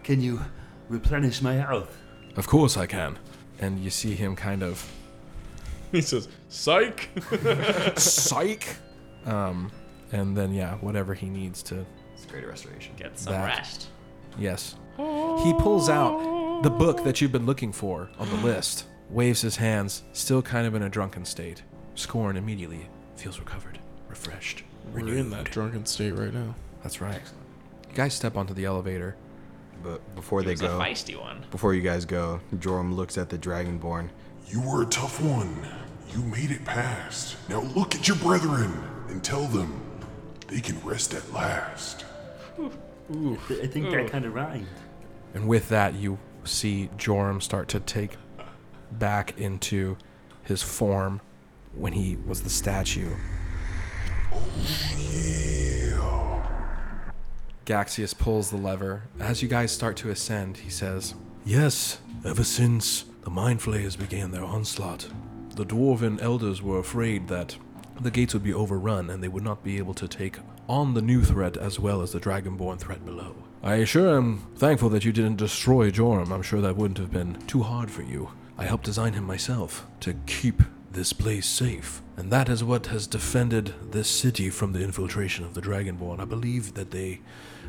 S4: Can you replenish my health?
S1: Of course I can. And you see him kind of
S5: He says, "Psych."
S1: Psych. um and then yeah, whatever he needs to
S3: It's great restoration.
S10: Get
S1: some That- rest. Yes. He pulls out the book that you've been looking for on the list, waves his hands, still kind of in a drunken state. Scorn immediately feels recovered, refreshed,
S5: We're in that drunken state right now.
S1: That's right. You guys step onto the elevator.
S2: But before
S10: It
S2: they
S10: was a
S2: go,
S10: feisty one.
S2: before you guys go, Joram looks at the Dragonborn.
S12: You were a tough one. You made it past. Now look at your brethren and tell them they can rest at last.
S4: Ooh, I think that kind of rhymed.
S1: And with that, you see Joram start to take back into his form when he was the statue. Gaxius pulls the lever. As you guys start to ascend, he says,
S13: Yes, ever since the Mind Flayers began their onslaught, the Dwarven elders were afraid that the gates would be overrun and they would not be able to take on the new threat as well as the Dragonborn threat below. I sure am thankful that you didn't destroy Joram. I'm sure that wouldn't have been too hard for you. I helped design him myself to keep this place safe, and that is what has defended this city from the infiltration of the Dragonborn. I believe that they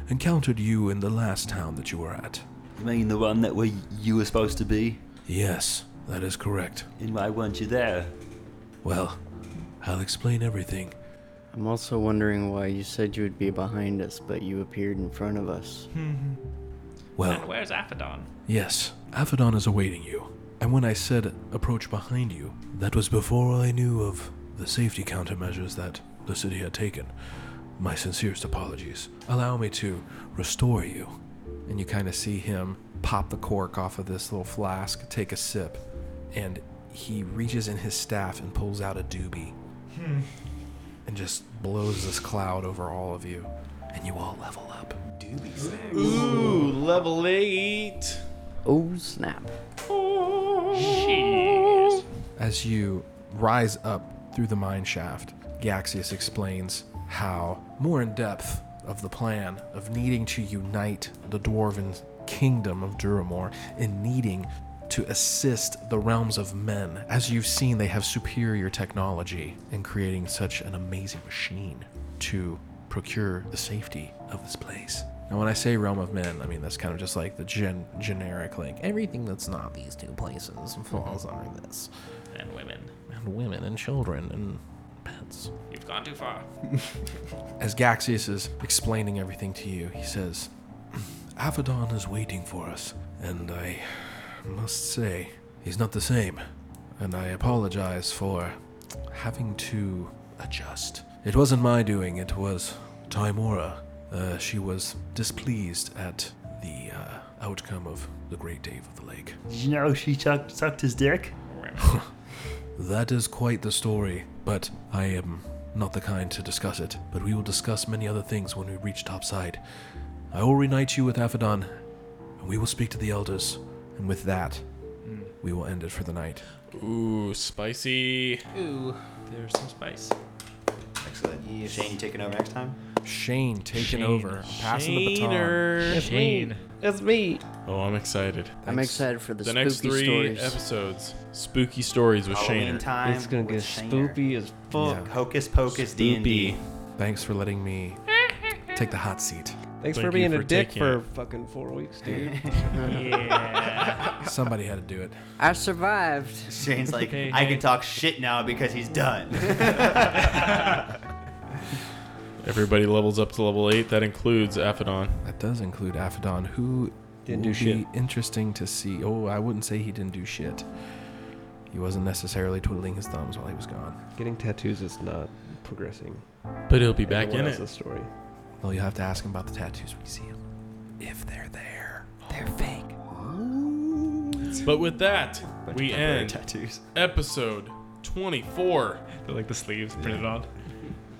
S13: encountered you in the last town that you were at.
S4: You mean the one that where you were supposed to be?
S13: Yes, that is correct.
S4: And why weren't you there?
S13: Well, I'll explain everything.
S7: I'm also wondering why you said you would be behind us, but you appeared in front of us.
S1: Mm-hmm.
S13: Well,
S10: And where's Aphodon?
S13: yes, Aphodon is awaiting you. And when I said approach behind you, that was before I knew of the safety countermeasures that the city had taken. My sincerest apologies.
S1: Allow me to restore you. And you kind of see him pop the cork off of this little flask, take a sip, and he reaches in his staff and pulls out a doobie
S9: Hmm.
S1: and just blows this cloud over all of you. And you all level up. Doobie snacks.
S9: Ooh, level eight.
S7: Oh, snap.
S10: Jeez.
S1: As you rise up through the mine shaft, Gaxius explains how, more in depth, of the plan of needing to unite the dwarven kingdom of Duramore and needing to assist the realms of men. As you've seen, they have superior technology in creating such an amazing machine to procure the safety of this place. Now, when I say realm of men, I mean that's kind of just like the gen- generic, like everything that's not these two places falls under this.
S10: Mm-hmm. And women.
S1: And women and children and pets.
S10: You've gone too far.
S1: As Gaxius is explaining everything to you, he says,
S13: Aphodon is waiting for us, and I must say, he's not the same. And I apologize for having to adjust. It wasn't my doing, it was Timora. Uh, she was displeased at the uh, outcome of the Great Dave of the Lake.
S4: Did you know she sucked, sucked his dick?
S13: That is quite the story, but I am not the kind to discuss it. But we will discuss many other things when we reach topside. I will reunite you with Aphodon, and we will speak to the elders.
S1: and with that, we will end it for the night.
S5: Ooh, spicy.
S10: Ooh, there's some spice.
S3: Excellent. Shane taking over next time?
S1: Shane taking
S5: Shane.
S1: over, passing the
S5: Shaner.
S1: baton.
S5: It's me.
S7: It's me.
S5: Oh, I'm excited.
S7: I'm excited for the
S5: the next
S7: spooky
S5: three
S7: stories.
S5: episodes. Spooky stories with Shane.
S8: It's gonna get spoopy as fuck.
S3: Hocus pocus
S8: Spoopy.
S3: D&D.
S1: Thanks for letting me take the hot seat.
S8: Thanks for being a dick for fucking four weeks, dude.
S10: yeah.
S1: Somebody had to do it.
S7: I survived.
S3: Shane's like, I can talk shit now because he's done.
S5: Everybody levels up to level eight. That includes Aphodon.
S1: That does include Aphodon, who
S5: Didn't
S1: will
S5: do shit.
S1: be interesting to see. Oh, I wouldn't say he didn't do shit. He wasn't necessarily twiddling his thumbs while he was gone.
S8: Getting tattoos is not progressing.
S5: But he'll be back
S8: Everyone
S5: in
S8: else's
S5: it.
S8: story.
S1: Well, you'll have to ask him about the tattoos when you see him. If they're there, they're fake.
S5: But with that,
S3: Bunch
S5: we
S3: of temporary
S5: end
S3: tattoos.
S5: episode 24.
S10: They're like the sleeves printed on.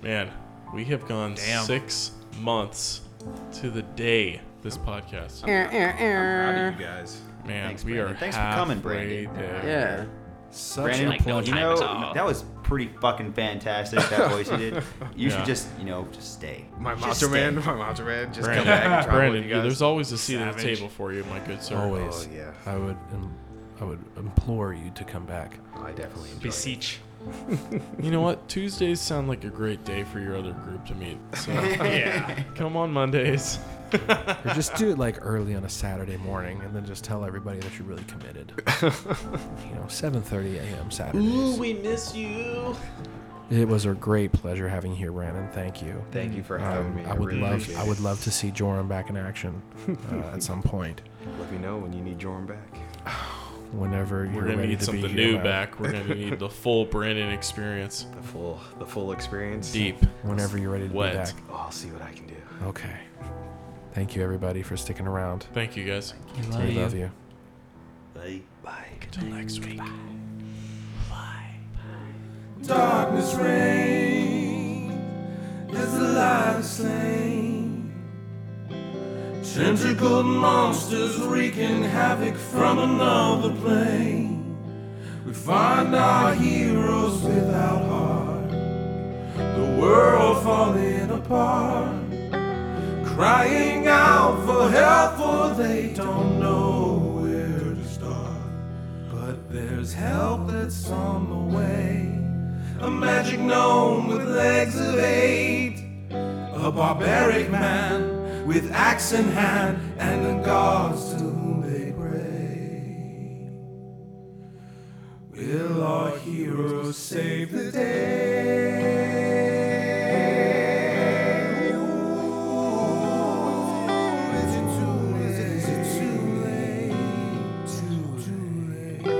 S5: Man, we have gone
S10: Damn.
S5: six months to the day this podcast.
S7: Eh, eh, eh.
S2: Proud of you guys.
S5: Man,
S3: Thanks,
S5: we
S3: Brandon.
S5: are
S3: Thanks for coming,
S5: halfway
S3: Brandon.
S5: there.
S7: Yeah.
S1: Such
S3: Brandon,
S10: Like, no
S3: you
S10: time at
S3: know,
S10: all.
S3: that was pretty fucking fantastic, that voice you did. You
S5: Yeah.
S3: should just, you know, just stay.
S2: My
S3: Just
S2: Macho Man,
S3: stay.
S2: my Macho Man, just
S5: Brandon,
S2: come back and travel
S5: Brandon
S2: with you guys.
S5: there's always a seat at the
S10: Savage.
S5: table for you, my good sir.
S1: Always.
S2: Oh, yeah.
S1: I would, im- I would implore you to come back.
S2: I definitely enjoyed it.
S10: Beseech.
S5: You know what? Tuesdays sound like a great day for your other group to meet. So
S10: Yeah.
S5: come on Mondays.
S1: Or just do it like early on a Saturday morning, and then just tell everybody that you're really committed. you know, 7:30 a.m. Saturdays.
S9: we miss you.
S1: It was a great pleasure having you here, Brandon. Thank you.
S2: Thank you for
S1: Um,
S2: having me.
S1: I would
S2: really
S1: love,
S2: appreciate
S1: I
S2: it.
S1: would love to see Joram back in action uh, at some point.
S2: Let me know when you need Jorm back.
S1: whenever you're
S5: We're gonna
S1: ready
S5: need
S1: to
S5: something
S1: be
S5: new
S1: here, Matt.
S5: back. We're gonna need the full Brandon experience. The
S2: full, the full experience.
S5: Deep.
S1: Whenever you're ready to
S5: Wet.
S1: be back.
S2: Oh, I'll see what I can do.
S1: Okay. Thank you everybody for sticking around.
S5: Thank you guys. We
S1: We
S5: love
S1: love you.
S5: you.
S4: Bye.
S6: Bye.
S5: Until next week.
S6: Darkness reigns as the light is slain. Tentacled monsters wreaking havoc from another plane. We find our heroes without heart. The world falling apart. Crying out for help, for they don't know where to start. But there's help that's on the way. A magic gnome with legs of eight. A barbaric man with axe in hand and the gods to whom they pray. Will our heroes save the day? Ooh, is it too late? Is it too late? Too, too late.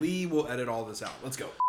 S1: We will edit all this out. Let's go.